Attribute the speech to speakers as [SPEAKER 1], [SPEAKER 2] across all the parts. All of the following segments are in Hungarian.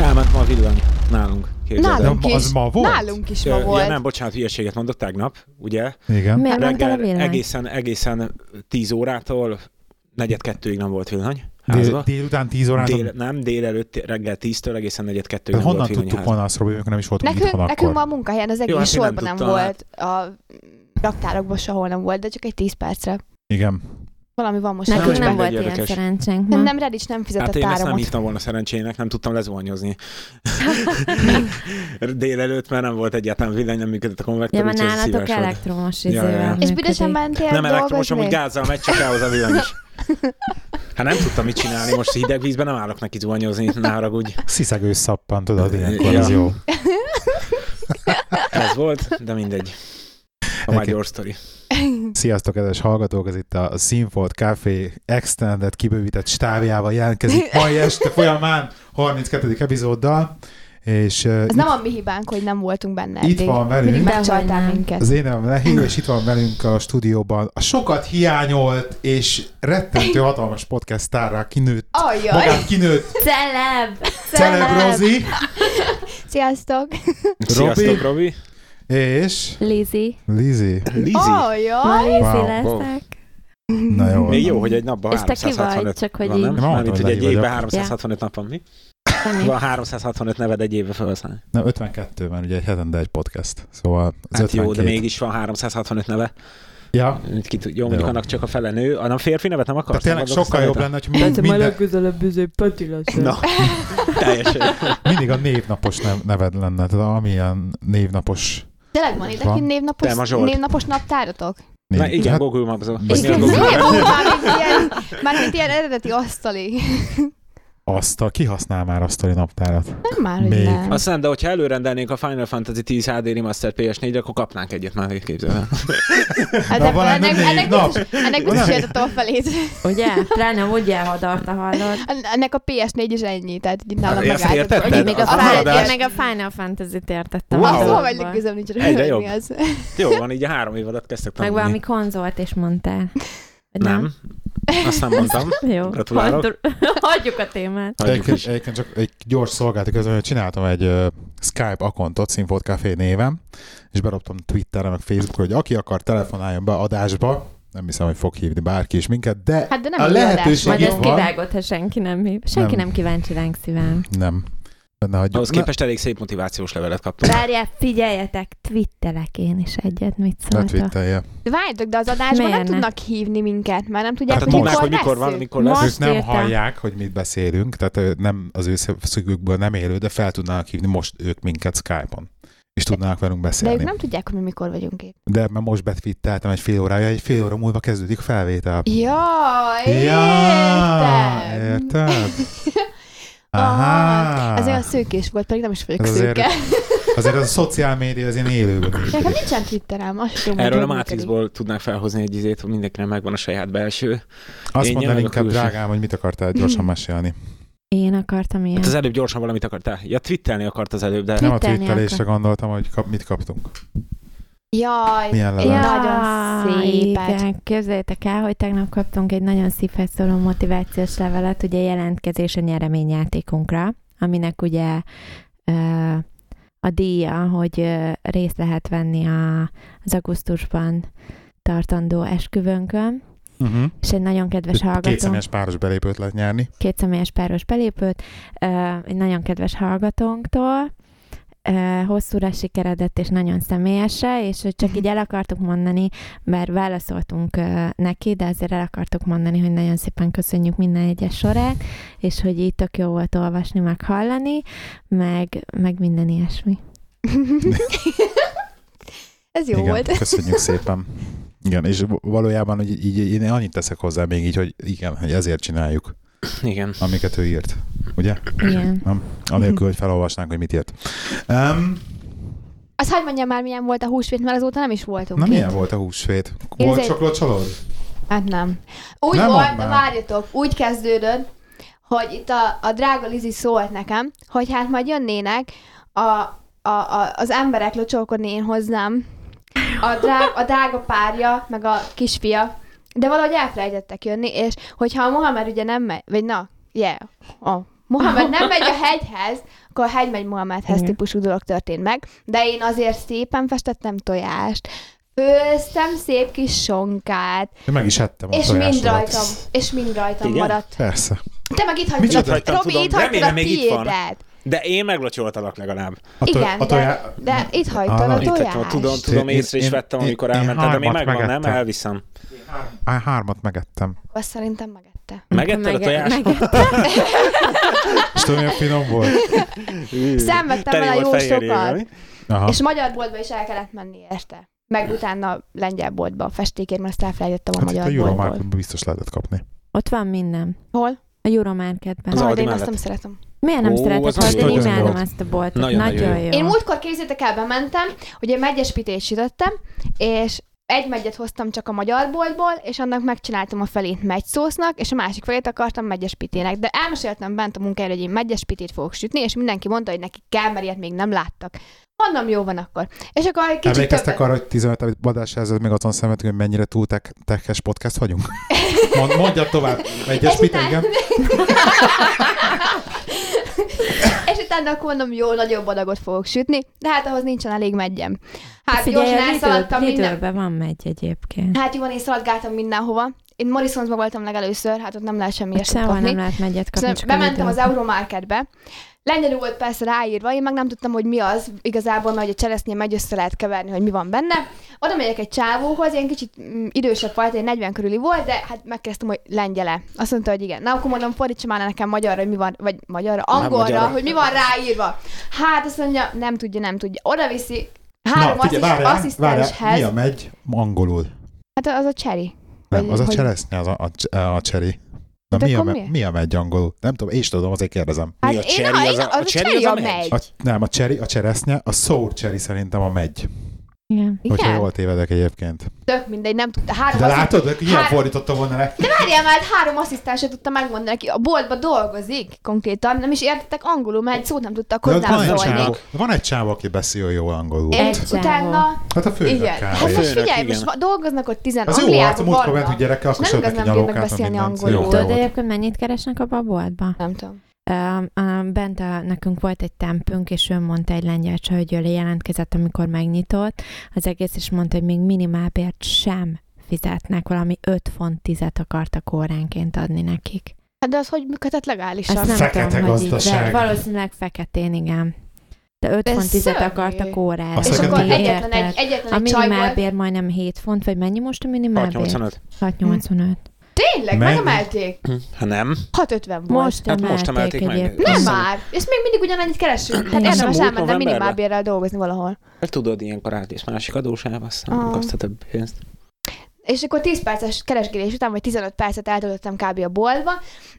[SPEAKER 1] elment ma a villany nálunk. Képzeld el.
[SPEAKER 2] Nálunk
[SPEAKER 3] De
[SPEAKER 2] is.
[SPEAKER 3] az ma volt?
[SPEAKER 2] Nálunk is ma
[SPEAKER 1] Ö,
[SPEAKER 2] volt.
[SPEAKER 1] Ja, nem, bocsánat, hülyeséget mondok, tegnap, ugye?
[SPEAKER 3] Igen.
[SPEAKER 4] Miért ment el a
[SPEAKER 1] Reggel
[SPEAKER 4] villany?
[SPEAKER 1] egészen, egészen 10 órától negyed kettőig nem volt villany
[SPEAKER 3] Dél,
[SPEAKER 1] házba.
[SPEAKER 3] délután 10 órán.
[SPEAKER 1] Dél, nem, délelőtt reggel 10-től egészen negyed kettőig
[SPEAKER 3] Tehát
[SPEAKER 1] nem volt
[SPEAKER 3] Hát honnan
[SPEAKER 1] villany
[SPEAKER 3] tudtuk
[SPEAKER 1] házba.
[SPEAKER 3] volna azt, Robi, amikor nem is voltunk
[SPEAKER 2] Nekünk,
[SPEAKER 3] itthon
[SPEAKER 2] nekünk ma a
[SPEAKER 3] akkor?
[SPEAKER 2] munkahelyen az egész
[SPEAKER 1] hát én nem
[SPEAKER 2] sorban nem,
[SPEAKER 1] tudtam,
[SPEAKER 2] volt, a raktárokban sehol nem volt, de csak egy 10 percre.
[SPEAKER 3] Igen.
[SPEAKER 2] Valami van most.
[SPEAKER 4] Nekünk
[SPEAKER 1] Sajnos
[SPEAKER 4] nem
[SPEAKER 1] mindegy,
[SPEAKER 4] volt ilyen
[SPEAKER 1] érdekes.
[SPEAKER 4] szerencsénk. ma.
[SPEAKER 2] Nem, Redics nem fizetett
[SPEAKER 1] Hát én ezt nem
[SPEAKER 2] áramot.
[SPEAKER 1] hívtam volna szerencsének, nem tudtam lezuhanyozni délelőtt, mert nem volt egyáltalán villany, nem működött a
[SPEAKER 4] Ja,
[SPEAKER 1] konvektor,
[SPEAKER 4] mert
[SPEAKER 1] úgyhogy
[SPEAKER 4] nálatok
[SPEAKER 1] szívás volt.
[SPEAKER 4] elektromos
[SPEAKER 1] Ja, ja,
[SPEAKER 4] izével
[SPEAKER 1] ja.
[SPEAKER 2] És
[SPEAKER 4] működik.
[SPEAKER 2] büdösen mentél
[SPEAKER 1] Nem elektromos, amúgy
[SPEAKER 2] dolgozni?
[SPEAKER 1] gázzal megy, csak elhoz a villany is. Hát nem tudtam mit csinálni, most hideg vízben nem állok neki zuhanyozni, ne haragudj.
[SPEAKER 3] Sziszegő szappan, tudod, ilyenkor
[SPEAKER 1] Ja.
[SPEAKER 3] az jó.
[SPEAKER 1] Ez volt, de mindegy. A
[SPEAKER 3] Neki-
[SPEAKER 1] magyar sztori.
[SPEAKER 3] Sziasztok, kedves hallgatók! Ez itt a Színfolt Café Extended kibővített stávjával jelentkezik mai este folyamán 32. epizóddal, és uh,
[SPEAKER 2] Ez
[SPEAKER 3] itt,
[SPEAKER 2] nem a mi hibánk, hogy nem voltunk benne
[SPEAKER 3] itt
[SPEAKER 2] eddig.
[SPEAKER 3] van
[SPEAKER 2] Mindig
[SPEAKER 3] velünk,
[SPEAKER 4] Dehogy
[SPEAKER 2] megcsaltál
[SPEAKER 4] nem.
[SPEAKER 2] minket.
[SPEAKER 3] az én nevem Lehi, és itt van velünk a stúdióban a sokat hiányolt és rettentő hatalmas podcast tárrá kinőtt,
[SPEAKER 2] Ajjaj!
[SPEAKER 3] magát kinőtt
[SPEAKER 4] Celeb!
[SPEAKER 3] Celeb Rozi,
[SPEAKER 2] Sziasztok!
[SPEAKER 1] Sziasztok, Robi.
[SPEAKER 3] és
[SPEAKER 4] Lizi.
[SPEAKER 3] Lizi.
[SPEAKER 1] Lizi.
[SPEAKER 4] Ah! Ma
[SPEAKER 2] Ajjaj!
[SPEAKER 4] Lizi
[SPEAKER 3] Wow.
[SPEAKER 4] leszek.
[SPEAKER 3] Na jó.
[SPEAKER 1] Még jó, hogy egy napban
[SPEAKER 4] És te ki vagy,
[SPEAKER 1] 365
[SPEAKER 4] csak hogy
[SPEAKER 1] van,
[SPEAKER 4] így.
[SPEAKER 1] nem?
[SPEAKER 3] Nem,
[SPEAKER 1] Mármint, hogy
[SPEAKER 3] Lehi
[SPEAKER 1] egy
[SPEAKER 3] vagyok.
[SPEAKER 1] évben 365 nap van, mi?
[SPEAKER 4] semmi.
[SPEAKER 1] Van 365 neved egy évbe felszáll. Hát
[SPEAKER 3] Na 52, mert ugye egy hetente egy podcast, szóval az
[SPEAKER 1] Hát
[SPEAKER 3] 52.
[SPEAKER 1] jó, de mégis van 365 neve.
[SPEAKER 3] Ja,
[SPEAKER 1] Mit Ki tud, jó, mondjuk
[SPEAKER 3] Jó.
[SPEAKER 1] annak csak a fele nő. A nem férfi nevet nem
[SPEAKER 3] tehát
[SPEAKER 1] akarsz?
[SPEAKER 3] tényleg
[SPEAKER 1] Nem
[SPEAKER 3] sokkal jobb
[SPEAKER 1] gondolkoztál
[SPEAKER 3] lenne, hogy mind, minden,
[SPEAKER 4] legközelebb bizony Peti lesz.
[SPEAKER 1] rajta? Na, teljesen.
[SPEAKER 3] Mindig a névnapos nev, neved lenne, tehát amilyen névnapos
[SPEAKER 2] Tényleg van
[SPEAKER 3] Van.
[SPEAKER 2] ideki névnapos,
[SPEAKER 1] Telma Zsolt.
[SPEAKER 2] névnapos naptáratok?
[SPEAKER 3] név.
[SPEAKER 1] Na, igen,
[SPEAKER 3] hát,
[SPEAKER 1] Google Maps-ba.
[SPEAKER 3] És
[SPEAKER 1] Vagy mi a
[SPEAKER 3] nem
[SPEAKER 1] Google
[SPEAKER 3] Google.
[SPEAKER 2] Nem,
[SPEAKER 1] Maps?
[SPEAKER 2] mármint ilyen, mármint ilyen eredeti asztali.
[SPEAKER 3] azt a, ki használ már azt a naptárat?
[SPEAKER 2] Nem már, hogy
[SPEAKER 3] Még.
[SPEAKER 2] nem.
[SPEAKER 1] Azt nem, de hogyha előrendelnénk a Final Fantasy 10 HD Remaster PS4-re, akkor kapnánk egyet már, hogy képzeld el.
[SPEAKER 2] Hát
[SPEAKER 3] Na,
[SPEAKER 2] ebből-
[SPEAKER 3] van
[SPEAKER 2] ennek,
[SPEAKER 3] ennek még
[SPEAKER 2] ennek,
[SPEAKER 3] nap.
[SPEAKER 2] biztos, ennek biztos értettem a felét.
[SPEAKER 4] Ugye? Pláne úgy elhadarta, hallod?
[SPEAKER 2] En- Ennek a PS4 is ennyi, tehát így nálam
[SPEAKER 1] Ezt
[SPEAKER 2] megállt.
[SPEAKER 1] értetted?
[SPEAKER 4] Én még a,
[SPEAKER 1] Az
[SPEAKER 2] a
[SPEAKER 4] Final,
[SPEAKER 1] haladás-
[SPEAKER 4] én még a Final Fantasy-t értettem.
[SPEAKER 1] Wow.
[SPEAKER 4] a
[SPEAKER 2] Szóval
[SPEAKER 4] dologból.
[SPEAKER 2] vagy legközelebb nincs rá,
[SPEAKER 1] Egyre
[SPEAKER 2] hogy mi
[SPEAKER 1] jobb.
[SPEAKER 2] az.
[SPEAKER 1] Jó van, így a három év alatt kezdtek
[SPEAKER 4] Meg
[SPEAKER 1] tanulni.
[SPEAKER 4] valami konzolt is mondtál. Vagy
[SPEAKER 1] Nem, azt nem mondtam.
[SPEAKER 4] Jó.
[SPEAKER 1] Gratulálok.
[SPEAKER 4] Hagyjuk- Hagyjuk a témát.
[SPEAKER 1] Hagyjuk
[SPEAKER 3] Egyébként,
[SPEAKER 1] is.
[SPEAKER 3] egyébként csak egy gyors szolgálati közben, hogy csináltam egy ö, Skype akkontot, Színfolt Café névem, és beroptam Twitterre, meg Facebookra, hogy aki akar, telefonáljon be adásba, nem hiszem, hogy fog hívni bárki is minket, de
[SPEAKER 2] Hát de nem
[SPEAKER 3] a
[SPEAKER 2] egy
[SPEAKER 3] lehetőség
[SPEAKER 2] adás.
[SPEAKER 4] Majd
[SPEAKER 3] itt
[SPEAKER 4] ezt
[SPEAKER 3] van.
[SPEAKER 4] kivágod, ha senki nem hív. Senki
[SPEAKER 3] Nem.
[SPEAKER 4] nem, kíváncsi ránk szívem.
[SPEAKER 3] Nem. Benne hagyjuk.
[SPEAKER 1] Ahhoz képest elég szép motivációs levelet kaptam.
[SPEAKER 4] Várjál, figyeljetek, twittelek én is egyet, mit
[SPEAKER 3] Ne
[SPEAKER 4] szóltok.
[SPEAKER 3] twittelje.
[SPEAKER 2] De várjátok, de az adásban nem
[SPEAKER 4] Miért ne?
[SPEAKER 2] tudnak hívni minket, már nem tudják,
[SPEAKER 3] Hát
[SPEAKER 2] hogy
[SPEAKER 3] most.
[SPEAKER 2] mikor,
[SPEAKER 1] hogy mikor van,
[SPEAKER 2] leszünk.
[SPEAKER 1] mikor lesz.
[SPEAKER 4] Most
[SPEAKER 3] Ők nem
[SPEAKER 4] írtam.
[SPEAKER 3] hallják, hogy mit beszélünk, tehát ö, nem az ő szükükből nem élő, de fel tudnának hívni most ők minket Skype-on, és tudnának velünk
[SPEAKER 2] De
[SPEAKER 3] beszélni.
[SPEAKER 2] ők nem tudják, hogy mi mikor vagyunk itt.
[SPEAKER 3] De mert most betvitteltem egy fél órája, egy fél óra múlva kezdődik a felvétel.
[SPEAKER 2] Ja,
[SPEAKER 3] Ja,
[SPEAKER 2] értem. Ah,
[SPEAKER 3] érted?
[SPEAKER 2] Aha. Ez olyan
[SPEAKER 3] Aha.
[SPEAKER 2] szőkés volt, pedig nem is vagyok
[SPEAKER 3] Ez azért-
[SPEAKER 2] szőke.
[SPEAKER 3] Azért az a szociál média az én élőben.
[SPEAKER 2] Nekem nincsen Twitterem, azt tudom,
[SPEAKER 1] Erről a Matrixból tudnák felhozni egy izét, hogy mindenkinek megvan a saját belső.
[SPEAKER 3] Azt
[SPEAKER 1] Én
[SPEAKER 3] mondanám
[SPEAKER 1] jelenleg a
[SPEAKER 3] inkább,
[SPEAKER 1] külső.
[SPEAKER 3] drágám, hogy mit akartál gyorsan mesélni.
[SPEAKER 4] Én akartam ilyen.
[SPEAKER 1] Hát az előbb gyorsan valamit akartál. Ja, twittelni akart az előbb, de
[SPEAKER 3] Nem a
[SPEAKER 4] Twittelni
[SPEAKER 3] twittelésre gondoltam, hogy kap, mit kaptunk.
[SPEAKER 2] Jaj,
[SPEAKER 3] Milyen levelet?
[SPEAKER 2] Ja. Nagyon szépet.
[SPEAKER 4] Igen. Képzeljétek el, hogy tegnap kaptunk egy nagyon szívhez szóló motivációs levelet, ugye jelentkezés a nyereményjátékunkra, aminek ugye ö, a díja, hogy ö, részt lehet venni a, az augusztusban tartandó esküvőnkön,
[SPEAKER 3] Uh-huh.
[SPEAKER 4] és egy nagyon kedves
[SPEAKER 3] Két
[SPEAKER 4] hallgató.
[SPEAKER 3] személyes páros belépőt lehet nyerni.
[SPEAKER 4] két személyes páros belépőt, ö, egy nagyon kedves hallgatónktól, ö, hosszúra sikeredett és nagyon személyesre, és hogy csak így el akartuk mondani, mert válaszoltunk ö, neki, de azért el akartuk mondani, hogy nagyon szépen köszönjük minden egyes sorát, és hogy így tök jó volt olvasni, meg hallani, meg, meg minden ilyesmi.
[SPEAKER 2] Ez jó
[SPEAKER 3] Igen,
[SPEAKER 2] volt.
[SPEAKER 3] köszönjük szépen. Igen, és valójában hogy így, így, én annyit teszek hozzá még így, hogy igen, hogy ezért csináljuk,
[SPEAKER 1] igen.
[SPEAKER 3] amiket ő írt. Ugye?
[SPEAKER 4] Igen.
[SPEAKER 3] Anélkül, hogy felolvasnánk, hogy mit írt. Um,
[SPEAKER 2] Azt hagyd mondjam már, milyen volt a húsvét, mert azóta nem is voltunk
[SPEAKER 3] na
[SPEAKER 2] itt.
[SPEAKER 3] milyen volt a húsvét? Volt
[SPEAKER 2] Képzelj-
[SPEAKER 3] csoklócsalód?
[SPEAKER 2] Hát nem. Úgy
[SPEAKER 3] Nem
[SPEAKER 2] nem
[SPEAKER 3] mondd
[SPEAKER 2] volt,
[SPEAKER 3] már.
[SPEAKER 2] várjatok, úgy kezdődött, hogy itt a, a drága Lizi szólt nekem, hogy hát majd jönnének a, a, a, az emberek locsolkodni én hozzám, a, drág, a drága párja, meg a kisfia, de valahogy elfelejtettek jönni, és hogyha a Mohamed ugye nem megy, vagy na, yeah, oh, Mohamed nem megy a hegyhez, akkor a hegy megy Mohamedhez
[SPEAKER 4] Igen.
[SPEAKER 2] típusú dolog történt meg, de én azért szépen festettem tojást, főztem szép kis sonkát,
[SPEAKER 3] Én meg is ettem a
[SPEAKER 2] és mind
[SPEAKER 3] tojásodat.
[SPEAKER 2] rajtam, és mind rajtam
[SPEAKER 1] Igen?
[SPEAKER 2] maradt.
[SPEAKER 3] Persze.
[SPEAKER 2] Te meg itt
[SPEAKER 1] Mit
[SPEAKER 2] hagytad,
[SPEAKER 1] hagytam,
[SPEAKER 2] a- Robi,
[SPEAKER 1] tudom.
[SPEAKER 2] itt hagytad
[SPEAKER 1] Remélem,
[SPEAKER 2] a
[SPEAKER 1] még itt van.
[SPEAKER 2] tiédet.
[SPEAKER 1] De én meglotyoltalak legalább.
[SPEAKER 3] A to-
[SPEAKER 2] Igen,
[SPEAKER 3] a
[SPEAKER 2] de,
[SPEAKER 3] tojá...
[SPEAKER 2] de itt hagytad a
[SPEAKER 3] Állam.
[SPEAKER 1] Itt
[SPEAKER 2] tojást.
[SPEAKER 1] tettem, tudom, tudom,
[SPEAKER 3] Én-
[SPEAKER 1] észre is
[SPEAKER 3] én-
[SPEAKER 1] vettem,
[SPEAKER 3] én-
[SPEAKER 1] amikor
[SPEAKER 3] én
[SPEAKER 1] elmented, de még
[SPEAKER 3] hármat
[SPEAKER 1] megvan, nem?
[SPEAKER 3] megettem.
[SPEAKER 1] Elviszem.
[SPEAKER 3] Á, hármat megettem.
[SPEAKER 2] Azt szerintem megette.
[SPEAKER 1] Megetted a
[SPEAKER 4] Mege-
[SPEAKER 1] tojást?
[SPEAKER 4] mege-
[SPEAKER 3] És tudom, milyen finom volt?
[SPEAKER 2] Szenvedtem
[SPEAKER 1] Teli
[SPEAKER 2] vele
[SPEAKER 1] volt
[SPEAKER 2] jó
[SPEAKER 1] fehérjével,
[SPEAKER 2] sokat.
[SPEAKER 1] mi?
[SPEAKER 3] Aha. Hát
[SPEAKER 2] És magyar boltba is el kellett menni érte. Meg utána lengyel boltba a festékért, mert azt elfelejtettem a
[SPEAKER 3] Hát itt a
[SPEAKER 2] magyar boltból.
[SPEAKER 3] Euromarketben biztos lehetett kapni.
[SPEAKER 4] Ott van minden.
[SPEAKER 2] Hol?
[SPEAKER 4] A
[SPEAKER 1] Az
[SPEAKER 4] Euromarketben.
[SPEAKER 2] Az
[SPEAKER 1] a-
[SPEAKER 4] Az
[SPEAKER 1] Aldi
[SPEAKER 2] én azt
[SPEAKER 1] mellett.
[SPEAKER 2] nem szeretem.
[SPEAKER 4] Miért nem
[SPEAKER 1] Ó,
[SPEAKER 4] szereted
[SPEAKER 1] az
[SPEAKER 4] hozni?
[SPEAKER 3] nagyon jó.
[SPEAKER 4] Én imádom azt a boltot. Nagyon,
[SPEAKER 1] Nagyon-nagyon
[SPEAKER 4] nagyon jó.
[SPEAKER 1] jó.
[SPEAKER 2] Én múltkor képzétek el, bementem, ugye megyespitét sütöttem, és egy megyet hoztam csak a magyar boltból, és annak megcsináltam a felét megyszósznak, és a másik felét akartam megyes-pitének. De elmeséltem bent a munkájára, hogy én megyes-pitét fogok sütni, és mindenki mondta, hogy neki kell, mert ilyet még nem láttak. Mondom, jó van akkor. És akkor egy kicsit
[SPEAKER 3] Emlékeztek
[SPEAKER 2] többet...
[SPEAKER 3] arra, hogy 15 év adás ezelőtt még azon szemetünk, hogy mennyire túl tek- tekes podcast vagyunk? Mond, mondja tovább. Egyes mit, igen?
[SPEAKER 2] És utána akkor mondom, jó, nagyobb adagot fogok sütni, de hát ahhoz nincsen elég megyem. Hát
[SPEAKER 4] Figyelj,
[SPEAKER 2] gyorsan
[SPEAKER 4] a Lidl-
[SPEAKER 2] elszaladtam minden.
[SPEAKER 4] Lidlben van megy egyébként.
[SPEAKER 2] Hát jóban én szaladgáltam mindenhova. Én Morrisonsban voltam legelőször, hát ott nem lehet semmi ilyesmit
[SPEAKER 4] Sehol nem
[SPEAKER 2] kapni.
[SPEAKER 4] lehet megyet kapni,
[SPEAKER 2] Szóval
[SPEAKER 4] csak hát a
[SPEAKER 2] bementem az
[SPEAKER 4] Lidlben.
[SPEAKER 2] Euromarketbe, lengyelül volt persze ráírva, én meg nem tudtam, hogy mi az igazából, mert hogy a cseresznye megy, össze lehet keverni, hogy mi van benne. Oda megyek egy csávóhoz, ilyen kicsit mm, idősebb volt, egy 40 körüli volt, de hát megkérdeztem, hogy lengyele. Azt mondta, hogy igen. Na, akkor mondom, fordítsa már le nekem magyarra, hogy mi van, vagy magyarra, angolra,
[SPEAKER 1] magyarra.
[SPEAKER 2] hogy mi van ráírva. Hát azt mondja, nem tudja, nem tudja. Oda viszi három asszisztenshez.
[SPEAKER 3] mi a megy angolul?
[SPEAKER 2] Hát az a cseri.
[SPEAKER 3] Nem,
[SPEAKER 2] Vagy-
[SPEAKER 3] az a
[SPEAKER 2] hogy-
[SPEAKER 3] cseresznye, az a, a, cse- a cseri. Na,
[SPEAKER 2] De
[SPEAKER 3] mi a,
[SPEAKER 2] akkor
[SPEAKER 3] me-
[SPEAKER 2] mi?
[SPEAKER 3] mi a megy angolul? Nem tudom, én is tudom, azért kérdezem.
[SPEAKER 2] Hát
[SPEAKER 1] Mi a
[SPEAKER 2] én-
[SPEAKER 1] cseri? Az
[SPEAKER 2] én-
[SPEAKER 1] a- a cseri az a megy?
[SPEAKER 3] A, nem, a cseri, a cseresznye, a szór cseri szerintem a megy.
[SPEAKER 4] Igen.
[SPEAKER 3] Hogyha
[SPEAKER 2] Igen?
[SPEAKER 3] jól tévedek egyébként.
[SPEAKER 2] Tök mindegy, nem tudta. Három
[SPEAKER 3] De
[SPEAKER 2] asszisztens-
[SPEAKER 3] látod, hogy ilyen
[SPEAKER 2] Három-
[SPEAKER 3] fordította volna le.
[SPEAKER 2] De várjál már, hát három asszisztens se tudta megmondani neki. A boltba dolgozik konkrétan, nem is értettek angolul, mert egy szót nem tudtak
[SPEAKER 3] De ott van, egy
[SPEAKER 2] hozzászólni.
[SPEAKER 3] csávó, van egy csávó, aki beszél jól angolul.
[SPEAKER 2] És
[SPEAKER 4] Egy csávó.
[SPEAKER 2] utána...
[SPEAKER 3] Hát a főnök
[SPEAKER 2] Igen.
[SPEAKER 3] kb.
[SPEAKER 2] Hát most
[SPEAKER 1] Főnök,
[SPEAKER 2] figyelj,
[SPEAKER 1] igen.
[SPEAKER 2] most va- dolgoznak ott tizen
[SPEAKER 3] Az jó, hát a
[SPEAKER 2] Angliában,
[SPEAKER 3] múltkor
[SPEAKER 2] vannak.
[SPEAKER 3] mentünk gyerekkel, akkor
[SPEAKER 2] nem
[SPEAKER 3] sőt neki
[SPEAKER 2] igazán bírnak
[SPEAKER 3] nyalókát, meg
[SPEAKER 2] beszélni
[SPEAKER 3] mindent.
[SPEAKER 2] angolul.
[SPEAKER 3] Jó, te
[SPEAKER 4] Tudod
[SPEAKER 3] volt.
[SPEAKER 4] egyébként mennyit keresnek abba a boltba?
[SPEAKER 2] Nem tudom.
[SPEAKER 4] Öm, öm, Bent a, nekünk volt egy tempünk, és ő mondta egy lengyel csaj, hogy ő jelentkezett, amikor megnyitott. Az egész is mondta, hogy még minimálbért sem fizetnek, valami 5 font tizet akartak óránként adni nekik.
[SPEAKER 2] Hát de az hogy működött legálisan?
[SPEAKER 4] Ezt nem
[SPEAKER 3] Fekete
[SPEAKER 4] tudom, hogy így,
[SPEAKER 3] gazdaság.
[SPEAKER 4] de valószínűleg feketén, igen. De 5
[SPEAKER 2] De
[SPEAKER 4] font tizet
[SPEAKER 2] szörnyű.
[SPEAKER 4] akartak órára.
[SPEAKER 3] Azt
[SPEAKER 2] És
[SPEAKER 3] Fekete-
[SPEAKER 2] akkor
[SPEAKER 4] adni,
[SPEAKER 2] egyetlen
[SPEAKER 4] érted?
[SPEAKER 2] egy, egyetlen
[SPEAKER 4] A
[SPEAKER 2] egy csaj volt.
[SPEAKER 4] minimálbér Hát majdnem 7 font, vagy mennyi most a minimálbér?
[SPEAKER 1] 685.
[SPEAKER 4] 6,85.
[SPEAKER 2] Tényleg,
[SPEAKER 3] Meg-
[SPEAKER 2] megemelték.
[SPEAKER 1] Ha nem,
[SPEAKER 2] 6.50 volt.
[SPEAKER 4] Most
[SPEAKER 1] Hát most
[SPEAKER 4] emelték,
[SPEAKER 1] emelték meg.
[SPEAKER 4] egyébként.
[SPEAKER 2] Nem
[SPEAKER 1] Azt
[SPEAKER 2] már! És még mindig ugyanannyit keresünk. Hát
[SPEAKER 4] Azt
[SPEAKER 1] hiszem,
[SPEAKER 2] érdemes
[SPEAKER 1] múlt
[SPEAKER 2] elmennem
[SPEAKER 1] novemberben.
[SPEAKER 2] minimálbérrel dolgozni valahol.
[SPEAKER 1] hát tudod, ilyenkor átlépsz másik adósába, aztán
[SPEAKER 2] Ah.
[SPEAKER 1] ah. kapsz a több pénzt.
[SPEAKER 2] És akkor 10 perces keresgélés után, vagy 15 percet eltöltöttem kb. a boltba,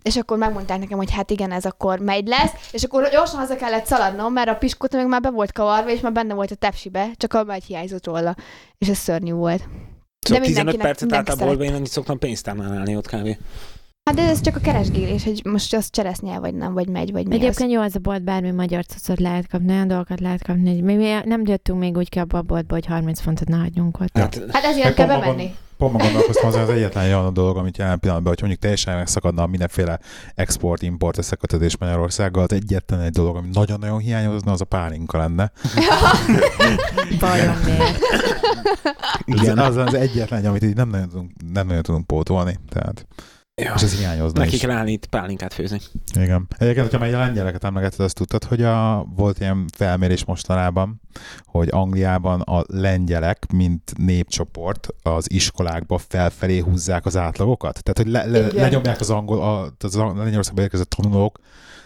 [SPEAKER 2] és akkor megmondták nekem, hogy hát igen, ez akkor megy lesz, és akkor gyorsan haza kellett szaladnom, mert a piskót még már be volt kavarva, és már benne volt a tepsibe, csak a megy hiányzott róla. És ez szörnyű volt.
[SPEAKER 1] Szóval
[SPEAKER 2] mindenkinek-
[SPEAKER 1] 15 percet
[SPEAKER 2] mindenki
[SPEAKER 1] általában boltban én annyit szoktam pénztárnál állni ott kávé.
[SPEAKER 2] Hát de ez csak a keresgélés, hogy most azt cseresznyel, vagy nem, vagy megy, vagy mi az.
[SPEAKER 4] Egyébként jó az a bolt, bármi magyar cuccot lehet kapni, olyan dolgokat lehet kapni, hogy mi mi nem jöttünk még úgy ki abba a boltba, hogy 30 fontot ne hagyjunk ott.
[SPEAKER 1] Hát,
[SPEAKER 2] Hát ezért
[SPEAKER 3] Meg
[SPEAKER 2] kell
[SPEAKER 3] pont maga-
[SPEAKER 2] bemenni.
[SPEAKER 3] Pont ma gondolkoztam azon, az egyetlen olyan dolog, amit jelen pillanatban, hogy mondjuk teljesen megszakadna a mindenféle export-import összekötetés Magyarországgal, az egyetlen egy dolog, ami nagyon-nagyon hiányozna, az a pálinka lenne.
[SPEAKER 4] Vajon miért?
[SPEAKER 1] Igen.
[SPEAKER 3] Ez az, az egyetlen, amit így nem nagyon tudunk, nem nagyon tudunk pótolni. Tehát,
[SPEAKER 1] jó.
[SPEAKER 3] és ez hiányozna
[SPEAKER 1] Neki
[SPEAKER 3] is.
[SPEAKER 1] kell állni itt pálinkát főzni.
[SPEAKER 3] Igen. Egyébként, hogyha már lengyeleket emlegeted, azt tudtad, hogy a, volt ilyen felmérés mostanában, hogy Angliában a lengyelek, mint népcsoport az iskolákba felfelé húzzák az átlagokat. Tehát, hogy le, le,
[SPEAKER 2] Igen.
[SPEAKER 3] lenyomják az angol, a, tehát az ang- Lengyelországba érkezett tanulók,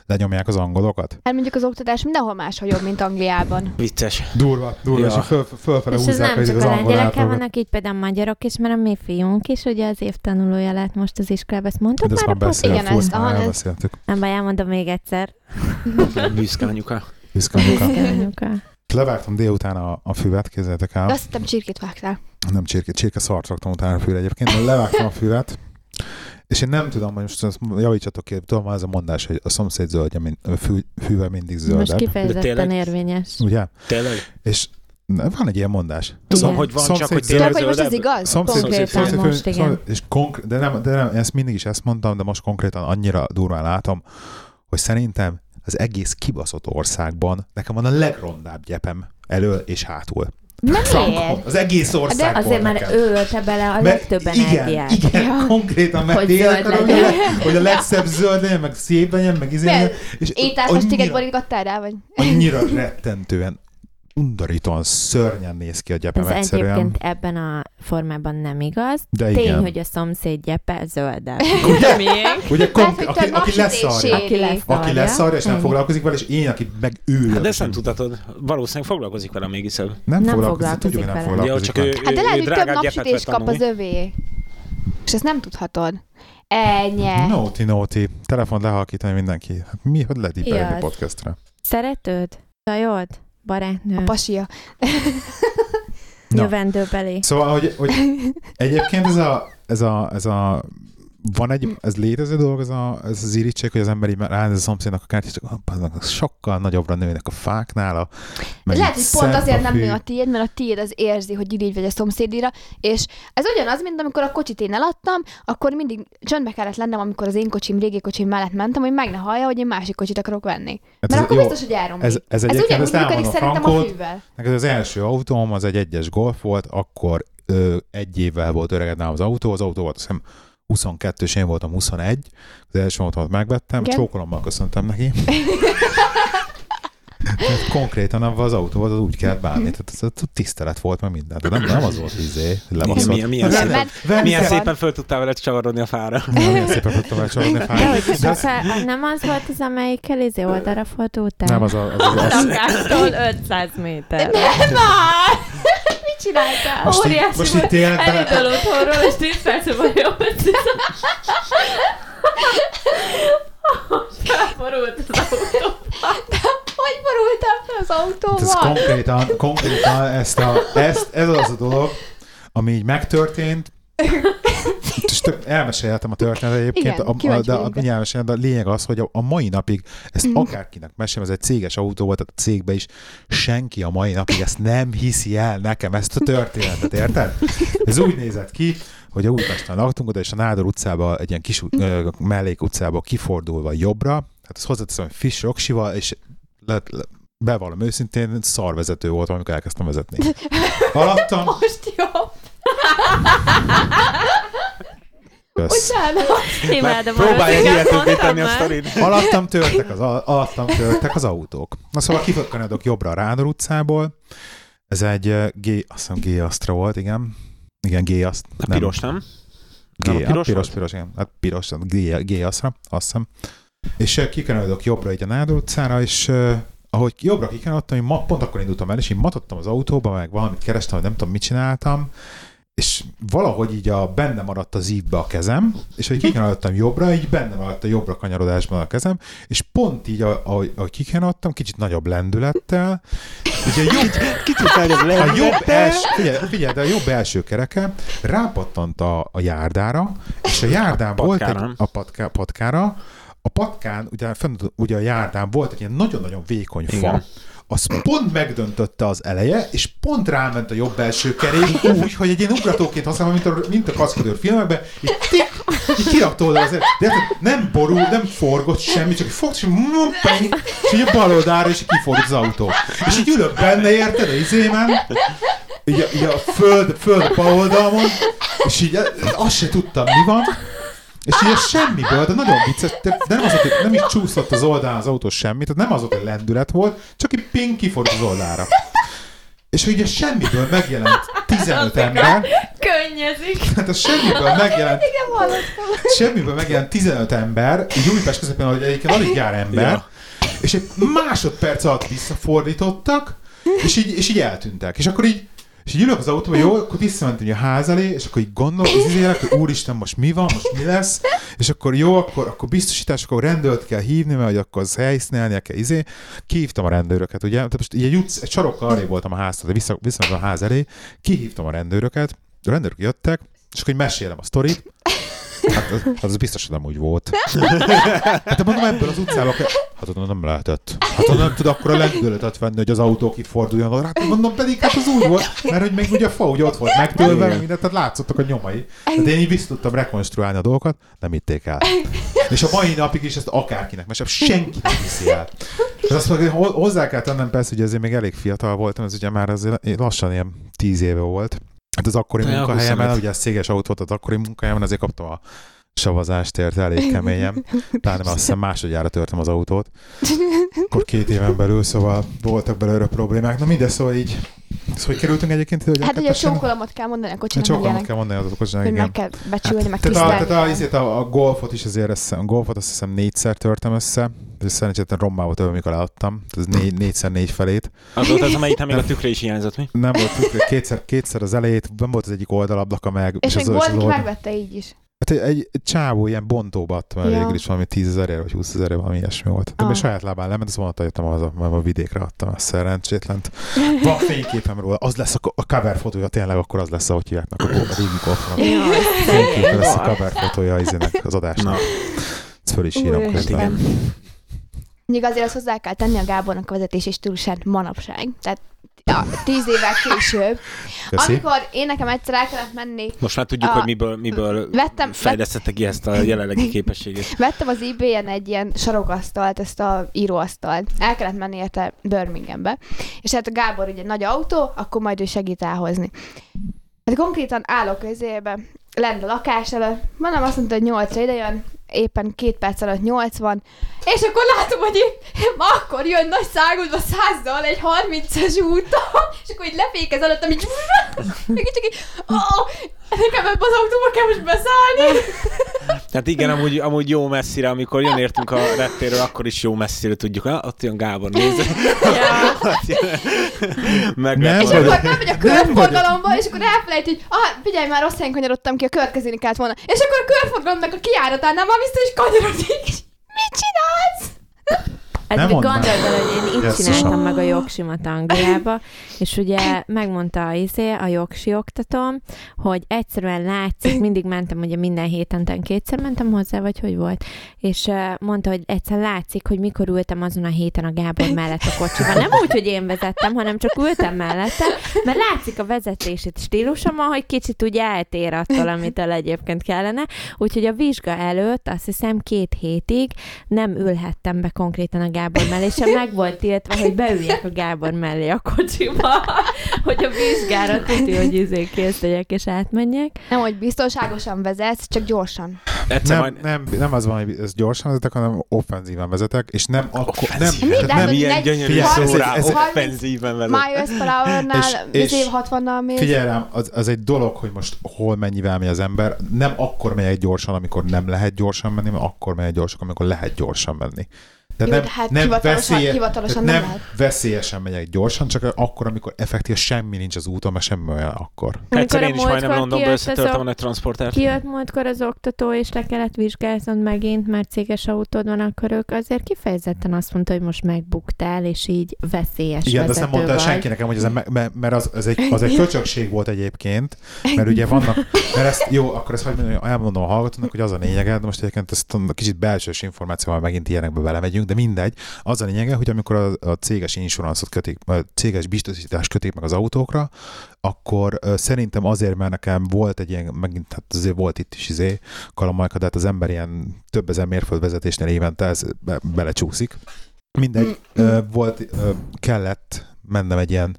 [SPEAKER 3] lenyomják az angolokat.
[SPEAKER 2] Hát mondjuk az oktatás mindenhol máshol jobb, mint Angliában.
[SPEAKER 1] Vicces.
[SPEAKER 3] Durva, durva,
[SPEAKER 1] Ja.
[SPEAKER 3] ja. és föl, fölfele
[SPEAKER 4] És ez
[SPEAKER 3] húzzák
[SPEAKER 4] nem
[SPEAKER 3] az,
[SPEAKER 4] csak
[SPEAKER 3] az
[SPEAKER 4] a
[SPEAKER 3] angol
[SPEAKER 4] lengyelekkel
[SPEAKER 3] átlagokat.
[SPEAKER 4] vannak, így például a magyarok is, mert a mi fiunk is, ugye az év tanulója lett most az iskolában, ezt mondtad
[SPEAKER 3] De ezt
[SPEAKER 4] már
[SPEAKER 3] már
[SPEAKER 4] a podcast?
[SPEAKER 3] beszéltük.
[SPEAKER 2] Igen, ezt-
[SPEAKER 3] már
[SPEAKER 2] aha, ez-
[SPEAKER 3] elbeszéltük.
[SPEAKER 4] Nem baj, elmondom még egyszer.
[SPEAKER 1] Büszke anyuka.
[SPEAKER 3] Büszke anyuka.
[SPEAKER 4] Igen, anyuka.
[SPEAKER 3] Levágtam délután a, a füvet, képzeljétek el.
[SPEAKER 2] De azt hittem csirkét vágtál.
[SPEAKER 3] nem csirke, csirke szart raktam utána a fűre egyébként, de levágtam a füvet, és én nem tudom, hogy most ezt javítsatok ki, tudom, van ez a mondás, hogy a szomszéd zöldje, min- a fű, fűve mindig
[SPEAKER 4] Most
[SPEAKER 3] zöldebb,
[SPEAKER 4] kifejezetten
[SPEAKER 1] tényleg-
[SPEAKER 4] érvényes.
[SPEAKER 3] ugye?
[SPEAKER 1] Tényleg?
[SPEAKER 3] És ne- van egy ilyen mondás.
[SPEAKER 1] Tudom,
[SPEAKER 4] Igen.
[SPEAKER 1] hogy van,
[SPEAKER 3] Szomszéd
[SPEAKER 1] csak hogy
[SPEAKER 3] zöld-
[SPEAKER 2] Tényleg,
[SPEAKER 1] tényleg
[SPEAKER 2] hogy most ez
[SPEAKER 1] zöldebb.
[SPEAKER 2] igaz?
[SPEAKER 3] Szomszéd,
[SPEAKER 4] Konkrétan
[SPEAKER 3] szomszéd,
[SPEAKER 4] most, igen.
[SPEAKER 3] szomszéd, és konkr- de, nem, de nem, ezt mindig is ezt mondtam, de most konkrétan annyira durván látom, hogy szerintem az egész kibaszott országban nekem van a legrondább gyepem elől és hátul.
[SPEAKER 4] Na
[SPEAKER 3] Frankon.
[SPEAKER 4] miért?
[SPEAKER 3] Az egész országban
[SPEAKER 4] Azért,
[SPEAKER 3] nekem.
[SPEAKER 4] mert ő ölte bele a legtöbben
[SPEAKER 3] igen,
[SPEAKER 4] egyet.
[SPEAKER 3] igen, konkrétan, mert
[SPEAKER 4] Hogy
[SPEAKER 3] én
[SPEAKER 4] zöld
[SPEAKER 3] akarom,
[SPEAKER 4] legyen.
[SPEAKER 3] hogy a- hogy a legszebb zöld legyen, meg szép legyen, meg izé
[SPEAKER 2] Mert
[SPEAKER 3] legyen, és
[SPEAKER 2] Étálfas téged
[SPEAKER 3] annyira,
[SPEAKER 2] borítgattál rá, vagy?
[SPEAKER 3] annyira rettentően, undorítóan, szörnyen néz ki a gyepem
[SPEAKER 4] Ez
[SPEAKER 3] egyszerűen.
[SPEAKER 4] egyébként ebben a formában nem igaz.
[SPEAKER 3] De
[SPEAKER 4] Tény,
[SPEAKER 3] igen.
[SPEAKER 4] hogy a szomszéd gyepe zöldebb.
[SPEAKER 3] Ugye?
[SPEAKER 4] Miénk?
[SPEAKER 3] Ugye
[SPEAKER 2] Tehát,
[SPEAKER 3] konkrét,
[SPEAKER 2] Hát, hogy te
[SPEAKER 3] aki, aki leszarja.
[SPEAKER 2] napsütését
[SPEAKER 4] Aki lesz
[SPEAKER 3] Aki leszarja, és nem
[SPEAKER 4] Mhm.
[SPEAKER 3] foglalkozik vele, és én, aki megőrül.
[SPEAKER 1] Hát de ezt nem tudhatod. Valószínűleg foglalkozik vele még hiszem.
[SPEAKER 3] Nem,
[SPEAKER 4] Nem
[SPEAKER 3] foglalkozik,
[SPEAKER 4] foglalkozik
[SPEAKER 3] tudjuk, hogy nem
[SPEAKER 4] vele.
[SPEAKER 1] Ugye,
[SPEAKER 3] foglalkozik.
[SPEAKER 1] csak ő,
[SPEAKER 3] vele.
[SPEAKER 1] ő,
[SPEAKER 2] Hát de lehet,
[SPEAKER 1] ő
[SPEAKER 2] hogy több
[SPEAKER 1] drágább gyepet vett
[SPEAKER 2] napsütést kap
[SPEAKER 1] tanulni.
[SPEAKER 2] az övé. És ezt nem tudhatod. Ennyi.
[SPEAKER 3] Nóti, nóti. Telefon lehalkítani mindenki. Hát mi, hogy ledipelni
[SPEAKER 4] Igaz.
[SPEAKER 3] podcastra?
[SPEAKER 4] Szeretőd? Sajod? Barátnő?
[SPEAKER 2] Pasia.
[SPEAKER 3] Na.
[SPEAKER 4] Jövendőbeli?
[SPEAKER 3] Szóval, hogy, hogy egyébként ez a, ez a, ez a van egy, ez létező dolog, ez, a, ez az irítség, hogy az ember így ránéz a szomszédnak a kártyát, csak "Ah, bazdmeg, az sokkal nagyobbra nőnek a fáknál. A, meg
[SPEAKER 2] Lehet,
[SPEAKER 3] így
[SPEAKER 2] hogy pont
[SPEAKER 3] szert
[SPEAKER 2] azért nem
[SPEAKER 3] fű.
[SPEAKER 2] nő a tiéd, mert a tiéd az érzi, hogy irigy vagy a szomszédira, és ez ugyanaz, mint amikor a kocsit én eladtam, akkor mindig csöndbe kellett lennem, amikor az én kocsim, régi kocsim mellett mentem, hogy meg ne hallja, hogy én másik kocsit akarok venni.
[SPEAKER 3] Hát
[SPEAKER 2] mert
[SPEAKER 3] ez-
[SPEAKER 2] akkor
[SPEAKER 3] jó,
[SPEAKER 2] biztos, hogy elromlik.
[SPEAKER 3] ez, ez,
[SPEAKER 2] ez
[SPEAKER 3] egyébként,
[SPEAKER 2] ugyanúgy
[SPEAKER 3] ezt
[SPEAKER 2] működik
[SPEAKER 3] elmondom
[SPEAKER 2] szerintem a
[SPEAKER 3] Frankót,
[SPEAKER 2] fűvel.
[SPEAKER 3] Neked az első autóm az egy egyes golf volt, akkor ö, egy évvel volt öreged nálam az autó, az autó volt azt hiszem 22 és én voltam 21, az első autómat megvettem,
[SPEAKER 2] Igen.
[SPEAKER 3] csókolommal köszöntem neki. Tehát konkrétan abban az autó volt, az úgy kellett bánni. Tehát ez a tisztelet volt, meg minden. De nem, nem az volt izé, hogy
[SPEAKER 1] Igen,
[SPEAKER 3] lebaszott.
[SPEAKER 1] milyen, milyen,
[SPEAKER 2] Igen,
[SPEAKER 1] szépen,
[SPEAKER 2] mert-
[SPEAKER 3] Venni
[SPEAKER 1] milyen
[SPEAKER 3] kell.
[SPEAKER 1] szépen föl tudtál vele csavarodni a fára.
[SPEAKER 3] Nagyon szépen tudtam elcsalódni a
[SPEAKER 4] De hogy
[SPEAKER 3] fájt.
[SPEAKER 4] is
[SPEAKER 3] De az-
[SPEAKER 4] az, nem az volt az, amelyikkel izé oldalra fordultál?
[SPEAKER 3] Nem, az a, az, az, az,
[SPEAKER 4] Lakástól 500 méter.
[SPEAKER 2] Nem már! Mit csináltál?
[SPEAKER 3] most, így,
[SPEAKER 4] Óriási
[SPEAKER 3] most így tényleg bele,
[SPEAKER 4] Elindul otthonról, és 10 percben jött. Felborult az autó.
[SPEAKER 2] Hogy borultam fel az
[SPEAKER 3] Hát ez
[SPEAKER 2] autóval?
[SPEAKER 3] konkrétan, konkrétan ezt a, ezt, ez az a dolog, ami így megtörtént, és tök, elmeséltem a történetet egyébként,
[SPEAKER 2] Igen,
[SPEAKER 3] a, a,
[SPEAKER 2] kíváncsi
[SPEAKER 3] de, a,
[SPEAKER 2] vagyok Mm. rá.
[SPEAKER 3] mindjárt mesélem, de a lényeg az, hogy a, a mai napig, ezt akárkinek mesélem, ez egy céges autó volt, tehát a cégbe is, senki a mai napig ezt nem hiszi el nekem, ezt a történetet, érted? Ez úgy nézett ki, hogy a Újpesten laktunk oda, és a Nádor utcába, egy ilyen kis ö, mellék utcába kifordulva jobbra, hát ezt hozzáteszem, hogy Fish Roksival, és le, le, bevallom őszintén, szarvezető voltam, amikor elkezdtem vezetni. Haladtam,
[SPEAKER 2] Most jó,
[SPEAKER 3] kösz.
[SPEAKER 2] bocsánat.
[SPEAKER 4] Imádom a
[SPEAKER 1] Próbálja
[SPEAKER 4] rosszikát,
[SPEAKER 1] hihetőbbé
[SPEAKER 4] mondtam
[SPEAKER 1] tenni a
[SPEAKER 4] már.
[SPEAKER 1] sztorit.
[SPEAKER 3] Alattam törtek az, al- alattam törtek az autók. Na szóval kifökkanadok jobbra a Rádor utcából. Ez egy eh, G, azt hiszem G Astra volt, igen. Igen, G Astra.
[SPEAKER 1] A piros, nem?
[SPEAKER 3] G,
[SPEAKER 1] Nem, a piros
[SPEAKER 3] piros, piros,
[SPEAKER 1] volt?
[SPEAKER 3] piros, igen. Hát piros, G, G Astra, azt hiszem. És eh, kikanyarodok jobbra így a Nádor utcára, és eh, ahogy jobbra kikanyarodtam, én ma, pont akkor indultam el, és én matottam az autóba, meg valamit kerestem, hogy nem tudom, mit csináltam, és valahogy így a benne maradt az ívbe a kezem, és hogy kikanyarodtam jobbra, így benne maradt a jobbra kanyarodásban a kezem, és pont így, a- ahogy, ahogy kikanyarodtam, kicsit nagyobb lendülettel, ugye a jobb,
[SPEAKER 1] Kicsit előbb
[SPEAKER 3] a jobb els, figyelj, figyelj, de a jobb első kereke rápattant a, a járdára, és a járdán
[SPEAKER 1] A
[SPEAKER 3] volt egy,
[SPEAKER 1] patkára.
[SPEAKER 3] a patká, patkára, a patkán, ugye, fönn, ugye a járdán volt egy ilyen nagyon-nagyon vékony fa,
[SPEAKER 1] Igen.
[SPEAKER 3] az pont megdöntötte az eleje, és pont ráment a jobb első kerék úgy, hogy egy ilyen ugratóként használom, mint a, mint a kaszkadőr filmekben, így, tik, így kirakta oda az ele- de hát nem borul, nem forgott semmi, csak így fogsz, és, mum, peng, és így a bal oldalra, és így kifordult az autó. És így ülök benne, érted, a izémen, így a, így a föld, föld bal oldalon, és így eh, azt se tudtam, mi van, és így a semmiből, de nagyon vicces, de de nem, az, volt, hogy nem is csúszott az oldalán az autó semmit, tehát nem az, volt, hogy lendület volt, csak így ping kifordult az oldalra. És ugye semmiből megjelent 15 ember,
[SPEAKER 4] Könnyezik.
[SPEAKER 3] tehát a semmiből megjelent,
[SPEAKER 2] Igen, hallottam.
[SPEAKER 3] semmiből megjelent 15 ember, így Újpest közepén, hogy egyébként alig jár ember,
[SPEAKER 1] Ja.
[SPEAKER 3] és egy másodperc alatt visszafordítottak, és így, és így eltűntek. És akkor így és így ülök az autóba, jó, akkor visszamentem így a ház elé, és akkor így gondolom, az izélek, hogy úristen, most mi van, most mi lesz, és akkor jó, akkor, akkor biztosítás, akkor rendőrt kell hívni, mert hogy akkor az helyszínelnie kell izé. Kihívtam a rendőröket, ugye, tehát most így egy, utc, egy sarokkal arra voltam a háztól, de vissza, visszamentem a ház elé, kihívtam a rendőröket, a rendőrök jöttek, és akkor így mesélem a sztorit, Hát az, az biztos, hogy nem úgy volt. Hát de mondom, ebből az utcából kell... Hát onnan nem lehetett. Hát onnan nem tud akkor a lendületet venni, hogy az autók itt forduljanak. Hát mondom, pedig hát az úgy volt, mert hogy még ugye a fa ugye ott volt megtölve,
[SPEAKER 1] Igen.
[SPEAKER 3] meg mindent, tehát látszottak a nyomai. Tehát én így vissza tudtam rekonstruálni a dolgokat, nem hitték el. És a mai napig is ezt akárkinek, mert senki nem hiszi el. Tehát azt mondom, hogy ho- hozzá kell tennem persze, hogy ezért még elég fiatal voltam, ez ugye már azért lassan ilyen tíz éve volt. Hát az akkori
[SPEAKER 1] Ja,
[SPEAKER 3] munkahelyemen,
[SPEAKER 1] 25.
[SPEAKER 3] ugye ez széges autó volt az akkori munkahelyemen, azért kaptam a savazást ért elég keményen. Pláne mert azt hiszem másodjára törtem az autót. Akkor két éven belül, szóval voltak belőle problémák. Na mindez, szóval így. Szóval hogy kerültünk egyébként ide, hogy
[SPEAKER 2] Hát, hogy a
[SPEAKER 3] kettesen-
[SPEAKER 2] csókolomot kell mondani a
[SPEAKER 3] a
[SPEAKER 2] kocsinak, meg
[SPEAKER 3] csókolom
[SPEAKER 2] ilyenek,
[SPEAKER 3] Hát kell mondani az okosnak,
[SPEAKER 2] hogy
[SPEAKER 3] igen. Hát,
[SPEAKER 2] meg kell becsülni, meg
[SPEAKER 3] Tehát, a, tehát a, izé-
[SPEAKER 2] tisztelni.
[SPEAKER 3] azért a, a, golfot is azért, össze, a golfot azt hiszem négyszer törtem össze, és szerencsétlen rommá volt, amikor leadtam, tehát ez négy, négyszer négy felét.
[SPEAKER 1] Az volt az, amelyik még a tükre is hiányzott, mi?
[SPEAKER 3] Nem volt tükre, kétszer, kétszer az elejét, nem volt az egyik oldalablak, meg...
[SPEAKER 2] És még
[SPEAKER 3] az, az
[SPEAKER 2] volt,
[SPEAKER 3] oldal-
[SPEAKER 2] megvette így is.
[SPEAKER 3] Hát egy, egy egy csávó ilyen bontóba adtam el
[SPEAKER 2] Ja.
[SPEAKER 3] ja. végül is valami 10 ezerért, vagy 20 ezerért, valami ilyesmi volt. De
[SPEAKER 2] Ah.
[SPEAKER 3] még saját lábán lement, azt vonattal jöttem haza, mert a vidékre adtam a szerencsétlent. Van fényképem róla, az lesz a, ko- a cover fotója, tényleg akkor az lesz, ahogy hívják a go- a régi golfnak.
[SPEAKER 4] Jaj,
[SPEAKER 3] Fényképe lesz a
[SPEAKER 4] szegény.
[SPEAKER 3] cover fotója izének, az adásnak.
[SPEAKER 1] Na.
[SPEAKER 3] Ezt föl is írom
[SPEAKER 2] Úristen.
[SPEAKER 1] Hát
[SPEAKER 3] közben.
[SPEAKER 1] igen.
[SPEAKER 2] Még azért azt hozzá kell tenni a Gábornak a vezetés és stílusát manapság. Tehát ja, tíz évvel később.
[SPEAKER 3] Köszi.
[SPEAKER 2] Amikor én nekem egyszer el kellett menni,
[SPEAKER 1] Most már tudjuk,
[SPEAKER 2] A-
[SPEAKER 1] hogy miből, miből
[SPEAKER 2] vettem-
[SPEAKER 1] fejlesztette ki ezt a jelenlegi képességét.
[SPEAKER 2] vettem az eBay-en egy ilyen sarokasztalt, ezt a íróasztalt. El kellett menni érte Birminghambe. És hát a Gábor ugye nagy autó, akkor majd ő segít elhozni. Hát konkrétan állok közébe, lent a lakás előtt, mondom azt mondta, hogy 8 ide jön, éppen két perc alatt 80, és akkor látom, hogy itt ma akkor jön nagy szágudva százzal egy 30-es úton, és akkor így lefékez alatt, amit csak így, oh, nekem ebbe az autóba kell most beszállni.
[SPEAKER 1] Tehát Hát igen, amúgy, amúgy jó messzire, amikor jön értünk a reptéről, akkor is jó messzire tudjuk. Ah, ott jön Gábor, nézd. Meg
[SPEAKER 3] Nem
[SPEAKER 2] És
[SPEAKER 3] vagy-
[SPEAKER 2] akkor bemegy a
[SPEAKER 3] Nem
[SPEAKER 2] körforgalomba, és akkor elfelejt, hogy ah, figyelj már, rossz helyen kanyarodtam ki, a következőn kellett volna. És akkor a körforgalomnak a kiáratánál már biztos is kanyarodik. És Mit csinálsz?
[SPEAKER 4] Hát
[SPEAKER 3] Nem
[SPEAKER 4] még
[SPEAKER 3] mondd már.
[SPEAKER 4] gondold el, hogy én így
[SPEAKER 3] Jesszusom.
[SPEAKER 4] csináltam meg a jogsimat Angliába, és ugye megmondta a izé, a jogsi oktatom, hogy egyszerűen látszik, mindig mentem, ugye minden héten, tán kétszer mentem hozzá, vagy hogy volt, és eh, mondta, hogy egyszer látszik, hogy mikor ültem azon a héten a Gábor mellett a kocsiban. Nem úgy, hogy én vezettem, hanem csak ültem mellette, mert látszik a vezetési stílusomon, hogy kicsit úgy eltér attól, amitől egyébként kellene. Úgyhogy a vizsga előtt azt hiszem két hétig nem ülhettem be konkrétan a Gábor mellé, sem meg volt tiltva, hogy beüljek a Gábor mellé a kocsiba, hogy a vizsgára tudja, hogy izé kész legyek és átmenjek.
[SPEAKER 2] Nem, hogy biztonságosan vezetsz, csak gyorsan.
[SPEAKER 1] egyszer
[SPEAKER 3] Nem,
[SPEAKER 1] majd...
[SPEAKER 3] nem, nem az van, hogy ezt gyorsan vezetek, hanem offenzíven vezetek, és nem akkor... Nem,
[SPEAKER 1] Offenzíven.
[SPEAKER 3] tehát
[SPEAKER 2] Minden
[SPEAKER 3] nem,
[SPEAKER 2] vagy
[SPEAKER 1] Milyen
[SPEAKER 2] negy-
[SPEAKER 1] gyönyörű
[SPEAKER 3] Figyelj,
[SPEAKER 1] szó
[SPEAKER 3] ez egy-
[SPEAKER 1] rá,
[SPEAKER 3] ez egy-
[SPEAKER 1] offenzíven vezet.
[SPEAKER 2] Miles per hour-nál,
[SPEAKER 3] És- és-
[SPEAKER 2] és, 60-nal mész.
[SPEAKER 3] Figyelj rám, az, az egy dolog, hogy most hol mennyivel megy az ember. Nem akkor megyek gyorsan, amikor nem lehet gyorsan menni, mert akkor megyek gyorsan, amikor lehet gyorsan menni. De
[SPEAKER 2] Jó,
[SPEAKER 3] nem,
[SPEAKER 2] de hát
[SPEAKER 3] nem,
[SPEAKER 2] hivatalosan- hivatalosan
[SPEAKER 3] tehát
[SPEAKER 2] nem
[SPEAKER 3] nem
[SPEAKER 2] lehet.
[SPEAKER 3] veszélyesen megyek gyorsan, csak akkor, amikor effektív semmi nincs az úton, mert semmi olyan akkor.
[SPEAKER 1] Egyszer
[SPEAKER 4] Amikor a
[SPEAKER 1] én is majdnem
[SPEAKER 4] múltkor
[SPEAKER 1] Londonba
[SPEAKER 4] kijött ez
[SPEAKER 1] összetörtem
[SPEAKER 4] a-
[SPEAKER 1] a nagy transportert.
[SPEAKER 4] Kijött múltkor az oktató, és le kellett vizsgáznod megint, mert céges autód van, akkor ők azért kifejezetten azt mondta, hogy most megbuktál, és így veszélyes
[SPEAKER 3] Igen, de azt
[SPEAKER 4] vezető
[SPEAKER 3] nem mondta el
[SPEAKER 4] vagy.
[SPEAKER 3] senki nekem, hogy ez, me- me- mert az, az, egy, az egy köcsökség volt egyébként, mert ugye vannak, mert ezt, jó, akkor ezt hagyd mondjam, elmondom a hallgatónak, hogy az a lényege, de most egyébként ezt tudom, kicsit belsős információval megint ilyenekbe belemegyünk, de mindegy, az a lényege, hogy amikor a, a céges insuranszot kötik, a céges biztosítást kötik meg az autókra, akkor ö, szerintem azért, mert nekem volt egy ilyen, megint, hát azért volt itt is izé, kalamajka, de hát az ember ilyen több ezer mérföldvezetésnél évente ez be, belecsúszik. Mindegy, ö, volt, ö, kellett mennem egy ilyen,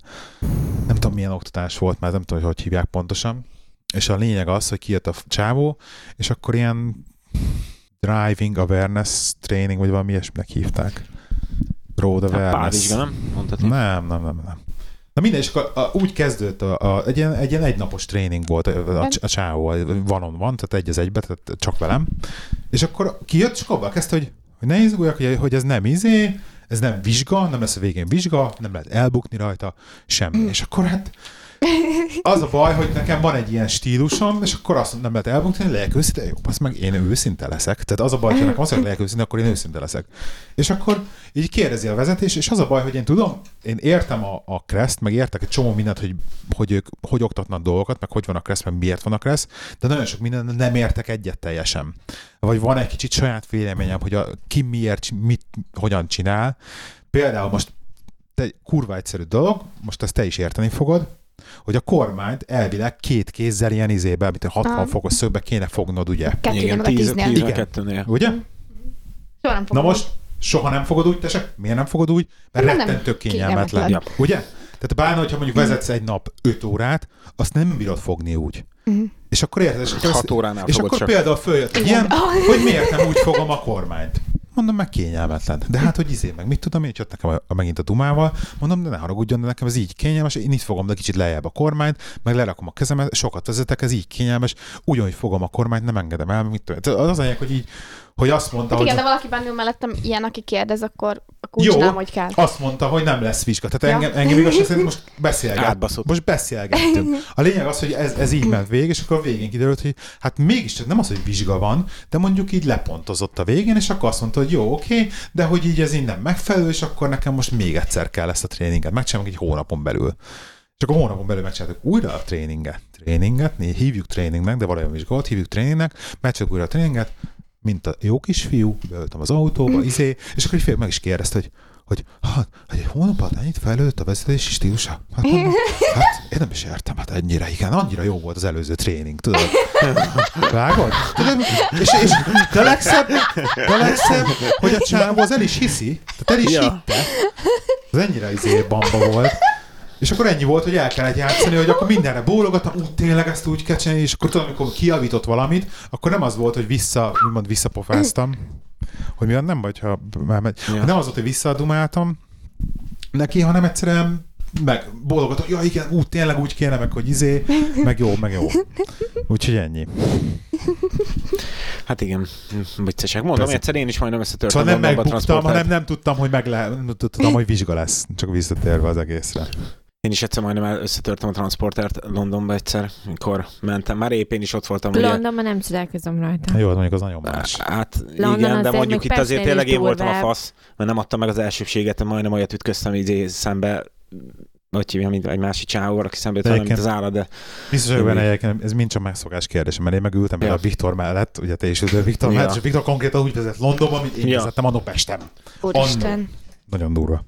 [SPEAKER 3] nem tudom milyen oktatás volt, már nem tudom, hogy hogy hívják pontosan, és a lényeg az, hogy kijött a f- csávó, és akkor ilyen driving awareness training, vagy valami ilyesminek hívták. Road
[SPEAKER 1] Hát
[SPEAKER 3] awareness.
[SPEAKER 1] Pálvizsga, nem? Mondhatni.
[SPEAKER 3] Nem, nem, nem, nem. Na minden, és akkor a, úgy kezdődött, a, a, egy, ilyen, egy ilyen egynapos tréning volt a, a, a csávóval, van on van, tehát egy az egybe, tehát csak velem. És akkor kijött, és akkor kezdte, hogy, hogy ne izguljak, hogy, hogy ez nem izé, ez nem vizsga, nem lesz a végén vizsga, nem lehet elbukni rajta, semmi. És akkor hát Az a baj, hogy nekem van egy ilyen stílusom, és akkor azt nem lehet elbontani, hogy legyek őszinte, jó, azt meg én őszinte leszek. Tehát az a baj, hogy nekem azt mondja, hogy legyek őszinte, akkor én őszinte leszek. És akkor így kérdezi a vezetés, és az a baj, hogy én tudom, én értem a, a Crest, meg értek egy csomó mindent, hogy, hogy ők hogy oktatnak dolgokat, meg hogy van a Crest, meg miért van a Crest, de nagyon sok minden nem értek egyet teljesen. Vagy van egy kicsit saját véleményem, hogy a, ki miért, mit, hogyan csinál. Például most te, kurva egyszerű dolog, most ezt te is érteni fogod, hogy a kormányt elvileg két kézzel ilyen izébe, mint a 60
[SPEAKER 2] Ah.
[SPEAKER 3] fokos szögbe kéne fognod, ugye?
[SPEAKER 2] Kettőnél
[SPEAKER 1] Igen,
[SPEAKER 2] meg a tíznél.
[SPEAKER 1] tíz a
[SPEAKER 3] Igen.
[SPEAKER 1] kettőnél.
[SPEAKER 3] Ugye?
[SPEAKER 2] Soha nem
[SPEAKER 3] Na
[SPEAKER 2] fogom.
[SPEAKER 3] most soha nem fogod úgy, tesek? Miért nem fogod úgy? Mert
[SPEAKER 2] Nem, nem.
[SPEAKER 3] rettentő kényelmetlen.
[SPEAKER 2] Kényelmetlen. Mhm.
[SPEAKER 3] Ja. Ugye? Tehát bárna, hogyha mondjuk vezetsz egy nap 5 órát, azt nem bírod fogni úgy.
[SPEAKER 2] Mhm.
[SPEAKER 3] És akkor érted? És, akkor-
[SPEAKER 1] Hát Hat óránál
[SPEAKER 3] és
[SPEAKER 1] fogod
[SPEAKER 3] akkor
[SPEAKER 1] csak.
[SPEAKER 3] például följött egy ilyen,
[SPEAKER 2] Ah.
[SPEAKER 3] hogy miért nem úgy fogom a kormányt. Mondom, meg kényelmetlen. De hát, hogy izé, meg mit tudom, én jött nekem a, a, megint a dumával, mondom, de ne haragudjon, de nekem ez így kényelmes, én itt fogom, de kicsit lejjebb a kormányt, meg lerakom a kezemet, sokat vezetek, ez így kényelmes, ugyanúgy fogom a kormányt, nem engedem el, mit tudom. Tehát Az az anyag, hogy így, hogy azt mondta,
[SPEAKER 2] Hát
[SPEAKER 3] hogy...
[SPEAKER 2] igen, de valaki bennül mellettem ilyen, aki kérdez, akkor, akkor úgy
[SPEAKER 3] Jó.
[SPEAKER 2] csinálom, hogy kell.
[SPEAKER 3] Azt mondta, hogy nem lesz vizsga. Tehát
[SPEAKER 2] Ja.
[SPEAKER 3] engem, engem igazság szerint most beszélgettünk.
[SPEAKER 1] Átbaszott.
[SPEAKER 3] Most beszélgettünk. A lényeg az, hogy ez, ez így ment végig, és akkor a végén kiderült, hogy hát mégis csak nem az, hogy vizsga van, de mondjuk így lepontozott a végén, és akkor azt mondta, hogy jó, oké, de hogy így ez így nem megfelelő, és akkor nekem most még egyszer kell ezt a tréninget megcsinálni, egy hónapon belül. És akkor hónapon belül megcsináltuk újra a tréninget. Tréninget, né- hívjuk tréningnek, de valami vizsga volt, hívjuk tréningnek, megcsináltuk újra a tréninget, mint a jó kisfiú, beöltem az autóba, izé, és akkor egy fél meg is kérdezte, hogy hogy hát, hogy egy hónap alatt ennyit fejlődött a vezetési stílusa? Hát, mondom, hát én nem is értem, hát ennyire, igen, annyira jó volt az előző tréning, tudod? Vágod? Tudod? És, és de legszebb, de legszebb, hogy a csávó az el is hiszi, tehát el is
[SPEAKER 1] Ja.
[SPEAKER 3] hitte, az ennyire izé bamba volt, és akkor ennyi volt, hogy el kellett játszani, hogy akkor mindenre bólogattam, ú, tényleg ezt úgy kell csinálni, és akkor tudom, amikor kijavított valamit, akkor nem az volt, hogy vissza, úgymond visszapofáztam, hogy mi van, nem vagy, ha már megy.
[SPEAKER 1] Ja.
[SPEAKER 3] Ja. Nem az volt, hogy visszadumáltam neki, hanem egyszerűen meg bólogatott, ja igen, ú, tényleg úgy kéne, meg hogy izé, meg jó, meg jó. Úgyhogy ennyi.
[SPEAKER 1] Hát igen, viccesek. Mondom,
[SPEAKER 3] Persze.
[SPEAKER 1] egyszer én is majdnem összetörtem
[SPEAKER 3] Szóval nem
[SPEAKER 1] Londonba a
[SPEAKER 3] megbuktam, hanem
[SPEAKER 1] transportát.
[SPEAKER 3] nem tudtam, hogy meg le, nem tudtam, hogy vizsga lesz, csak visszatérve az egészre.
[SPEAKER 1] Én is egyszer majdnem el- összetörtem a transportert Londonba egyszer, mikor mentem. Már épp én is ott voltam, ugye.
[SPEAKER 4] Londonban nem csodálkozom rajta.
[SPEAKER 3] Jó, mondjuk az nagyon más.
[SPEAKER 1] Hát
[SPEAKER 4] London
[SPEAKER 1] igen, de
[SPEAKER 4] azért
[SPEAKER 1] mondjuk
[SPEAKER 4] még
[SPEAKER 1] itt azért
[SPEAKER 4] percnél
[SPEAKER 1] tényleg
[SPEAKER 4] is
[SPEAKER 1] én voltam a
[SPEAKER 4] durvább.
[SPEAKER 1] fasz, mert nem adtam meg az elsőbséget, majdnem olyat ütköztem így szembe, hogy hívjam, mint egy másik csávóval, aki szembe jött
[SPEAKER 3] De
[SPEAKER 1] velem, mint az
[SPEAKER 3] egyébként-
[SPEAKER 1] állat, de
[SPEAKER 3] Biztos vagyok benne, egyébként ez mind csak megszokás kérdés, mert én meg ültem ja.
[SPEAKER 1] Ja.
[SPEAKER 3] a Viktor mellett, ugye te is ültél Viktor
[SPEAKER 1] Ja.
[SPEAKER 3] mellett, és a Viktor konkrétan úgy vezet Londonban, mint én
[SPEAKER 1] Ja.
[SPEAKER 3] ja. vezettem annó Pestem.
[SPEAKER 2] Úristen.
[SPEAKER 3] Nagyon durva.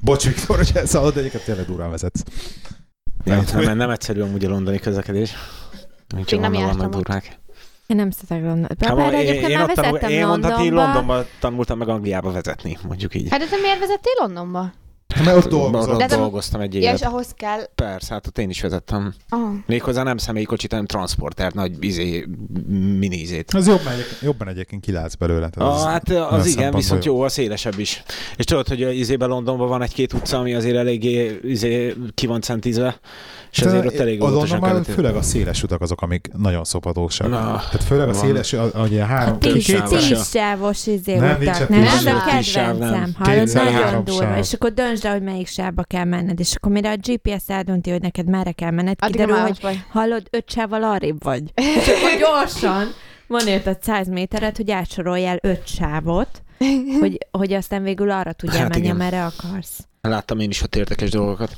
[SPEAKER 3] Bocs, Viktor, hogy ezt hallod, de egyébként tényleg durván vezetsz.
[SPEAKER 1] nem,
[SPEAKER 3] Nem.
[SPEAKER 1] nem, nem egyszerű amúgy a londoni közlekedés. Úgyhogy
[SPEAKER 2] Én nem
[SPEAKER 1] onnan vannak
[SPEAKER 2] jártam ott.
[SPEAKER 1] durvák.
[SPEAKER 4] Én nem szeretek Londonba.
[SPEAKER 1] Hát,
[SPEAKER 4] Bár
[SPEAKER 1] én-
[SPEAKER 4] egyébként
[SPEAKER 1] én,
[SPEAKER 4] már
[SPEAKER 1] ott tanul,
[SPEAKER 4] vezettem
[SPEAKER 1] én mondhatni,
[SPEAKER 4] Londonba.
[SPEAKER 1] Londonban tanultam meg Angliába vezetni, mondjuk így.
[SPEAKER 2] Hát de te miért vezettél Londonba?
[SPEAKER 3] Mert ott
[SPEAKER 1] Ott
[SPEAKER 3] dolgozom.
[SPEAKER 2] De-
[SPEAKER 1] dolgoztam egy
[SPEAKER 2] Ja, és
[SPEAKER 1] évet.
[SPEAKER 2] ahhoz kell...
[SPEAKER 1] Persze, hát ott én is vezettem.
[SPEAKER 2] Ah.
[SPEAKER 1] Méghozzá nem személyi kocsit, hanem transportert, nagy izé, minizét.
[SPEAKER 3] Ez jobban, egyébként, jobban egyébként kilátsz belőle. Tehát
[SPEAKER 1] Ah,
[SPEAKER 3] az,
[SPEAKER 1] hát
[SPEAKER 3] olyan
[SPEAKER 1] az igen,
[SPEAKER 3] szempontból
[SPEAKER 1] viszont jó, a szélesebb is. És tudod, hogy a izében Londonban van egy-két utca, ami azért eléggé izé, ki van centízve, és
[SPEAKER 3] De
[SPEAKER 1] azért ott elég
[SPEAKER 3] a
[SPEAKER 1] óvatosan
[SPEAKER 3] Londonban
[SPEAKER 1] kellett.
[SPEAKER 3] főleg a széles utak azok, amik nagyon szopadósak.
[SPEAKER 1] Na,
[SPEAKER 3] Tehát főleg a
[SPEAKER 1] van.
[SPEAKER 3] széles, a, a, a három,
[SPEAKER 1] Több
[SPEAKER 4] Tíz,
[SPEAKER 1] sávos.
[SPEAKER 4] tíz sávos izé
[SPEAKER 3] Nem, nincs
[SPEAKER 4] utak.
[SPEAKER 3] a
[SPEAKER 4] Nem,
[SPEAKER 2] tíz
[SPEAKER 4] ez a
[SPEAKER 2] sáv.
[SPEAKER 1] Tíz sáv, nem.
[SPEAKER 4] kedvencem. Hallod,
[SPEAKER 3] Kétszer
[SPEAKER 4] nagyon
[SPEAKER 1] három
[SPEAKER 4] durva.
[SPEAKER 3] sáv.
[SPEAKER 4] És akkor döntsd el, hogy melyik sávba kell menned. És akkor mire a GPS eldönti, hogy neked merre kell menned,
[SPEAKER 2] Addig a
[SPEAKER 4] kiderül, hogy
[SPEAKER 2] málos vagy.
[SPEAKER 4] Hallod, öt sávval arrébb vagy. És akkor gyorsan van érted 100 méteret, hogy átsorolj el öt sávot, hogy, hogy aztán végül arra tudjál
[SPEAKER 1] Hát
[SPEAKER 4] hát menni,
[SPEAKER 1] igen.
[SPEAKER 4] amerre akarsz.
[SPEAKER 1] Láttam én is ott érdekes dolgokat.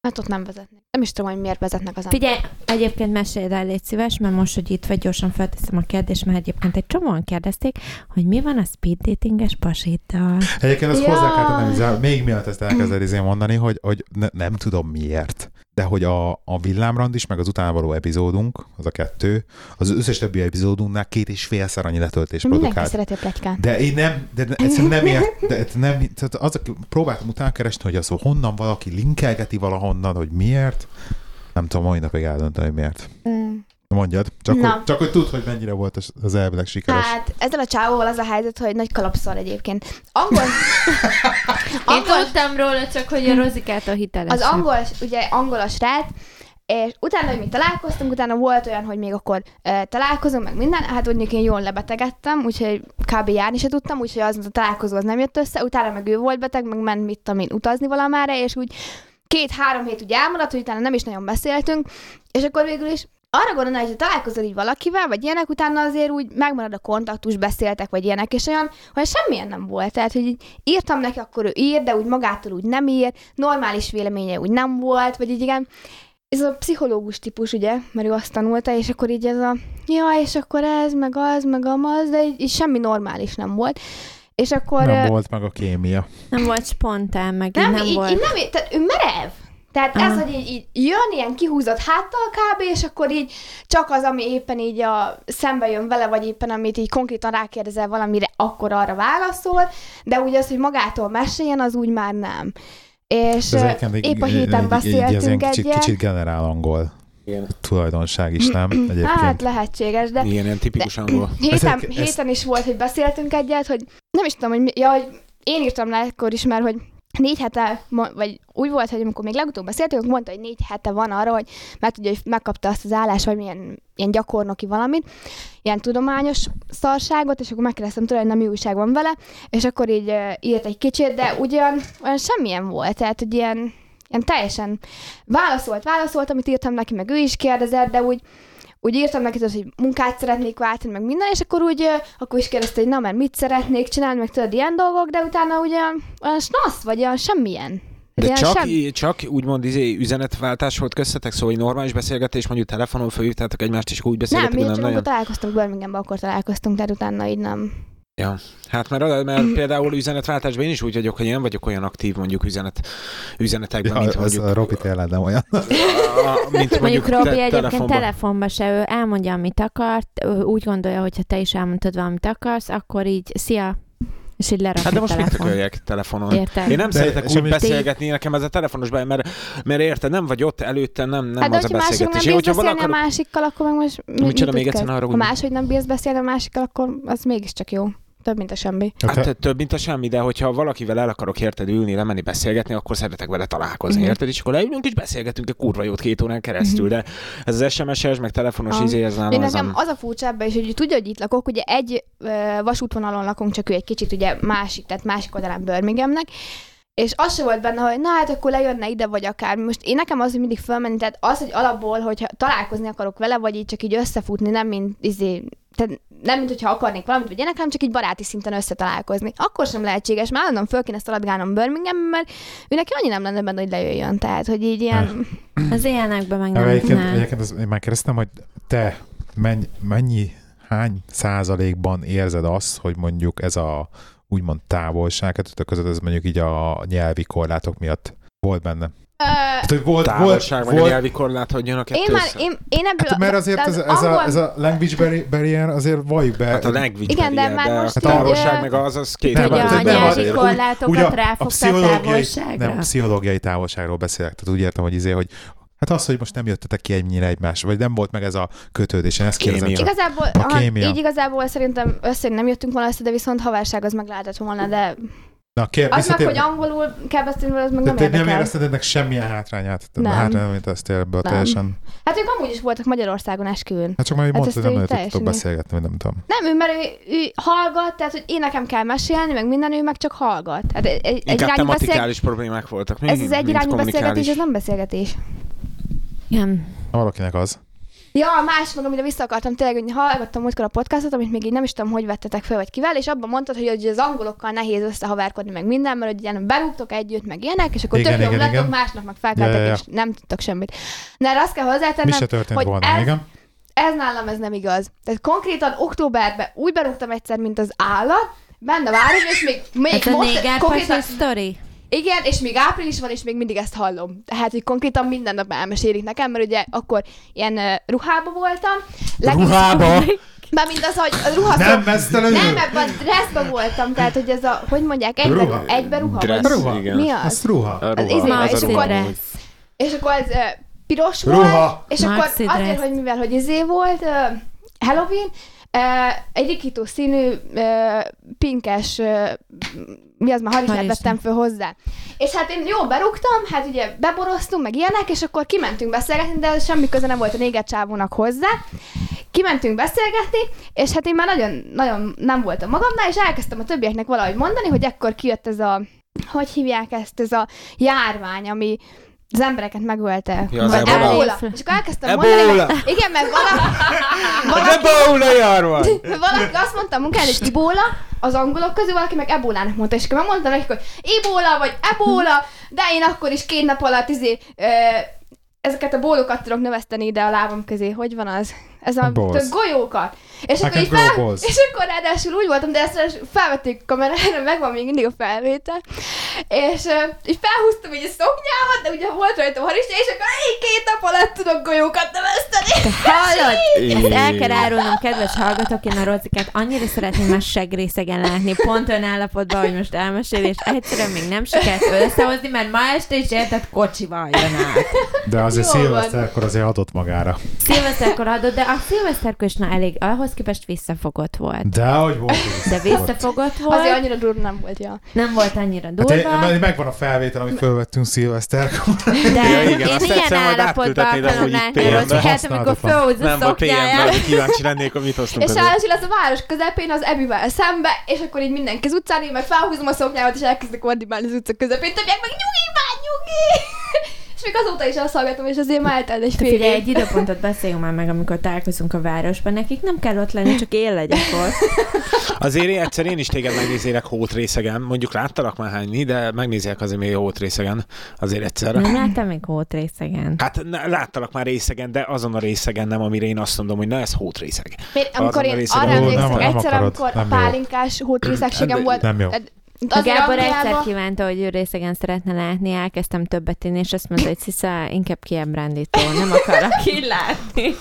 [SPEAKER 2] Hát ott nem vezetnek. Nem is tudom, hogy miért vezetnek az emberek.
[SPEAKER 4] Figyelj, egyébként mesélj el, légy szíves, mert most, hogy itt vagy, gyorsan felteszem a kérdést, mert egyébként egy csomóan kérdezték, hogy mi van a speed datinges pasiddal.
[SPEAKER 3] Egyébként ezt
[SPEAKER 2] Ja.
[SPEAKER 3] hozzá kell tennem, hogy zár- még mielőtt ezt elkezded izé mondani, hogy, hogy ne, nem tudom miért, de hogy a, a villámrand is, meg az utána való epizódunk, az a kettő, az összes többi epizódunknál két és félszer annyi letöltés
[SPEAKER 2] Mindenki
[SPEAKER 3] produkált.
[SPEAKER 2] szereti a plegykát.
[SPEAKER 3] De én nem, de de egyszerűen nem ért, de de nem, tehát az, aki próbáltam utána keresni, hogy az honnan valaki linkelgeti valahonnan, hogy miért, nem tudom mai napig eldönteni, hogy miért.
[SPEAKER 2] Mm.
[SPEAKER 3] Mondjad, csak,
[SPEAKER 2] Na.
[SPEAKER 3] hogy, csak hogy tudd, hogy mennyire volt az- az elvileg sikeres.
[SPEAKER 2] Hát ezzel a csávóval az a helyzet, hogy nagy kalapszal egyébként. Angol...
[SPEAKER 4] Én
[SPEAKER 2] angol...
[SPEAKER 4] tudtam róla, csak hogy a rozikától hiteles.
[SPEAKER 2] Az angol, ugye angol a srác, és utána, hogy mi találkoztunk, utána volt olyan, hogy még akkor e, találkozunk, meg minden, hát mondjuk én jól lebetegedtem, úgyhogy kb. járni se tudtam, úgyhogy az a találkozó az nem jött össze, utána meg ő volt beteg, meg ment mit tudom én utazni valamára, és úgy két-három hét úgy elmaradt, hogy utána nem is nagyon beszéltünk, és akkor végül is arra gondolnál, hogy ha találkozol így valakivel, vagy ilyenek, utána azért úgy megmarad a kontaktus, beszéltek, vagy ilyenek, és olyan, hogy semmilyen nem volt. Tehát, hogy így írtam neki, akkor ő ír, de úgy magától úgy nem ír, normális véleménye úgy nem volt, vagy így igen. Ez a pszichológus típus, ugye, mert ő azt tanulta, és akkor így ez a, ja, és akkor ez, meg az, meg amaz, de így, így semmi normális nem volt. És akkor...
[SPEAKER 3] Nem
[SPEAKER 2] ö,
[SPEAKER 3] volt meg a kémia.
[SPEAKER 4] Nem volt spontán, meg
[SPEAKER 2] nem,
[SPEAKER 4] nem
[SPEAKER 2] így,
[SPEAKER 4] volt.
[SPEAKER 2] így nem, így- tehát ő merev. Tehát ez,
[SPEAKER 4] Aha.
[SPEAKER 2] hogy így, így jön, ilyen kihúzott háttal kb, és akkor így csak az, ami éppen így a, szembe jön vele, vagy éppen amit így konkrétan rákérdezel valamire, akkor arra válaszol, de úgy az, hogy magától meséljen, az úgy már nem. És
[SPEAKER 3] Ez
[SPEAKER 2] ö,
[SPEAKER 3] egyébként egy-
[SPEAKER 2] épp a
[SPEAKER 3] egy-
[SPEAKER 2] héten
[SPEAKER 3] egy- egy- egy- ez ilyen
[SPEAKER 2] beszéltünk
[SPEAKER 3] kicsit,
[SPEAKER 2] egyet.
[SPEAKER 3] kicsit generál angol
[SPEAKER 1] Igen,
[SPEAKER 3] tulajdonság is, nem? Egyébként.
[SPEAKER 2] Hát lehetséges, de
[SPEAKER 1] igen ilyen tipikus angol.
[SPEAKER 2] Héten,
[SPEAKER 3] Ezek- ez-
[SPEAKER 2] héten is volt, hogy beszéltünk egyet, hogy nem is tudom, hogy, mi, ja, hogy én írtam rá akkor is már, hogy négy hete, mo- vagy úgy volt, hogy amikor még legutóbb beszéltünk, akkor mondta, hogy négy hete van arra, hogy meg tudja, hogy megkapta azt az állást, vagy milyen ilyen gyakornoki valamit, ilyen tudományos szarságot, és akkor megkérdeztem tőle, hogy na mi újság van vele, és akkor így ö, írt egy kicsit, de ugyan olyan semmilyen volt, tehát hogy ilyen, ilyen teljesen válaszolt, válaszolt, amit írtam neki, meg ő is kérdezett, de úgy úgy írtam neki, tudod, hogy munkát szeretnék váltani, meg minden, és akkor úgy, ö, akkor is kérdezte, hogy na, mert mit szeretnék csinálni, meg tudod, ilyen dolgok, de utána ugye olyan snasz, vagy olyan semmilyen.
[SPEAKER 1] De
[SPEAKER 2] Ilyen
[SPEAKER 1] csak,
[SPEAKER 2] sem-
[SPEAKER 1] sem... csak úgymond izé, üzenetváltás volt köztetek, szóval egy normális beszélgetés, mondjuk telefonon fölhívtátok egymást, és akkor úgy
[SPEAKER 2] Nem,
[SPEAKER 1] beszélgetek,
[SPEAKER 2] mi
[SPEAKER 1] hogy
[SPEAKER 2] csak
[SPEAKER 1] nem
[SPEAKER 2] amikor
[SPEAKER 1] nagyon.
[SPEAKER 2] találkoztunk Birminghamban, akkor találkoztunk, tehát utána így nem.
[SPEAKER 1] Hát mert, mert például üzenetváltásban én is úgy vagyok, hogy én nem vagyok olyan aktív mondjuk üzenet, üzenetekben,
[SPEAKER 3] Ja,
[SPEAKER 1] mint
[SPEAKER 3] az
[SPEAKER 1] mondjuk,
[SPEAKER 3] a Robi tényleg nem olyan.
[SPEAKER 1] a, mint
[SPEAKER 4] Mondjuk
[SPEAKER 1] mondjuk
[SPEAKER 4] Robi
[SPEAKER 1] te-
[SPEAKER 4] egyébként telefonba.
[SPEAKER 1] telefonban.
[SPEAKER 4] telefonba se, ő elmondja, amit akart, ő úgy gondolja, hogy ha te is elmondtad valamit akarsz, akkor így, szia, és így lerakja
[SPEAKER 1] Hát de
[SPEAKER 4] a
[SPEAKER 1] most mit
[SPEAKER 4] telefon.
[SPEAKER 1] tököljek telefonon?
[SPEAKER 4] Érted?
[SPEAKER 1] Én nem
[SPEAKER 3] De
[SPEAKER 1] szeretek úgy
[SPEAKER 3] semmi-
[SPEAKER 1] beszélgetni, nekem ez a telefonos baj, mert, mert érted, nem vagy ott előtte, nem, nem
[SPEAKER 2] hát de
[SPEAKER 1] az a
[SPEAKER 2] hogyha máshogy nem
[SPEAKER 1] beszélgetés. Én,
[SPEAKER 2] bírsz beszélni
[SPEAKER 1] hogyha van,
[SPEAKER 2] a
[SPEAKER 1] akkor
[SPEAKER 2] másikkal, akkor meg most mi-
[SPEAKER 1] Micsoda,
[SPEAKER 2] mit
[SPEAKER 1] még egyszer,
[SPEAKER 2] tudsz?
[SPEAKER 1] ne haragudj.
[SPEAKER 2] Ha máshogy nem bírsz beszélni a másikkal, akkor az mégiscsak jó. Több, mint a semmi.
[SPEAKER 3] Hát,
[SPEAKER 1] Hát több, mint a semmi, de hogyha valakivel el akarok érted ülni, lemenni, beszélgetni, akkor szeretek vele találkozni,
[SPEAKER 4] Mhm.
[SPEAKER 1] érted? És akkor leülünk és beszélgetünk egy kurva jót két órán keresztül, de ez az SMS-es, meg telefonos
[SPEAKER 2] Ah.
[SPEAKER 1] izé, ez
[SPEAKER 2] Én
[SPEAKER 1] nálam az
[SPEAKER 2] nekem
[SPEAKER 1] nem.
[SPEAKER 2] az a furcsa ebben is, hogy tudja, hogy itt lakok, ugye egy ö, vasútvonalon lakunk, csak ő egy kicsit ugye másik, tehát másik oldalán Birminghamnek, és az se volt benne, hogy na hát akkor lejönne ide, vagy akár. Most én nekem az, hogy mindig fölmenni, tehát az, hogy alapból, hogyha találkozni akarok vele, vagy így csak így összefutni, nem mint izé, tehát nem, mint hogyha akarnék valamit, vagy ilyenek, hanem csak így baráti szinten összetalálkozni. Akkor sem lehetséges, már állandóan föl kéne szaladgálnom Birmingham, mert ő neki annyi nem lenne benne, hogy lejöjjön. Tehát, hogy így ilyen...
[SPEAKER 4] Az ilyenekben meg
[SPEAKER 3] nem,
[SPEAKER 4] nem.
[SPEAKER 3] egyébként,
[SPEAKER 4] nem.
[SPEAKER 3] egyébként az, én már kérdeztem, hogy te menny, mennyi, hány százalékban érzed azt, hogy mondjuk ez a úgymond távolság kettőtök között, ez mondjuk így a nyelvi korlátok miatt volt benne.
[SPEAKER 2] Ö,
[SPEAKER 3] Hát, hogy volt, volt,
[SPEAKER 1] Távolság, vagy a
[SPEAKER 3] volt,
[SPEAKER 1] nyelvi korlát, hogy jön a kettő
[SPEAKER 2] én már,
[SPEAKER 1] össze.
[SPEAKER 2] én, én ebből...
[SPEAKER 3] hát mert azért
[SPEAKER 2] tehát
[SPEAKER 3] ez, ez, a,
[SPEAKER 2] angol-
[SPEAKER 3] ez a language barri- barrier azért valljuk be.
[SPEAKER 1] Hát a language
[SPEAKER 2] Igen, de
[SPEAKER 1] barrier,
[SPEAKER 2] már most
[SPEAKER 1] a
[SPEAKER 3] így,
[SPEAKER 1] távolság
[SPEAKER 2] ö,
[SPEAKER 1] meg az, az két.
[SPEAKER 3] Nem,
[SPEAKER 4] Ugye
[SPEAKER 3] hát
[SPEAKER 4] a
[SPEAKER 3] ez nem az-
[SPEAKER 4] nyelvi
[SPEAKER 3] úgy-
[SPEAKER 4] korlátokat
[SPEAKER 3] úgy a- a
[SPEAKER 4] ráfogtál
[SPEAKER 3] pszichológiai,
[SPEAKER 4] távolságra?
[SPEAKER 3] nem, pszichológiai távolságról beszélek, tehát úgy értem, hogy izé, hogy hát az, hogy most nem jöttetek ki ennyire egymás, vagy nem volt meg ez a kötődés, én ezt
[SPEAKER 1] Kémia.
[SPEAKER 3] kérdezem csak.
[SPEAKER 2] Igazából,
[SPEAKER 3] A
[SPEAKER 2] aha,
[SPEAKER 3] kémia.
[SPEAKER 2] így igazából szerintem össze nem jöttünk volna össze, de viszont haverság az meg lehetett volna, de
[SPEAKER 3] Na, kér,
[SPEAKER 2] az meg,
[SPEAKER 3] visszatérve-
[SPEAKER 2] hogy angolul kell beszélni, az meg
[SPEAKER 3] De
[SPEAKER 2] nem
[SPEAKER 3] te nem
[SPEAKER 2] érdekel.
[SPEAKER 3] érezted ennek semmilyen hátrányát? Nem.
[SPEAKER 2] Nem.
[SPEAKER 3] Hátrány, amit ezt ér ebből
[SPEAKER 2] Nem.
[SPEAKER 3] teljesen.
[SPEAKER 2] Hát ők amúgy is voltak Magyarországon esküvőn.
[SPEAKER 3] Hát csak már, hogy
[SPEAKER 2] Hát
[SPEAKER 3] mondtad,
[SPEAKER 2] ezt
[SPEAKER 3] hogy
[SPEAKER 2] így
[SPEAKER 3] nem nagyon tudtok
[SPEAKER 2] teljesen
[SPEAKER 3] beszélgetni, vagy nem tudom.
[SPEAKER 2] Nem, ő, mert ő, ő hallgat, tehát hogy én nekem kell mesélni, meg minden, ő meg csak hallgat. Hát egy, egy
[SPEAKER 1] Inkább
[SPEAKER 2] irányú beszél...
[SPEAKER 1] tematikális problémák voltak.
[SPEAKER 2] Ez az
[SPEAKER 1] mint
[SPEAKER 2] egyirányú
[SPEAKER 1] kommunikális.
[SPEAKER 2] beszélgetés, ez nem beszélgetés.
[SPEAKER 4] Igen.
[SPEAKER 3] Ha valakinek az.
[SPEAKER 2] Ja, a más meg, amire vissza akartam, tényleg, hogy hallgattam múltkor a podcastot, amit még így nem is tudom, hogy vettetek fel, vagy kivel, és abban mondtad, hogy, hogy az angolokkal nehéz összehaverkodni, meg minden, mert hogy ilyen berúgtok együtt, meg ilyenek, és akkor
[SPEAKER 3] Igen,
[SPEAKER 2] tök jó
[SPEAKER 3] igen, igen.
[SPEAKER 2] lettok, másnak meg felkeltek,
[SPEAKER 3] Ja, ja, ja.
[SPEAKER 2] és nem tudtak semmit. Na, erre azt kell
[SPEAKER 3] Mi
[SPEAKER 2] hozzátennem,
[SPEAKER 3] se történt
[SPEAKER 2] hogy
[SPEAKER 3] volna,
[SPEAKER 2] ez-
[SPEAKER 3] igen?
[SPEAKER 2] ez nálam ez nem igaz. Tehát konkrétan októberben úgy berúgtam egyszer, mint az állat, benne várom, és még, még
[SPEAKER 4] Ez a néger
[SPEAKER 2] konkrétan,
[SPEAKER 4] pasis sztori?
[SPEAKER 2] igen, és még április van, és még mindig ezt hallom. Tehát, hogy konkrétan minden nap elmesélik nekem, mert ugye akkor ilyen uh, ruhába voltam.
[SPEAKER 3] Ruhába?
[SPEAKER 2] Már mindaz, hogy a ruha
[SPEAKER 3] Hát Nem,
[SPEAKER 2] szó-
[SPEAKER 3] mesztelenül?
[SPEAKER 2] nem, ebben a dressben voltam, tehát, hogy ez a, hogy mondják, egybe,
[SPEAKER 3] Ruha.
[SPEAKER 2] egybe ruha. vagy-
[SPEAKER 1] Dress,
[SPEAKER 3] Ruha.
[SPEAKER 1] igen.
[SPEAKER 2] Mi
[SPEAKER 3] Ez
[SPEAKER 2] az?
[SPEAKER 3] ruha.
[SPEAKER 1] A ruha,
[SPEAKER 2] izé-
[SPEAKER 1] az a
[SPEAKER 2] és
[SPEAKER 1] ruha
[SPEAKER 2] akkor-
[SPEAKER 1] amúgy.
[SPEAKER 2] És akkor ez ö, piros volt,
[SPEAKER 3] Ruha.
[SPEAKER 2] és akkor
[SPEAKER 4] Maxi dress.
[SPEAKER 2] azért, hogy mivel, hogy izé volt, ö, Halloween, ö, egy rikító színű, ö, pinkes, ö, mi az már harisnyát
[SPEAKER 4] Harisnyát.
[SPEAKER 2] vettem föl hozzá. És hát én jó berúgtam, hát ugye beboroztunk, meg ilyenek, és akkor kimentünk beszélgetni, de semmi köze nem volt a néger csávónak hozzá. Kimentünk beszélgetni, és hát én már nagyon, nagyon nem voltam magamnál, és elkezdtem a többieknek valahogy mondani, hogy ekkor kijött ez a, hogy hívják ezt, ez a járvány, ami Az embereket megölte.
[SPEAKER 1] Ja, az
[SPEAKER 2] Vagy
[SPEAKER 1] ebola.
[SPEAKER 2] ebola. És akkor elkezdtem mondani,
[SPEAKER 1] Ebola! Hát
[SPEAKER 2] hogy igen, mert valaki,
[SPEAKER 1] Az
[SPEAKER 2] valaki,
[SPEAKER 1] ebola járvány!
[SPEAKER 2] valaki azt mondta a munkán, hogy ibola, az angolok közül valaki meg ebolának mondta, és akkor megmondtam nekik, hogy ibola vagy ebola, de én akkor is két nap alatt izé, ö, ezeket a bólokat tudok növeszteni ide a lábam közé. Hogy van az? Ez a
[SPEAKER 3] Balls.
[SPEAKER 2] tök golyókat. És
[SPEAKER 3] Nekem
[SPEAKER 2] akkor, így fel,
[SPEAKER 3] globals.
[SPEAKER 2] és akkor ráadásul úgy voltam, de ezt ráadásul felvették kamerára, megvan még mindig a felvétel, és ö, így felhúztam így a szoknyámat, de ugye volt rajta harisnya, és akkor így két nap alatt tudok golyókat növeszteni.
[SPEAKER 4] Hallod? Ezt el kell
[SPEAKER 1] Éj.
[SPEAKER 4] árulnom, kedves hallgatók, én a rozikát annyira szeretném már segrészegen látni, pont olyan állapotban, hogy most elmesél, és egyszerűen még nem sikerült összehozni, mert ma este is érted kocsival jön át.
[SPEAKER 3] De azért
[SPEAKER 2] Jól van.
[SPEAKER 3] szilveszterkor azért adott magára.
[SPEAKER 4] Szilveszterkor adod, de a szilveszterkor is na elég, ahhoz képest visszafogott volt.
[SPEAKER 3] De hogy volt
[SPEAKER 4] De visszafogott volt,
[SPEAKER 2] Azért annyira durva nem volt, ja.
[SPEAKER 4] nem volt annyira durva.
[SPEAKER 3] Hát én, mert megvan a felvétel, amit fölvettünk szilveszterkor.
[SPEAKER 4] De
[SPEAKER 1] Ja,
[SPEAKER 4] én
[SPEAKER 1] igen, azt
[SPEAKER 4] ilyen
[SPEAKER 1] egyszer majd
[SPEAKER 4] állapotban
[SPEAKER 1] átküldhetnéd
[SPEAKER 4] akarom
[SPEAKER 1] amúgy itt
[SPEAKER 4] látni
[SPEAKER 1] PM-be.
[SPEAKER 4] a rozikát, amikor
[SPEAKER 3] Használhatatlan.
[SPEAKER 4] fölhúz a
[SPEAKER 1] Nem, vagy PM-ben,
[SPEAKER 4] szoknyáját.
[SPEAKER 1] hogy kíváncsi lennék, hogy mit hoztunk
[SPEAKER 2] És
[SPEAKER 1] ezért.
[SPEAKER 2] ráadásul az a város közepén az Ebivel szembe, és akkor így mindenki az utcán, én meg felhúzom a szoknyámat, és elkezdek ordibálni az utca közepén, többiek meg nyugi, már nyugi! és még azóta is azt hallgatom, és azért már eltelt egy
[SPEAKER 4] Te
[SPEAKER 2] fél
[SPEAKER 4] figyelj,
[SPEAKER 2] év.
[SPEAKER 4] egy időpontot beszéljünk már meg, amikor találkozunk a városban. Nekik nem kell ott lenni, csak én legyek ott.
[SPEAKER 1] Azért én egyszer én is téged megnézélek hótrészegen. Mondjuk láttalak már hányni, de megnézélek azért még hótrészegen. Azért egyszer.
[SPEAKER 4] Nem
[SPEAKER 2] Mhm.
[SPEAKER 4] láttam még hótrészegen.
[SPEAKER 1] Hát ne, láttalak már részegen, de azon a részegen nem, amire én azt mondom, hogy na ez hótrészeg.
[SPEAKER 2] Miért, amikor
[SPEAKER 1] azon a
[SPEAKER 2] én
[SPEAKER 1] részen,
[SPEAKER 2] arra
[SPEAKER 1] ahol nem-
[SPEAKER 2] emlékszem,
[SPEAKER 3] nem
[SPEAKER 2] egyszer,
[SPEAKER 3] akarod,
[SPEAKER 2] amikor a
[SPEAKER 3] nem jó.
[SPEAKER 2] pálinkás hótrészegségem
[SPEAKER 1] Nem
[SPEAKER 2] volt,
[SPEAKER 3] jó.
[SPEAKER 4] A
[SPEAKER 1] Hát,
[SPEAKER 2] az
[SPEAKER 4] Gábor egyszer kívánta, hogy ő részegen szeretne látni, elkezdtem többet inni, és azt mondta, hogy Szisza, inkább kiábrándító, nem akarok így látni.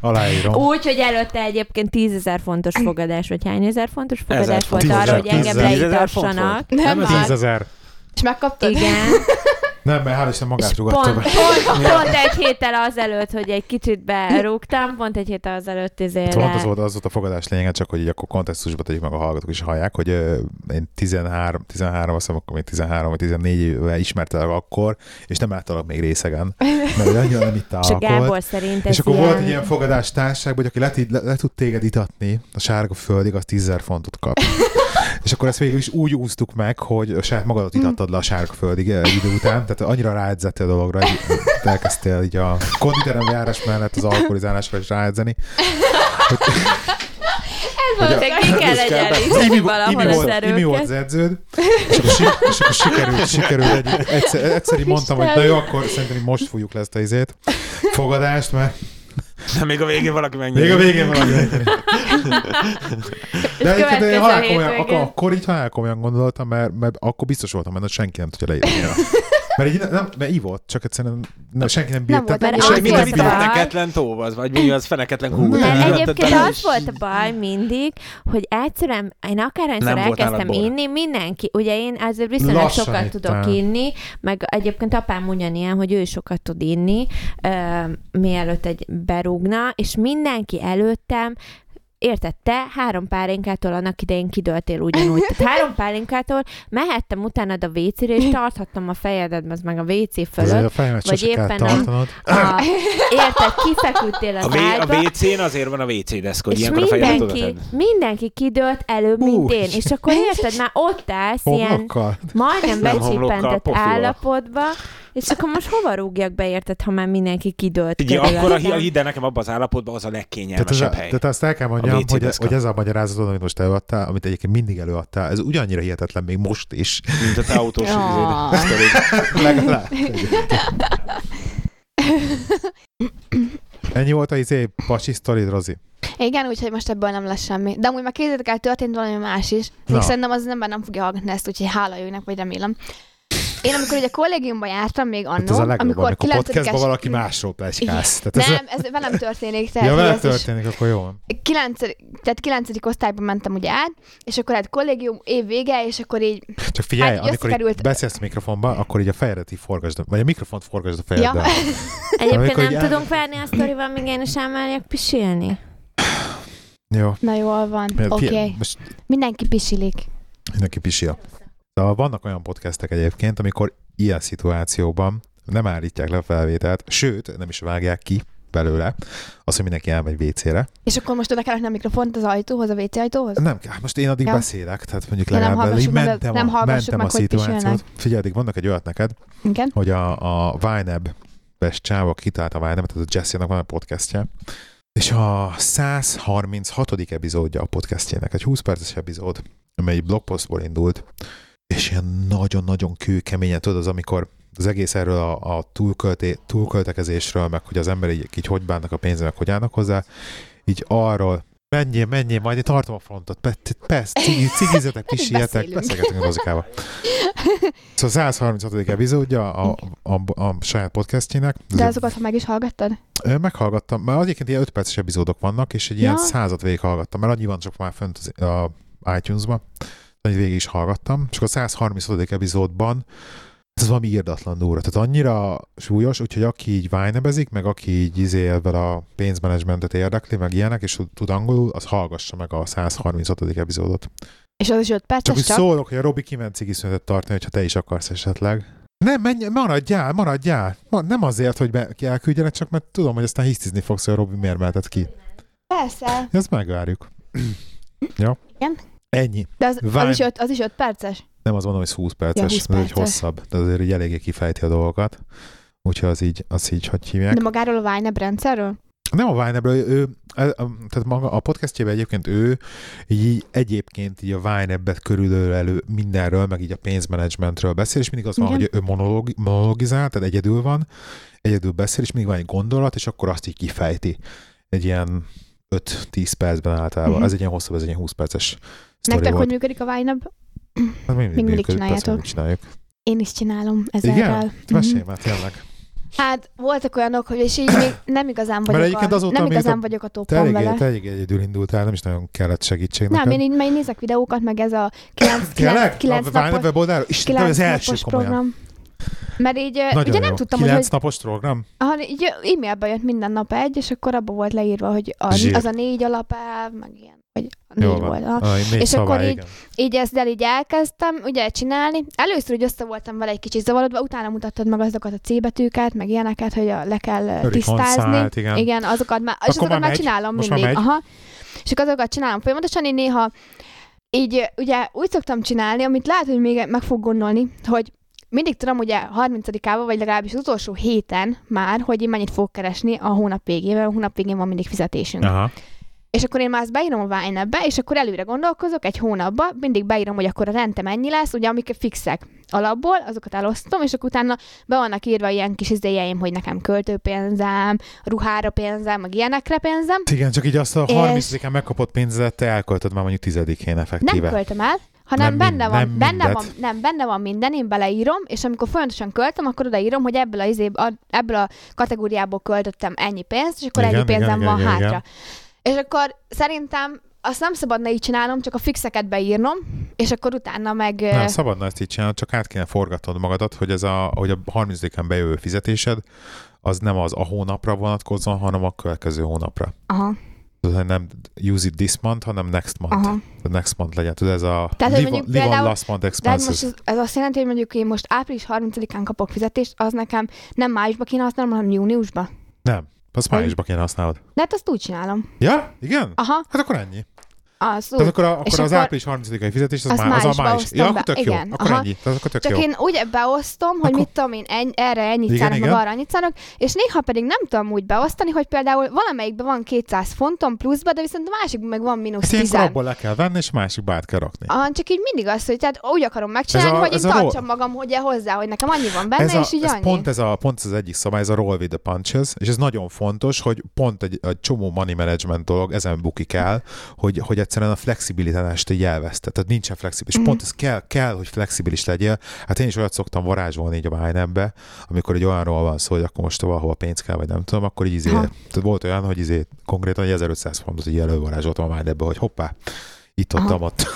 [SPEAKER 3] Aláírom.
[SPEAKER 4] Úgy, hogy előtte egyébként 10.000 fontos fogadás, vagy hány ezer fontos fogadás volt
[SPEAKER 3] font.
[SPEAKER 4] arra, hogy engem
[SPEAKER 3] 10.000 font
[SPEAKER 4] leítassanak.
[SPEAKER 1] Nem,
[SPEAKER 2] Nem, már.
[SPEAKER 3] Tízezer.
[SPEAKER 2] És megkaptad?
[SPEAKER 4] Igen.
[SPEAKER 3] Nem, mert hál' Isten magát
[SPEAKER 4] Pont,
[SPEAKER 3] rúgatta
[SPEAKER 4] pont,
[SPEAKER 3] be.
[SPEAKER 4] pont egy héttel azelőtt, hogy egy kicsit berúgtam, pont egy héttel azelőtt izé
[SPEAKER 3] Hát,
[SPEAKER 4] izére.
[SPEAKER 3] Pont az volt, az volt a fogadás lényege, csak hogy így akkor kontextusba tegyük meg a hallgatók is hallják, hogy ö, én 13, 13, azt hiszem, akkor még 13 vagy 14 éve ismertelek akkor, és nem láttalak még részegen, mert ugye annyira nem itt
[SPEAKER 4] És a
[SPEAKER 3] állalkolt.
[SPEAKER 4] Gábor szerint ez
[SPEAKER 3] És akkor
[SPEAKER 4] ilyen...
[SPEAKER 3] volt egy ilyen fogadás társaságban, hogy aki le, tud- le, le, tud téged itatni a sárga földig, az 10 fontot kap. És akkor ezt végül is úgy úsztuk meg, hogy a saját magadat
[SPEAKER 4] Hm.
[SPEAKER 3] itattad le a sárga földig eh, idő után, tehát annyira ráedzettél a dologra, így elkezdtél így a konditerem járás mellett az alkoholizálásra is ráedzeni,
[SPEAKER 4] Hogy
[SPEAKER 3] Hogy
[SPEAKER 4] ki kell legyen
[SPEAKER 3] Imi,
[SPEAKER 4] így valahol
[SPEAKER 3] imi,
[SPEAKER 4] az
[SPEAKER 3] volt, imi volt
[SPEAKER 4] erőket.
[SPEAKER 3] az edződ, és akkor, si- és akkor sikerült, sikerült egy, egyszer, egyszer így mondtam, hogy na jó, akkor szerintem így most fújjuk le ezt a izét, fogadást, mert
[SPEAKER 1] De még a végén valaki megnézi.
[SPEAKER 3] még a végén valami. De egyébként
[SPEAKER 4] következő
[SPEAKER 3] én halál komolyan,
[SPEAKER 4] hétvégén.
[SPEAKER 3] hát, akkor, akkor így halál komolyan gondoltam, mert, mert akkor biztos voltam benne, hogy senki nem tudja leírni. Mert így nem, nem, mert ivott, csak egyszerűen nem, senki nem bírta.
[SPEAKER 2] volt benne
[SPEAKER 1] És hogy
[SPEAKER 4] Az
[SPEAKER 1] mi
[SPEAKER 4] volt
[SPEAKER 1] az
[SPEAKER 4] a
[SPEAKER 1] itt a
[SPEAKER 4] baj.
[SPEAKER 1] feneketlen tó az, vagy mi az feneketlen hú?
[SPEAKER 4] Nem,
[SPEAKER 1] Tehát
[SPEAKER 4] egyébként
[SPEAKER 1] te-
[SPEAKER 4] az volt a baj mindig, hogy egyszerűen én akárhányszor
[SPEAKER 1] Nem volt nálad
[SPEAKER 4] elkezdtem
[SPEAKER 1] bor.
[SPEAKER 4] inni, mindenki, ugye én azért viszonylag
[SPEAKER 3] Lassan
[SPEAKER 4] sokat
[SPEAKER 3] ittam.
[SPEAKER 4] tudok inni, meg egyébként apám ugyanilyen, hogy ő is sokat tud inni, ö, mielőtt egy berúgna, és mindenki előttem Érted, te három pálinkától annak idején kidöltél ugyanúgy. Tehát három pálinkától mehettem utánad a vécére, és tarthattam a fejedetben, az meg a WC
[SPEAKER 3] Ez
[SPEAKER 4] fölött.
[SPEAKER 3] a fejemet
[SPEAKER 4] vagy
[SPEAKER 3] sose kell
[SPEAKER 4] éppen a-
[SPEAKER 3] tartanod.
[SPEAKER 4] A, érted, kifeküdtél az
[SPEAKER 1] A, vé- a
[SPEAKER 4] ágyba,
[SPEAKER 1] WC-n azért van a WC deszk, hogy
[SPEAKER 4] és
[SPEAKER 1] ilyenkor a hát- fejedet oda
[SPEAKER 4] mindenki,
[SPEAKER 1] tedd.
[SPEAKER 4] mindenki kidőlt előbb, mint
[SPEAKER 3] Hú,
[SPEAKER 4] én. És akkor érted, már ott állsz ilyen
[SPEAKER 3] Homlokkal.
[SPEAKER 4] majdnem
[SPEAKER 1] Nem homlokkal,
[SPEAKER 4] becsippentett
[SPEAKER 1] pofival.
[SPEAKER 4] állapotba, és akkor most hova rúgjak be, érted, ha már mindenki kidőlt?
[SPEAKER 1] Ugye
[SPEAKER 4] körülöttem?
[SPEAKER 1] akkor a hi- hidd el nekem abban az állapotban az a
[SPEAKER 3] Tehát, az,
[SPEAKER 1] legkényelmesebb hely.
[SPEAKER 3] tehát azt el kell mondjam,
[SPEAKER 1] WC
[SPEAKER 3] hogy,
[SPEAKER 1] deszka.
[SPEAKER 3] hogy ez a magyarázatod, amit most előadtál, amit egyébként mindig előadtál, ez ugyannyira hihetetlen még most is.
[SPEAKER 1] Mint a te autós
[SPEAKER 2] Ah.
[SPEAKER 1] izéd. sztorid.
[SPEAKER 3] Legalább. Ennyi volt a izé pasi sztorid, Rozi.
[SPEAKER 2] Igen, úgyhogy most ebből nem lesz semmi. De amúgy már képzeljétek el, történt valami más is. Még
[SPEAKER 3] Na.
[SPEAKER 2] szerintem az ember nem fogja hallgatni ezt, úgyhogy hála őnek, vagy remélem. Én amikor ugye kollégiumban jártam még
[SPEAKER 3] Hát ez
[SPEAKER 2] annó,
[SPEAKER 3] a legjobb,
[SPEAKER 2] amikor
[SPEAKER 3] amikor podcastban
[SPEAKER 2] 9
[SPEAKER 3] valaki másról pleskász. Tehát ez
[SPEAKER 2] Nem, ez velem történik.
[SPEAKER 3] a...
[SPEAKER 2] Tehát,
[SPEAKER 3] Ja,
[SPEAKER 2] hogy
[SPEAKER 3] vele
[SPEAKER 2] ez is-
[SPEAKER 3] történik, akkor jó.
[SPEAKER 2] kilenc, tehát kilencedik osztályban mentem ugye át, és akkor hát kollégium év vége, és akkor így,
[SPEAKER 3] Csak figyelj,
[SPEAKER 2] Hát, így
[SPEAKER 3] amikor így
[SPEAKER 2] összekerült-
[SPEAKER 3] beszélsz mikrofonba, akkor így a fejedet így forgasd, vagy a mikrofont forgasd a
[SPEAKER 2] ja,
[SPEAKER 3] fejeddel.
[SPEAKER 4] Egyébként
[SPEAKER 3] Amikor
[SPEAKER 4] nem
[SPEAKER 3] így
[SPEAKER 4] tudunk várni a sztorival, míg én is elmegyek pisilni.
[SPEAKER 3] Jó.
[SPEAKER 2] na jól van,
[SPEAKER 3] Miért?
[SPEAKER 2] oké,
[SPEAKER 3] Ki-
[SPEAKER 2] okay.
[SPEAKER 3] Most
[SPEAKER 2] mindenki pisilik.
[SPEAKER 3] Mindenki pisil. De vannak olyan podcastek egyébként, amikor ilyen szituációban nem állítják le a felvételt, sőt, nem is vágják ki, belőle, az, hogy mindenki elmegy WC-re.
[SPEAKER 2] És akkor most oda kell rakni a mikrofont az ajtóhoz, a WC ajtóhoz?
[SPEAKER 3] Nem kell, Hát most én addig
[SPEAKER 2] Ja.
[SPEAKER 3] ja. beszélek, tehát mondjuk
[SPEAKER 2] Ja, nem
[SPEAKER 3] legalább
[SPEAKER 2] hallgassuk
[SPEAKER 3] így
[SPEAKER 2] meg,
[SPEAKER 3] mentem,
[SPEAKER 2] nem
[SPEAKER 3] a,
[SPEAKER 2] hallgassuk meg,
[SPEAKER 3] mentem a
[SPEAKER 2] hogy pisilnek.
[SPEAKER 3] szituációt. Figyelj, addig mondok egy olyat neked,
[SPEAKER 2] Igen.
[SPEAKER 3] hogy a, a Vineb Csávó kitalálta a Vineb, tehát a Jesse-nek van a podcastje, és a 136. epizódja a podcastjének, egy 20 perces epizód, amely egy blogpostból indult, és ilyen nagyon-nagyon kőkeményen, tudod, az amikor az egész erről a, a túlkölté, túlköltekezésről, meg hogy az ember így, így hogy bánnak a pénzre, meg hogy állnak hozzá, így arról, menjél, menjél, majd én tartom a frontot, pe- persze, cigi, cigizetek,
[SPEAKER 2] Hát így
[SPEAKER 3] pisiljetek,
[SPEAKER 2] beszélünk.
[SPEAKER 3] beszélgetünk a muzikával. Szóval 136. epizódja a, a, a, a saját podcastjének.
[SPEAKER 2] De azokat, ha meg is hallgattad?
[SPEAKER 3] Ö, Meghallgattam, mert egyébként ilyen 5 perces epizódok vannak, és egy ilyen
[SPEAKER 2] Ja.
[SPEAKER 3] ja. százat végighallgattam, mert annyi van csak már fönt az, a iTunes-ba, hogy végig is hallgattam. És akkor a 136. epizódban ez valami írdatlan durva. Tehát annyira súlyos, úgyhogy aki így vájnebezik, meg aki így izé ebben a pénzmenedzsmentet érdekli, meg ilyenek, és tud angolul, az hallgassa meg a 136. epizódot.
[SPEAKER 2] És az is 5
[SPEAKER 3] Csak
[SPEAKER 2] perces
[SPEAKER 3] úgy
[SPEAKER 2] csak?
[SPEAKER 3] szólok, hogy a Robi kiment cigiszünetet tartani, hogyha te is akarsz esetleg. Nem, menj, maradjál, maradjál. Ma- Nem azért, hogy be, ki elküldjenek, csak mert tudom, hogy aztán hisztizni fogsz, hogy a Robi miért mehetett ki.
[SPEAKER 2] Persze.
[SPEAKER 3] Ezt megvárjuk. ja.
[SPEAKER 2] Igen.
[SPEAKER 3] Ennyi.
[SPEAKER 2] De az, az,
[SPEAKER 3] Vine.
[SPEAKER 2] is öt, az is 5 perces?
[SPEAKER 3] Nem azt mondom, hogy ez 20 perces,
[SPEAKER 2] Ja, 20
[SPEAKER 3] ja, 20 perces. ez egy
[SPEAKER 2] perces.
[SPEAKER 3] hosszabb, de azért így eléggé kifejti a dolgokat. Úgyhogy az így, az így hogy hívják.
[SPEAKER 2] De magáról a Vine rendszerről?
[SPEAKER 3] Nem a Vine-ből, ő, ő, ö, ö, tehát maga a podcastjében egyébként ő így egyébként így a Vine-ebbet körülölelő mindenről, meg így a pénzmenedzsmentről beszél, és mindig az van,
[SPEAKER 2] Igen.
[SPEAKER 3] hogy ő monolog, monologizál, tehát egyedül van, egyedül beszél, és mindig van egy gondolat, és akkor azt így kifejti egy ilyen 5-10 percben általában.
[SPEAKER 2] Mhm.
[SPEAKER 3] Uh-huh. Ez egy ilyen hosszabb, ez egy ilyen 20 perces sztori
[SPEAKER 2] Nektek hogy
[SPEAKER 3] volt.
[SPEAKER 2] működik a Vine?
[SPEAKER 3] Hát mindig,
[SPEAKER 2] mindig
[SPEAKER 3] működik, persze,
[SPEAKER 2] csináljátok?
[SPEAKER 3] mindig csináljuk.
[SPEAKER 2] Én is csinálom ezzel.
[SPEAKER 3] Igen?
[SPEAKER 2] el.
[SPEAKER 3] Mesélj
[SPEAKER 2] Mhm.
[SPEAKER 3] már, tényleg.
[SPEAKER 2] Hát voltak olyanok, hogy és így még nem igazán vagyok,
[SPEAKER 3] egyébként
[SPEAKER 2] a,
[SPEAKER 3] azóta
[SPEAKER 2] nem
[SPEAKER 3] mondjuk
[SPEAKER 2] igazán
[SPEAKER 3] a-
[SPEAKER 2] vagyok a
[SPEAKER 3] Te
[SPEAKER 2] topon
[SPEAKER 3] elég,
[SPEAKER 2] vele.
[SPEAKER 3] te elég egyedül indultál, nem is nagyon kellett segítség
[SPEAKER 2] Nem,
[SPEAKER 3] neked.
[SPEAKER 2] én így mert én nézek videókat, meg ez a 9, 9,
[SPEAKER 3] Tényleg?
[SPEAKER 2] 9
[SPEAKER 3] a Vine
[SPEAKER 2] napos,
[SPEAKER 3] weboldáról? Istenem,
[SPEAKER 2] kilenc
[SPEAKER 3] ez első
[SPEAKER 2] napos
[SPEAKER 3] komolyan.
[SPEAKER 2] program. Mert így, ö,
[SPEAKER 3] Nagyon
[SPEAKER 2] ugye nem
[SPEAKER 3] jó.
[SPEAKER 2] tudtam, hogy,
[SPEAKER 3] Kilenc
[SPEAKER 2] hogy
[SPEAKER 3] napos program?
[SPEAKER 2] aha, így ö, e-mailbe jött minden nap egy, és akkor abba volt leírva, hogy a,
[SPEAKER 3] Zsír.
[SPEAKER 2] az a négy alapelv, meg ilyen, vagy a
[SPEAKER 3] Jó
[SPEAKER 2] négy
[SPEAKER 3] van.
[SPEAKER 2] volt. Aha.
[SPEAKER 3] Ah, négy
[SPEAKER 2] És
[SPEAKER 3] szabály,
[SPEAKER 2] akkor így-
[SPEAKER 3] igen.
[SPEAKER 2] Így ezt el így elkezdtem, ugye, csinálni. Először úgy össze voltam vele egy kicsit zavarodva, utána mutattad meg azokat a C betűket, meg ilyeneket, hogy a- le kell ö, tisztázni.
[SPEAKER 3] Reconcile, igen.
[SPEAKER 2] Igen, azokat már, és
[SPEAKER 3] Akkor
[SPEAKER 2] azokat
[SPEAKER 3] már
[SPEAKER 2] már
[SPEAKER 3] megy.
[SPEAKER 2] csinálom
[SPEAKER 3] Most már
[SPEAKER 2] mindig.
[SPEAKER 3] megy.
[SPEAKER 2] Aha. És akkor azokat csinálom folyamatosan, én néha így ö, ugye úgy szoktam csinálni, amit lehet, hogy még meg fog gondolni, hogy mindig tudom ugye 30-ával, vagy legalábbis az utolsó héten már, hogy én mennyit fogok keresni a hónap végével, a hónap végén van mindig fizetésünk.
[SPEAKER 3] Aha.
[SPEAKER 2] És akkor én már ezt beírom a Vine be, és akkor előre gondolkozok egy hónapba, mindig beírom, hogy akkor a rentem ennyi lesz, ugye amik fixek alapból, azokat elosztom, és akkor utána be vannak írva ilyen kis izéjeim, hogy nekem költőpénzem, ruhára pénzem, meg ilyenekre pénzem.
[SPEAKER 3] Igen, csak így azt a
[SPEAKER 2] És-
[SPEAKER 3] 30-án megkapott pénzedet te elköltöd már mondjuk 10-én
[SPEAKER 2] Nem
[SPEAKER 3] effektíve.
[SPEAKER 2] költöm el, hanem nem,
[SPEAKER 3] Nem mind-
[SPEAKER 2] benne, van,
[SPEAKER 3] nem
[SPEAKER 2] benne
[SPEAKER 3] mindet.
[SPEAKER 2] van, nem, benne van minden, én beleírom, és amikor folyamatosan költöm, akkor odaírom, hogy ebből a, izé, a, ebből a kategóriából költöttem ennyi pénzt, és akkor
[SPEAKER 3] Igen,
[SPEAKER 2] ennyi
[SPEAKER 3] igen,
[SPEAKER 2] pénzem
[SPEAKER 3] igen,
[SPEAKER 2] van
[SPEAKER 3] igen,
[SPEAKER 2] hátra. És akkor szerintem azt nem szabadna így csinálnom, csak a fixeket beírnom, és akkor utána meg... ö,
[SPEAKER 3] Nem, szabadna ezt így csinálni, csak át kéne forgatnod magadat, hogy, ez a, hogy a 30-án bejövő fizetésed az nem az a hónapra vonatkozzon, hanem a következő hónapra.
[SPEAKER 2] aha,
[SPEAKER 3] Tudod, hogy nem use it this month, hanem next month.
[SPEAKER 2] aha.
[SPEAKER 3] A next month legyen. Tudod, ez a
[SPEAKER 2] hogy
[SPEAKER 3] live,
[SPEAKER 2] mondjuk
[SPEAKER 3] on- live on
[SPEAKER 2] például-
[SPEAKER 3] last month
[SPEAKER 2] De hát most
[SPEAKER 3] expenses.
[SPEAKER 2] ez, ez azt jelenti, hogy mondjuk én most április 30-án kapok fizetést, az nekem nem májusba kéne használnom, hanem júniusba.
[SPEAKER 3] Azt májusban kéne használod.
[SPEAKER 2] De hát azt úgy csinálom.
[SPEAKER 3] Ja? Igen?
[SPEAKER 2] Aha,
[SPEAKER 3] Hát akkor ennyi.
[SPEAKER 2] az úgy.
[SPEAKER 3] Tehát akkor, a, akkor az
[SPEAKER 2] akkor-
[SPEAKER 3] április 30-ai fizetés, az,
[SPEAKER 2] Azt
[SPEAKER 3] már, az a
[SPEAKER 2] májusba
[SPEAKER 3] május.
[SPEAKER 2] hoztam
[SPEAKER 3] Ja,
[SPEAKER 2] be.
[SPEAKER 3] akkor tök
[SPEAKER 2] Igen,
[SPEAKER 3] jó. Akkor
[SPEAKER 2] aha.
[SPEAKER 3] ennyi. Tehát akkor tök
[SPEAKER 2] Csak
[SPEAKER 3] jó.
[SPEAKER 2] én úgy beosztom, hogy
[SPEAKER 3] Akkor-
[SPEAKER 2] mit tudom én, en, erre ennyit
[SPEAKER 3] Igen,
[SPEAKER 2] szánok, meg
[SPEAKER 3] igen.
[SPEAKER 2] arra annyit szánok, és néha pedig nem tudom úgy beosztani, hogy például valamelyikben van 200 fontom pluszba, de viszont a másikban meg van mínusz
[SPEAKER 3] Hát ilyenkor
[SPEAKER 2] 10.
[SPEAKER 3] abból le kell venni, és másikba át kell rakni.
[SPEAKER 2] Ah, csak így mindig az, hogy tehát úgy akarom megcsinálni,
[SPEAKER 3] Ez a-
[SPEAKER 2] hogy én
[SPEAKER 3] ez a
[SPEAKER 2] tartsam
[SPEAKER 3] ro-
[SPEAKER 2] magam ugye hozzá, hogy nekem annyi van benne,
[SPEAKER 3] ez a,
[SPEAKER 2] és így
[SPEAKER 3] ez
[SPEAKER 2] annyi.
[SPEAKER 3] pont, ez a, pont ez az egyik szabály, ez a roll with the punches, és ez nagyon fontos, hogy pont egy, egy csomó money management dolog ezen bukik el, hogy, hogy egyszerűen a flexibilitást így elveszted. Tehát nincsen flexibilis. Mm. Pont ez kell, kell, hogy flexibilis legyél. Hát én is olyat szoktam varázsolni így a Binance-be, amikor egy olyanról van szó, hogy akkor most valahol pénz kell, vagy nem tudom, akkor így izé,
[SPEAKER 2] Ha.
[SPEAKER 3] tehát volt olyan, hogy izé, konkrétan egy 1500 fontot így elővarázsoltam a Binance-be, hogy hoppá, itt ott,
[SPEAKER 2] Aha.
[SPEAKER 3] ott.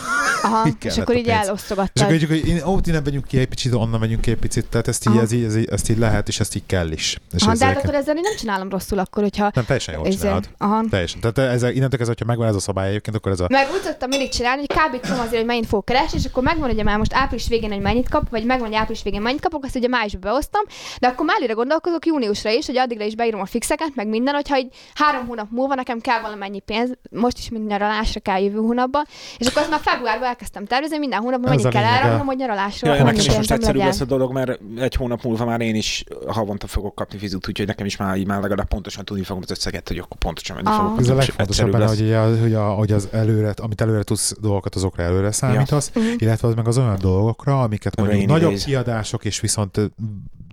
[SPEAKER 2] Aha,
[SPEAKER 3] Így
[SPEAKER 2] és
[SPEAKER 3] kellett
[SPEAKER 2] akkor
[SPEAKER 3] hát
[SPEAKER 2] így
[SPEAKER 3] a pénz. És
[SPEAKER 2] elosztogattad.
[SPEAKER 3] akkor így, hogy in- ott innen megyünk ki egy picit, onnan megyünk ki egy picit, tehát ezt így,
[SPEAKER 2] Aha.
[SPEAKER 3] ez így, ez így, ezt így lehet, és ezt így kell is. És
[SPEAKER 2] Aha, de
[SPEAKER 3] ezzel
[SPEAKER 2] hát
[SPEAKER 3] kell-
[SPEAKER 2] akkor ezzel én nem csinálom rosszul akkor, hogyha...
[SPEAKER 3] Nem, teljesen jól
[SPEAKER 2] ezzel-
[SPEAKER 3] csinálod.
[SPEAKER 2] Aha.
[SPEAKER 3] Teljesen. Tehát ez, innentől kezdve, hogyha megvan ez a szabály egyébként, akkor ez a...
[SPEAKER 2] Meg úgy szoktam mindig csinálni, hogy kb. tudom azért, hogy mennyit fogok keresni, és akkor megvan, hogy már most április végén, hogy mennyit kap, vagy megvan, hogy április végén mennyit kapok, azt ugye májusba beosztom, de akkor már előre gondolkozok júniusra is, hogy addigra is beírom a fixeket, meg minden, hogyha így három hónap múlva nekem kell valamennyi pénz, most is mint nyaralásra kell jövő hónapban, és akkor azt már februárban elkezdtem tervezni, minden hónapban
[SPEAKER 3] Ez
[SPEAKER 2] mennyit
[SPEAKER 3] a
[SPEAKER 2] kell
[SPEAKER 3] lényege.
[SPEAKER 2] elraknom, hogy nyaralásra
[SPEAKER 1] Jaj,
[SPEAKER 2] annyi
[SPEAKER 1] nekem is most
[SPEAKER 2] pénzem
[SPEAKER 1] egyszerűbb
[SPEAKER 2] legyen.
[SPEAKER 1] lesz a dolog, mert egy hónap múlva már én is havonta fogok kapni fizut, úgyhogy nekem is már, így már legalább pontosan tudni fogom az összeget, hogy akkor pontosan menni
[SPEAKER 2] Ah.
[SPEAKER 1] fogok.
[SPEAKER 3] Ez a
[SPEAKER 1] Úgyhogy
[SPEAKER 3] legfontosabb
[SPEAKER 1] egyszerűbb
[SPEAKER 3] benne,
[SPEAKER 1] lesz.
[SPEAKER 3] hogy, ugye, az- hogy, a, hogy az előre, amit előre tudsz dolgokat, azokra előre számítasz,
[SPEAKER 2] Mhm.
[SPEAKER 3] illetve az meg az olyan dolgokra, amiket mondjuk
[SPEAKER 1] Rainy
[SPEAKER 3] nagyobb
[SPEAKER 1] days.
[SPEAKER 3] kiadások, és viszont ö,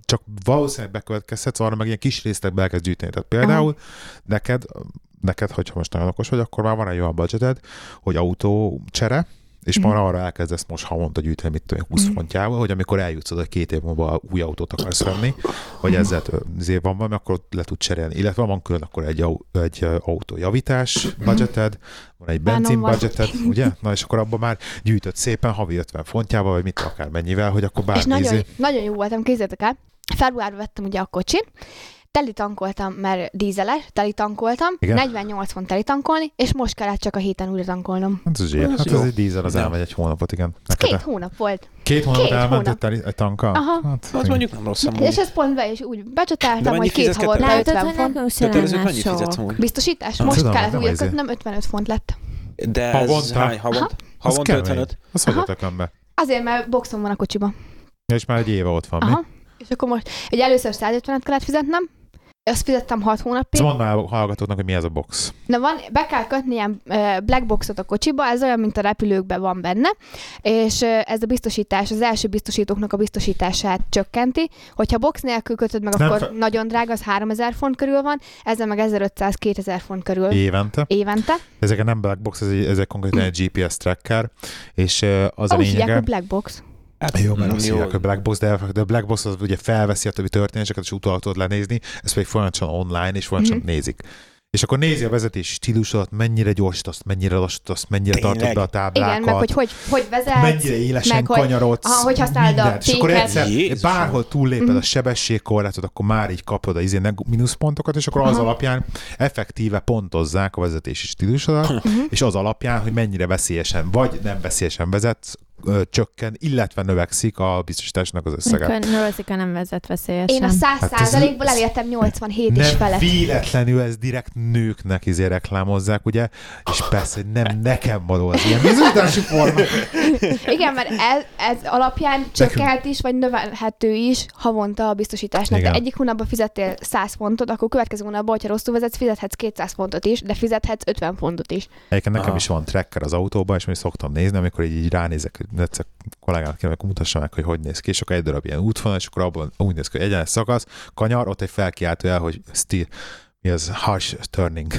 [SPEAKER 3] csak valószínűleg bekövetkezhetsz, arra meg ilyen kis részletekbe elkezd gyűjteni. Tehát például neked, neked, hogyha most nagyon okos vagy, akkor már van egy olyan budgeted, hogy autó csere, és
[SPEAKER 2] Mhm.
[SPEAKER 3] már arra elkezdesz most havonta gyűjteni, mit tudom, én, 20 fontjával, hogy amikor eljutsz oda, hogy két év múlva új autót akarsz venni, hogy
[SPEAKER 2] Mhm.
[SPEAKER 3] ezzel tő- azért van valami, akkor ott le tud cserélni. Illetve van külön akkor egy, au- egy ö, autójavítás budgeted, van egy
[SPEAKER 2] Mhm. Bánom
[SPEAKER 3] benzin
[SPEAKER 2] van.
[SPEAKER 3] budgeted, ugye? Na és akkor abban már gyűjtött szépen havi 50 fontjával, vagy mit akár mennyivel, hogy akkor
[SPEAKER 2] És
[SPEAKER 3] bármi izé-
[SPEAKER 2] nagyon, nagyon jó voltam, kézzétek el. Februárban vettem ugye a kocsit, teli tankoltam, mert dízeles, teli tankoltam,
[SPEAKER 3] Igen.
[SPEAKER 2] 48 van teli tankolni, és most kellett csak a héten újra tankolnom.
[SPEAKER 3] Hát ez, ilyen.
[SPEAKER 1] Ez
[SPEAKER 3] hát ez
[SPEAKER 1] jó.
[SPEAKER 3] egy dízel, az
[SPEAKER 1] Ja.
[SPEAKER 3] elmegy egy hónapot, igen. Neked
[SPEAKER 2] Két
[SPEAKER 3] két,
[SPEAKER 2] hónap volt.
[SPEAKER 3] két hónapot
[SPEAKER 2] két
[SPEAKER 3] elment
[SPEAKER 2] hónap.
[SPEAKER 3] egy, egy tanka?
[SPEAKER 2] Aha.
[SPEAKER 3] Hát,
[SPEAKER 1] Az
[SPEAKER 3] igen.
[SPEAKER 1] mondjuk nem rossz amúgy.
[SPEAKER 2] És ezt pont be is úgy
[SPEAKER 1] De
[SPEAKER 2] becsatáltam,
[SPEAKER 1] mennyi
[SPEAKER 2] hogy két
[SPEAKER 1] fizetkedtek?
[SPEAKER 2] havonta
[SPEAKER 4] Látod,
[SPEAKER 2] 50
[SPEAKER 4] hogy
[SPEAKER 2] font.
[SPEAKER 4] nekünk se
[SPEAKER 1] Kötelezők
[SPEAKER 4] lenne
[SPEAKER 1] mennyit fizetsz
[SPEAKER 4] sok.
[SPEAKER 1] amúgy?
[SPEAKER 2] Biztosítás,
[SPEAKER 1] Ah,
[SPEAKER 2] most
[SPEAKER 3] tudom,
[SPEAKER 2] kellett
[SPEAKER 3] nem
[SPEAKER 2] újra
[SPEAKER 3] izé.
[SPEAKER 2] kötnöm, 55 font lett.
[SPEAKER 1] De ez
[SPEAKER 3] Havonta.
[SPEAKER 1] hány havont?
[SPEAKER 4] Hát,
[SPEAKER 3] Az
[SPEAKER 1] Havonta
[SPEAKER 3] kemény.
[SPEAKER 1] 55?
[SPEAKER 3] Azt hogy jöttek be?
[SPEAKER 2] Azért, mert boxom van a kocsiba.
[SPEAKER 3] És már egy éve ott van, mi?
[SPEAKER 2] Aha. És akkor most, ugye először 150-et kellett fizetnem, azt fizettem 6 hónapig,
[SPEAKER 3] Ezt Szóval mondd már a hallgatóknak, hogy mi ez a box.
[SPEAKER 2] Na van, be kell kötni ilyen ö, black boxot a kocsiba, ez olyan, mint a repülőkben van benne, és ö, ez a biztosítás, az első biztosítóknak a biztosítását csökkenti. Hogyha box nélkül kötöd meg,
[SPEAKER 3] Nem
[SPEAKER 2] akkor
[SPEAKER 3] fe-
[SPEAKER 2] nagyon drága, az 3000 font körül van, ezzel meg 1500-2000 font körül
[SPEAKER 3] Évente.
[SPEAKER 2] évente.
[SPEAKER 3] Ezek a nem black box, ez egy, ezek konkrétan egy GPS tracker, és ö, az a
[SPEAKER 2] Ah, Úgy hívják,
[SPEAKER 3] lényege...
[SPEAKER 2] hogy black box.
[SPEAKER 1] Hát,
[SPEAKER 3] Jó, mert azt
[SPEAKER 1] jó.
[SPEAKER 3] hívják, hogy black box, de, de a black box az ugye felveszi a többi történéseket, és utal tudod lenézni, ez pedig folyamatosan online, és folyamatosan
[SPEAKER 2] Mhm.
[SPEAKER 3] mm-hmm. nézik. És akkor nézi a vezetés stílusodat, mennyire gyorsítasz, mennyire lassítasz, mennyire
[SPEAKER 1] Tényleg?
[SPEAKER 3] tartod be a
[SPEAKER 2] Igen,
[SPEAKER 3] táblákat.
[SPEAKER 2] meg hogy hogy, hogy vezetsz.
[SPEAKER 3] mennyire élesen
[SPEAKER 2] meg
[SPEAKER 3] meg,
[SPEAKER 2] hogy-
[SPEAKER 3] kanyarodsz,
[SPEAKER 2] aha, hogy használd a
[SPEAKER 3] mindent. És akkor
[SPEAKER 2] féket. Mhm.
[SPEAKER 3] egyszer
[SPEAKER 1] Jézusom.
[SPEAKER 3] bárhol túlléped a sebességkorlátot, akkor már így kapod a izének mínuszpontokat, és akkor az
[SPEAKER 2] Aha.
[SPEAKER 3] alapján effektíve pontozzák a vezetési stílusodat,
[SPEAKER 2] Mhm.
[SPEAKER 3] és az alapján, hogy mennyire veszélyesen vagy nem veszélyesen vezetsz, ö, csökken, illetve növekszik a biztosításnak az összege.
[SPEAKER 4] Mikor Norozika nem vezet veszélyesen.
[SPEAKER 2] Én a 100
[SPEAKER 3] Hát ez-
[SPEAKER 2] százalékból elértem 87 és
[SPEAKER 3] Nem
[SPEAKER 2] felett.
[SPEAKER 3] véletlenül ez direkt nőknek izé reklámozzák, ugye? És persze, hogy nem nekem való az ilyen bizonyítási forma.
[SPEAKER 2] Igen, mert ez, ez alapján csökkenhet is, vagy növelhető is havonta a biztosításnak.
[SPEAKER 3] Igen.
[SPEAKER 2] Te egyik hónapban fizettél 100 fontot, akkor következő hónapban, hogyha rosszul vezetsz, fizethetsz 200 fontot is, de fizethetsz 50 fontot is.
[SPEAKER 3] Egyébként nekem
[SPEAKER 1] Aha.
[SPEAKER 3] is van tracker az autóban, és még szoktam nézni, amikor így, így ránézek, hogy egyszer kollégának kérem, hogy mutassa meg, hogy hogy néz ki, és akkor egy darab ilyen útvonal, és akkor abban úgy néz ki, hogy egyenes szakasz, kanyar, ott egy felkiáltó el, hogy steer, mi az harsh turning,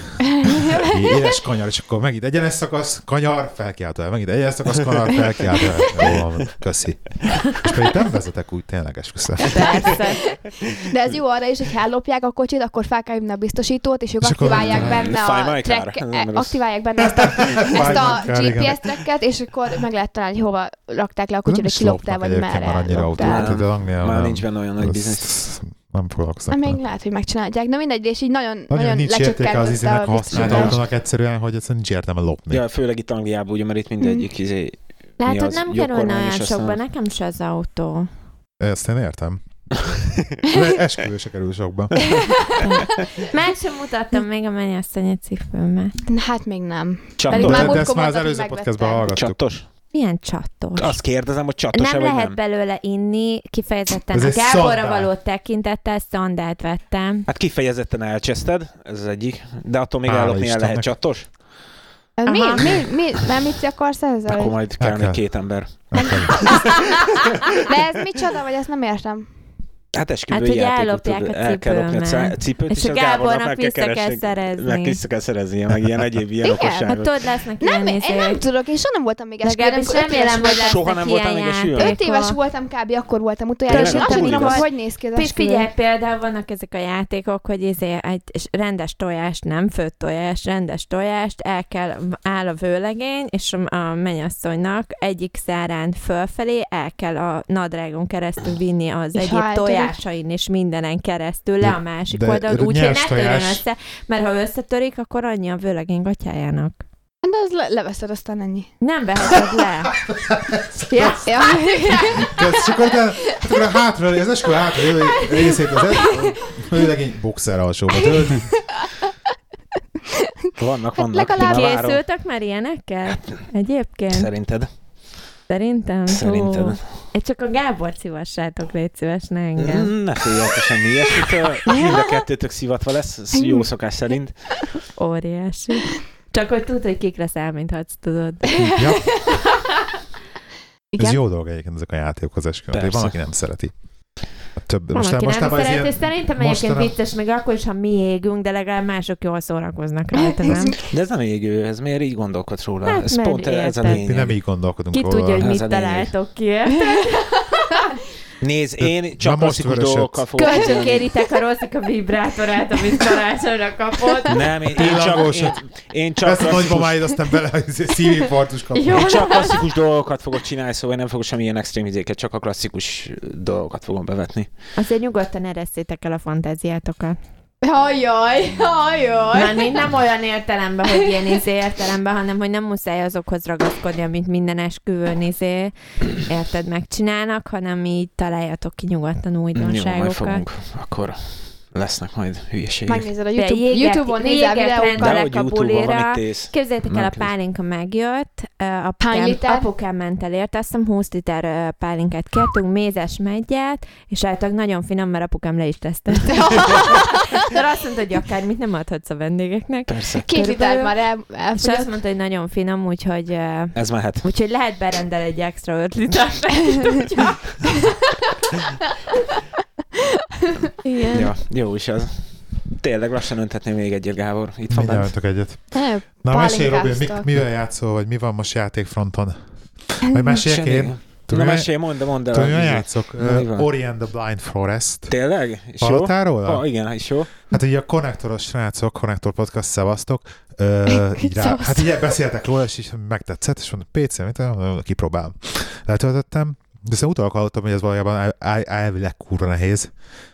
[SPEAKER 3] éles kanyar, és akkor megint egyenes szakasz, kanyar, felkiáltó el, megint egyenes szakasz, kanyar, felkiáltó el. Jó, van, köszi. És pedig nem vezetek úgy, tényleg esküszöm.
[SPEAKER 4] Persze.
[SPEAKER 2] De
[SPEAKER 3] Hm.
[SPEAKER 2] ez jó arra is, hogy ha ellopják a kocsit, akkor fel kell hívni a biztosítót, és ők
[SPEAKER 3] És akkor
[SPEAKER 2] aktiválják
[SPEAKER 3] nem-
[SPEAKER 2] benne
[SPEAKER 1] Fáj
[SPEAKER 2] a
[SPEAKER 1] majd kár.
[SPEAKER 2] track,
[SPEAKER 1] Nem,
[SPEAKER 2] eh,
[SPEAKER 1] mert az-
[SPEAKER 2] aktiválják benne ezt a, ezt a
[SPEAKER 3] majd kár, igen.
[SPEAKER 2] GPS tracket, és akkor meg lehet találni, hogy hova rakták le a
[SPEAKER 3] Nem
[SPEAKER 2] kocsit, hogy
[SPEAKER 3] is
[SPEAKER 2] kiloptál,
[SPEAKER 3] lopnak
[SPEAKER 2] vagy
[SPEAKER 3] egyébként már
[SPEAKER 2] merre
[SPEAKER 3] annyira autót,
[SPEAKER 2] loptál.
[SPEAKER 3] tehát Angliában
[SPEAKER 1] Már
[SPEAKER 3] nem.
[SPEAKER 1] nincs benne olyan nagy
[SPEAKER 3] Ezt
[SPEAKER 1] biznisz.
[SPEAKER 3] Nem foglalkozok.
[SPEAKER 2] Hát Még
[SPEAKER 3] vele.
[SPEAKER 2] lehet, hogy megcsinálják, de mindegy, és így nagyon, nagyon,
[SPEAKER 3] Nagyon nincs értéke az
[SPEAKER 2] lecsökkentette
[SPEAKER 3] izének a
[SPEAKER 2] a
[SPEAKER 3] használt
[SPEAKER 2] biztosítást.
[SPEAKER 3] autónak egyszerűen, hogy egyszerűen nincs értelme lopni.
[SPEAKER 1] Ja, főleg itt Angliában, ugye, mert itt mindegyik
[SPEAKER 4] Hmm.
[SPEAKER 1] izé... Mi
[SPEAKER 4] Látod,
[SPEAKER 1] az?
[SPEAKER 4] nem
[SPEAKER 1] Jobb
[SPEAKER 4] kerülne
[SPEAKER 1] kormány
[SPEAKER 4] olyan
[SPEAKER 1] is aztán-
[SPEAKER 4] sokba, nekem se az autó.
[SPEAKER 3] Ezt én értem. De esküvő se kerül sokba.
[SPEAKER 4] Meg sem mutattam még a mennyasszonyi cipőmet.
[SPEAKER 2] Hát még nem. Pedig
[SPEAKER 1] Csattos.
[SPEAKER 2] már
[SPEAKER 3] De,
[SPEAKER 2] múltkor
[SPEAKER 3] de ezt már az
[SPEAKER 2] mondtad,
[SPEAKER 3] előző
[SPEAKER 2] hogy
[SPEAKER 3] podcastban
[SPEAKER 2] megvetted.
[SPEAKER 3] hallgattuk.
[SPEAKER 1] Csattos?
[SPEAKER 4] Milyen csatos.
[SPEAKER 1] Azt kérdezem, hogy csatos-e
[SPEAKER 4] nem
[SPEAKER 1] vagy
[SPEAKER 4] lehet
[SPEAKER 1] nem.
[SPEAKER 4] belőle inni, kifejezetten
[SPEAKER 3] Ez
[SPEAKER 4] a
[SPEAKER 3] egy
[SPEAKER 4] Gáborra
[SPEAKER 3] szandál.
[SPEAKER 4] való tekintettel szandát vettem.
[SPEAKER 1] Hát kifejezetten elcseszted, ez az egyik, de attól még
[SPEAKER 3] Hála
[SPEAKER 1] ellopni el lehet
[SPEAKER 3] Istennek.
[SPEAKER 1] csattos?
[SPEAKER 2] Mi,
[SPEAKER 4] Aha.
[SPEAKER 2] mi, mi, nem mit akarsz ezzel?
[SPEAKER 1] Akkor
[SPEAKER 2] hogy-
[SPEAKER 1] majd kell
[SPEAKER 3] kell.
[SPEAKER 1] két ember.
[SPEAKER 2] De ez micsoda, vagy ezt nem értem.
[SPEAKER 1] Hát esküvői
[SPEAKER 4] Hát, hogy
[SPEAKER 1] játékot
[SPEAKER 4] ellopják
[SPEAKER 1] tud-
[SPEAKER 4] a
[SPEAKER 1] el kell lopni a
[SPEAKER 4] cipőmet.
[SPEAKER 1] cá- cipőt,
[SPEAKER 4] És
[SPEAKER 1] és,
[SPEAKER 4] a
[SPEAKER 1] a Gábornak
[SPEAKER 4] Gábornak
[SPEAKER 1] meg kell
[SPEAKER 4] vissza kell
[SPEAKER 1] keresni.
[SPEAKER 4] szerezni.
[SPEAKER 1] Meg vissza kell szereznie, meg ilyen egyéb ilyen
[SPEAKER 2] Igen,
[SPEAKER 4] Hát
[SPEAKER 1] okosságok.
[SPEAKER 4] tudod, lesznek
[SPEAKER 2] Nem,
[SPEAKER 4] ilyen
[SPEAKER 2] én
[SPEAKER 4] izék.
[SPEAKER 2] nem tudok, én soha nem voltam még esküvőn.
[SPEAKER 4] Legalábbis
[SPEAKER 2] amikor öt éves
[SPEAKER 4] remélem, hogy
[SPEAKER 2] voltam.
[SPEAKER 4] lesznek
[SPEAKER 1] Soha nem
[SPEAKER 4] ilyen
[SPEAKER 1] voltam még esküvőn?
[SPEAKER 4] játékok.
[SPEAKER 2] Öt éves voltam kb. akkor voltam utoljára, és én
[SPEAKER 1] Tényleg,
[SPEAKER 2] azt sem
[SPEAKER 1] akkor
[SPEAKER 2] tudom, hogy
[SPEAKER 1] igaz.
[SPEAKER 2] hogy néz ki az
[SPEAKER 4] Pi- Figyelj,
[SPEAKER 2] esküvő.
[SPEAKER 4] például vannak ezek a játékok, hogy izé egy s- rendes tojás, nem főtt tojás, rendes tojást, el kell, áll a vőlegény, és a a mennyasszonynak egyik szárán fölfelé el kell a nadrágon keresztül vinni az
[SPEAKER 2] És ha
[SPEAKER 4] egyéb
[SPEAKER 2] eltörik?
[SPEAKER 4] tojásain, és mindenen keresztül le
[SPEAKER 3] De-
[SPEAKER 4] a másik
[SPEAKER 3] de
[SPEAKER 4] oldalon, úgyhogy ne
[SPEAKER 3] nyers
[SPEAKER 4] törjön
[SPEAKER 3] tojás.
[SPEAKER 4] össze, mert ha összetörik, akkor annyi a vőlegény gatyájának.
[SPEAKER 2] De az le- leveszed aztán ennyi.
[SPEAKER 4] Nem veheted le.
[SPEAKER 2] Ja, ja.
[SPEAKER 3] Ez csak akkor, hát akkor a hátra, az esküvő hátra jövő részét az esküvő, főleg egy boxer alsóba tölt.
[SPEAKER 1] Vannak,
[SPEAKER 4] Hát
[SPEAKER 1] vannak.
[SPEAKER 2] legalább
[SPEAKER 1] Na, várom.
[SPEAKER 4] Készültek már ilyenekkel?
[SPEAKER 3] Hát,
[SPEAKER 4] Egyébként?
[SPEAKER 1] Szerinted?
[SPEAKER 4] Szerintem?
[SPEAKER 1] Szerinted?
[SPEAKER 4] Hú. Egy csak a Gábor szívassátok, légy szíves, ne engem.
[SPEAKER 1] Mm, Ne féljetek semmi ilyesmitől. Mind a kettőtök szivatva lesz, ez jó szokás szerint.
[SPEAKER 4] Óriási. Csak hogy tudod, hogy kikre számíthatsz, tudod.
[SPEAKER 3] Ja, ez
[SPEAKER 2] Igen.
[SPEAKER 3] jó dolog egyébként ezek a játékok az esküvőn.
[SPEAKER 1] Persze.
[SPEAKER 3] Van, aki nem szereti. A Több,
[SPEAKER 4] Van, aki nem
[SPEAKER 3] mostában ez
[SPEAKER 4] szeret,
[SPEAKER 3] ilyen-
[SPEAKER 4] és szerintem egyébként
[SPEAKER 3] mostanában-
[SPEAKER 4] vicces, még akkor is, ha mi égünk, de legalább mások jól szórakoznak rajta, nem?
[SPEAKER 1] De ez nem égő, ez miért így gondolkodsz róla?
[SPEAKER 4] Hát,
[SPEAKER 1] ez
[SPEAKER 4] mert
[SPEAKER 1] pont ez a
[SPEAKER 4] érted.
[SPEAKER 3] Mi nem
[SPEAKER 1] lényeg.
[SPEAKER 3] így gondolkodunk
[SPEAKER 4] Ki
[SPEAKER 3] róla.
[SPEAKER 4] tudja, hogy
[SPEAKER 1] Ez a
[SPEAKER 4] mit
[SPEAKER 1] lényeg.
[SPEAKER 4] találtok ki.
[SPEAKER 1] Nézd, én
[SPEAKER 3] Na
[SPEAKER 1] csak
[SPEAKER 3] most
[SPEAKER 1] klasszikus
[SPEAKER 3] vörösödsz.
[SPEAKER 1] dolgokkal fogok
[SPEAKER 4] Kölcsön
[SPEAKER 1] élni.
[SPEAKER 4] kéritek a rosszik a vibrátorát, amit karácsonyra kapott.
[SPEAKER 1] Nem, én, én csak, én,
[SPEAKER 3] Pillangósat.
[SPEAKER 1] én csak
[SPEAKER 3] Vesz a
[SPEAKER 1] klasszikus
[SPEAKER 3] nagymamáid, aztán bele szívinfarktus kapod.
[SPEAKER 4] Jó.
[SPEAKER 1] Én csak klasszikus dolgokat fogok csinálni, szóval én nem fogok semmilyen extrém izéket, csak a klasszikus dolgokat fogom bevetni.
[SPEAKER 4] Azért nyugodtan eresszétek el a fantáziátokat.
[SPEAKER 2] Ajaj, ajaj.
[SPEAKER 4] Mármint nem olyan értelemben, hogy ilyen izé értelemben, hanem hogy nem muszáj azokhoz ragaszkodni, amit minden esküvőn izé, érted, megcsinálnak, hanem így találjatok ki nyugodtan
[SPEAKER 1] Jó, majd
[SPEAKER 4] újdonságokat.
[SPEAKER 1] fogunk. Akkor lesznek majd hülyeségek.
[SPEAKER 2] Megnézed a
[SPEAKER 4] De
[SPEAKER 2] YouTube,
[SPEAKER 4] jéget-
[SPEAKER 2] YouTube-on nézel
[SPEAKER 4] jéget
[SPEAKER 2] videókat.
[SPEAKER 4] rendel-
[SPEAKER 1] Dehogy
[SPEAKER 4] a
[SPEAKER 1] Youtube-on van
[SPEAKER 4] bulira.
[SPEAKER 1] itt ész.
[SPEAKER 4] Képzeljétek el, a
[SPEAKER 1] Megnéz-
[SPEAKER 4] pálinka megjött, ö,
[SPEAKER 2] Hány
[SPEAKER 4] apukám,
[SPEAKER 2] liter?
[SPEAKER 4] apukám ment el érte, azt hiszem 20 liter ö, pálinkát kértünk, mézes megyet, és álltak nagyon finom, mert apukám le is tesztelte. De azt mondta, hogy akármit nem adhatsz a vendégeknek.
[SPEAKER 1] Persze,
[SPEAKER 2] Két
[SPEAKER 4] Körülbelül.
[SPEAKER 2] litert már el,
[SPEAKER 4] És azt
[SPEAKER 2] elfogyott.
[SPEAKER 4] mondta, hogy nagyon finom, úgyhogy ö,
[SPEAKER 1] ez mehet.
[SPEAKER 4] Úgyhogy lehet berendel egy extra 5 liter fejt, úgyhogy... Igen.
[SPEAKER 1] Ja, jó is ez. Tényleg lassan öntetném még egyet, Gábor. Itt van bent.
[SPEAKER 3] Mindenhajtok egyet.
[SPEAKER 2] Nem,
[SPEAKER 3] Na, mesélj, Robi,
[SPEAKER 2] Pálinkáztak.
[SPEAKER 3] mik- mivel játszol, vagy mi van most játékfronton? Vagy meséljek
[SPEAKER 1] Semmi.
[SPEAKER 3] én?
[SPEAKER 1] Na
[SPEAKER 3] Tudom,
[SPEAKER 1] mesélj, mondd, mondd
[SPEAKER 3] Tudod, mi
[SPEAKER 1] el.
[SPEAKER 3] játszok?
[SPEAKER 1] Na, mi
[SPEAKER 3] Ö,
[SPEAKER 1] van?
[SPEAKER 3] Ori and the Blind Forest.
[SPEAKER 1] Tényleg? És jó?
[SPEAKER 3] Hallottál róla?
[SPEAKER 1] Ah, igen, és jó.
[SPEAKER 3] Hát így a konnektoros srácok, konnektor podcast, szevasztok. Ö, így rá,
[SPEAKER 2] Szevasztok.
[SPEAKER 3] hát így beszéltek róla, és így megtetszett, és mondom, PC, mit tudom, kipróbálom. Letöltöttem, de szóval utalak hallottam, hogy ez valójában el- el- elvileg kurva nehéz.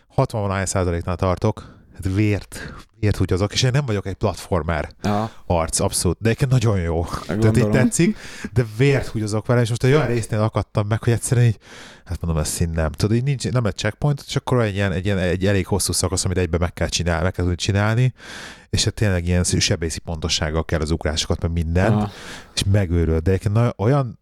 [SPEAKER 3] 60 valahány százaléknál tartok, hát vért, vért húgyozok, és én nem vagyok egy platformer
[SPEAKER 1] Ja,
[SPEAKER 3] arc, abszolút, de egyébként nagyon jó. Tehát így
[SPEAKER 1] gondolom.
[SPEAKER 3] tetszik, de vért húgyozok vele, és most egy olyan résznél akadtam meg, hogy egyszerűen így, hát mondom, ez szín nem. Tudod, így nincs, nem egy checkpoint, csak akkor egy, ilyen, egy, ilyen, egy elég hosszú szakasz, amit egybe meg kell csinálni, meg kell tudni csinálni, és hát tényleg ilyen sebészi pontossággal kell az ugrásokat, meg mindent,
[SPEAKER 1] Aha.
[SPEAKER 3] és megőrül. De egyébként na- olyan,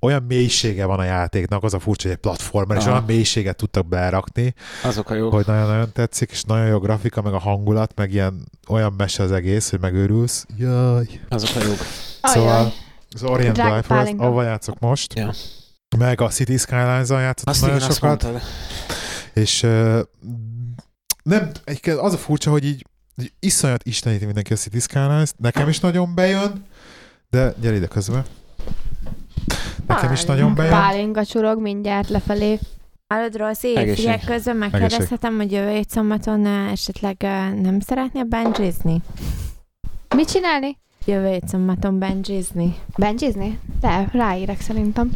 [SPEAKER 3] olyan mélysége van a játéknak, az a furcsa, hogy egy platformer, és
[SPEAKER 1] Aha.
[SPEAKER 3] olyan mélységet tudtak belerakni,
[SPEAKER 1] Azok a jók.
[SPEAKER 3] hogy nagyon-nagyon tetszik, és nagyon jó grafika, meg a hangulat, meg ilyen olyan mese az egész, hogy megőrülsz. Jaj.
[SPEAKER 1] Azok a jók.
[SPEAKER 2] ajaj.
[SPEAKER 3] Szóval az Orient
[SPEAKER 2] Drága
[SPEAKER 3] Blind Forest,
[SPEAKER 2] pálinka.
[SPEAKER 3] avval játszok most.
[SPEAKER 1] Ja.
[SPEAKER 3] Meg a City Skylines-al játszottam
[SPEAKER 1] Azt
[SPEAKER 3] nagyon
[SPEAKER 1] igen, azt
[SPEAKER 3] sokat.
[SPEAKER 1] mondtad.
[SPEAKER 3] És ö, nem, egyébként az a furcsa, hogy így, így iszonyat isteníti mindenki a City skylines Nekem is nagyon bejön, de gyere ide közben. Nekem is
[SPEAKER 4] Pálinka.
[SPEAKER 3] nagyon bejön.
[SPEAKER 2] Pálinka csurog mindjárt lefelé.
[SPEAKER 4] Hallod, Rosszi,
[SPEAKER 1] Egészség.
[SPEAKER 4] figyelj, közben megkérdezhetem, hogy jövő egy szombaton eh, esetleg eh, nem szeretnél banjizni?
[SPEAKER 2] Mit csinálni?
[SPEAKER 4] Jövő egy szombaton banjizni.
[SPEAKER 2] Benjizni? De, ráírek szerintem.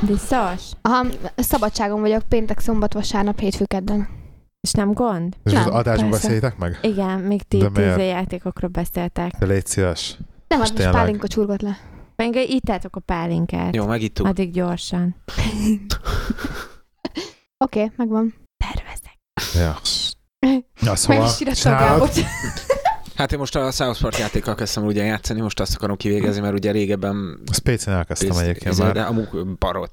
[SPEAKER 4] Viszos?
[SPEAKER 2] Aha, szabadságon vagyok péntek, szombat, vasárnap, hétfő, kedden.
[SPEAKER 4] És nem gond?
[SPEAKER 3] És most
[SPEAKER 2] Nem,
[SPEAKER 3] az adásban
[SPEAKER 2] persze.
[SPEAKER 3] beszéljétek meg?
[SPEAKER 4] Igen, még ti
[SPEAKER 3] De miért?
[SPEAKER 4] tíz játékokról beszéltek.
[SPEAKER 3] De légy szíves.
[SPEAKER 2] Nem, hát
[SPEAKER 3] Most
[SPEAKER 2] most
[SPEAKER 3] tényleg.
[SPEAKER 2] pálinka csurgott le.
[SPEAKER 4] Meg ittátok a pálinkát.
[SPEAKER 1] Jó, megittuk.
[SPEAKER 4] Addig gyorsan.
[SPEAKER 2] Oké, okay, megvan.
[SPEAKER 4] Tervezek.
[SPEAKER 3] Ja. Na
[SPEAKER 2] Meg
[SPEAKER 3] szóval
[SPEAKER 2] is írtam
[SPEAKER 3] csinálod,
[SPEAKER 2] Gábor.
[SPEAKER 1] Hát én most a South Park játékkal kezdtem ugye játszani, most azt akarom kivégezni, mert ugye régebben
[SPEAKER 3] A Space-en elkezdtem
[SPEAKER 1] Ezt-
[SPEAKER 3] egyébként
[SPEAKER 1] ez-
[SPEAKER 3] már.
[SPEAKER 1] Izé, De amúgy barot,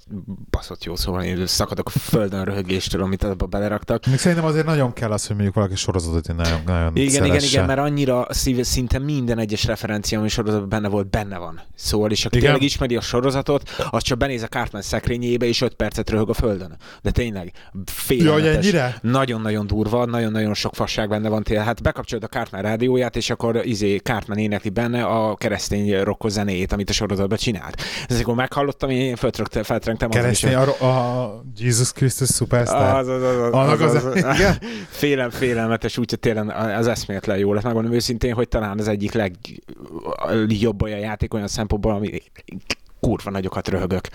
[SPEAKER 1] baszott jó, szóval én szakadok a földön a röhögéstől, amit abba beleraktak.
[SPEAKER 3] Még szerintem azért nagyon kell az, hogy mondjuk valaki sorozatot én nagyon, nagyon
[SPEAKER 1] Igen,
[SPEAKER 3] szeresse.
[SPEAKER 1] igen, igen, mert annyira szív, szinte minden egyes referencia, ami sorozatban benne volt, benne van. Szóval, és aki
[SPEAKER 3] Igen.
[SPEAKER 1] tényleg ismeri a sorozatot, az csak benéz a Cartman szekrényébe, és öt percet röhög a földön. De tényleg,
[SPEAKER 3] Jaj,
[SPEAKER 1] félelmetes.
[SPEAKER 3] ennyire?
[SPEAKER 1] nagyon-nagyon durva, nagyon-nagyon sok fasság benne van tényleg. Hát bekapcsolod a Cartman rádióját, és akkor izé Cartman énekli benne a keresztény rokkos zenéjét, amit a sorozatban csinált. Ez akkor meghallottam, én föltrögtem, feltrengtem azon is,
[SPEAKER 3] Keresni
[SPEAKER 1] hogy-
[SPEAKER 3] a, a Jesus Christus Superstar.
[SPEAKER 1] az, az, az,
[SPEAKER 3] Annak
[SPEAKER 1] az, az,
[SPEAKER 3] az-
[SPEAKER 1] az,
[SPEAKER 3] igen.
[SPEAKER 1] Félem, félelmetes, úgyhogy tényleg az eszméletlen jó lett. Megmondom őszintén, hogy talán az egyik legjobb olyan játék olyan szempontból, ami kurva nagyokat röhögök.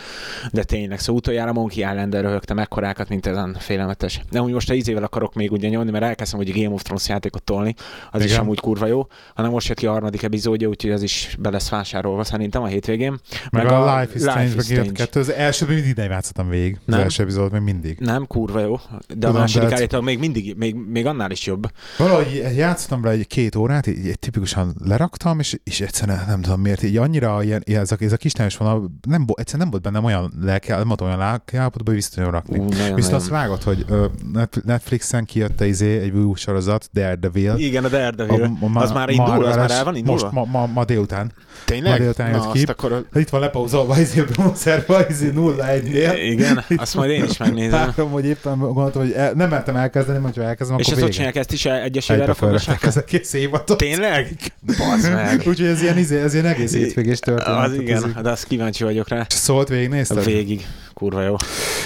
[SPEAKER 1] De tényleg, szó szóval utoljára Monkey island röhögtem ekkorákat, mint ezen félelmetes. De úgy most a izével akarok még ugye nyomni, mert elkezdtem ugye Game of Thrones játékot tolni, az Igen. is
[SPEAKER 3] Igen.
[SPEAKER 1] amúgy kurva jó, hanem most jött ki a harmadik epizódja, úgyhogy az is be lesz vásárolva szerintem a hétvégén.
[SPEAKER 3] Meg,
[SPEAKER 1] Meg
[SPEAKER 3] a,
[SPEAKER 1] a
[SPEAKER 3] Life is
[SPEAKER 1] Life
[SPEAKER 3] Strange,
[SPEAKER 1] is
[SPEAKER 3] meg Strange.
[SPEAKER 1] Strange.
[SPEAKER 3] kettő. Az elsőben mindig nem játszottam végig. Az
[SPEAKER 1] Nem?
[SPEAKER 3] első epizód még mindig.
[SPEAKER 1] Nem, kurva jó, de a
[SPEAKER 3] Tudom,
[SPEAKER 1] második
[SPEAKER 3] de-
[SPEAKER 1] állítólag még mindig, még, még annál is jobb.
[SPEAKER 3] Valahogy játszottam rá egy két órát, így, így tipikusan leraktam, és, és egyszerűen nem tudom miért, így annyira ilyen, ilyen ez, a, ez a kisnályos vonal, nem, bo- egyszerűen nem volt bennem olyan lelke, nem volt olyan lelkeállapotban, hogy vissza tudjam rakni.
[SPEAKER 1] Ú, nagyon,
[SPEAKER 3] Viszont
[SPEAKER 1] nagyon.
[SPEAKER 3] azt vágod, hogy ö, Net- Netflixen kijött izé egy új sorozat, Daredevil.
[SPEAKER 1] Igen, a Daredevil. az már indul, az már el van indulva?
[SPEAKER 3] Most ma, ma, ma délután.
[SPEAKER 1] Tényleg?
[SPEAKER 3] ma délután jött
[SPEAKER 1] Na,
[SPEAKER 3] ki.
[SPEAKER 1] azt akkor...
[SPEAKER 3] Hát Itt van lepauzolva, izé, a bronzerba, izé 0-1-nél.
[SPEAKER 1] Igen, azt majd én is megnézem.
[SPEAKER 3] Látom, hogy éppen gondoltam, hogy el, nem mertem elkezdeni, mert ha elkezdem,
[SPEAKER 1] És
[SPEAKER 3] akkor
[SPEAKER 1] ezt
[SPEAKER 3] vége.
[SPEAKER 1] hogy csinálják, ezt is egyesével
[SPEAKER 3] Egybe
[SPEAKER 1] rakogassák?
[SPEAKER 3] felvettek az egész évadot.
[SPEAKER 1] Tényleg? Bazd meg.
[SPEAKER 3] Úgyhogy ez ilyen, izé, ez ilyen egész hétvégés történet.
[SPEAKER 1] Az
[SPEAKER 3] Tehát ez így-
[SPEAKER 1] igen, de azt kíváncsi vagyok rá.
[SPEAKER 3] Szólt végig,
[SPEAKER 1] A
[SPEAKER 3] nézted?
[SPEAKER 1] végig. Kurva jó.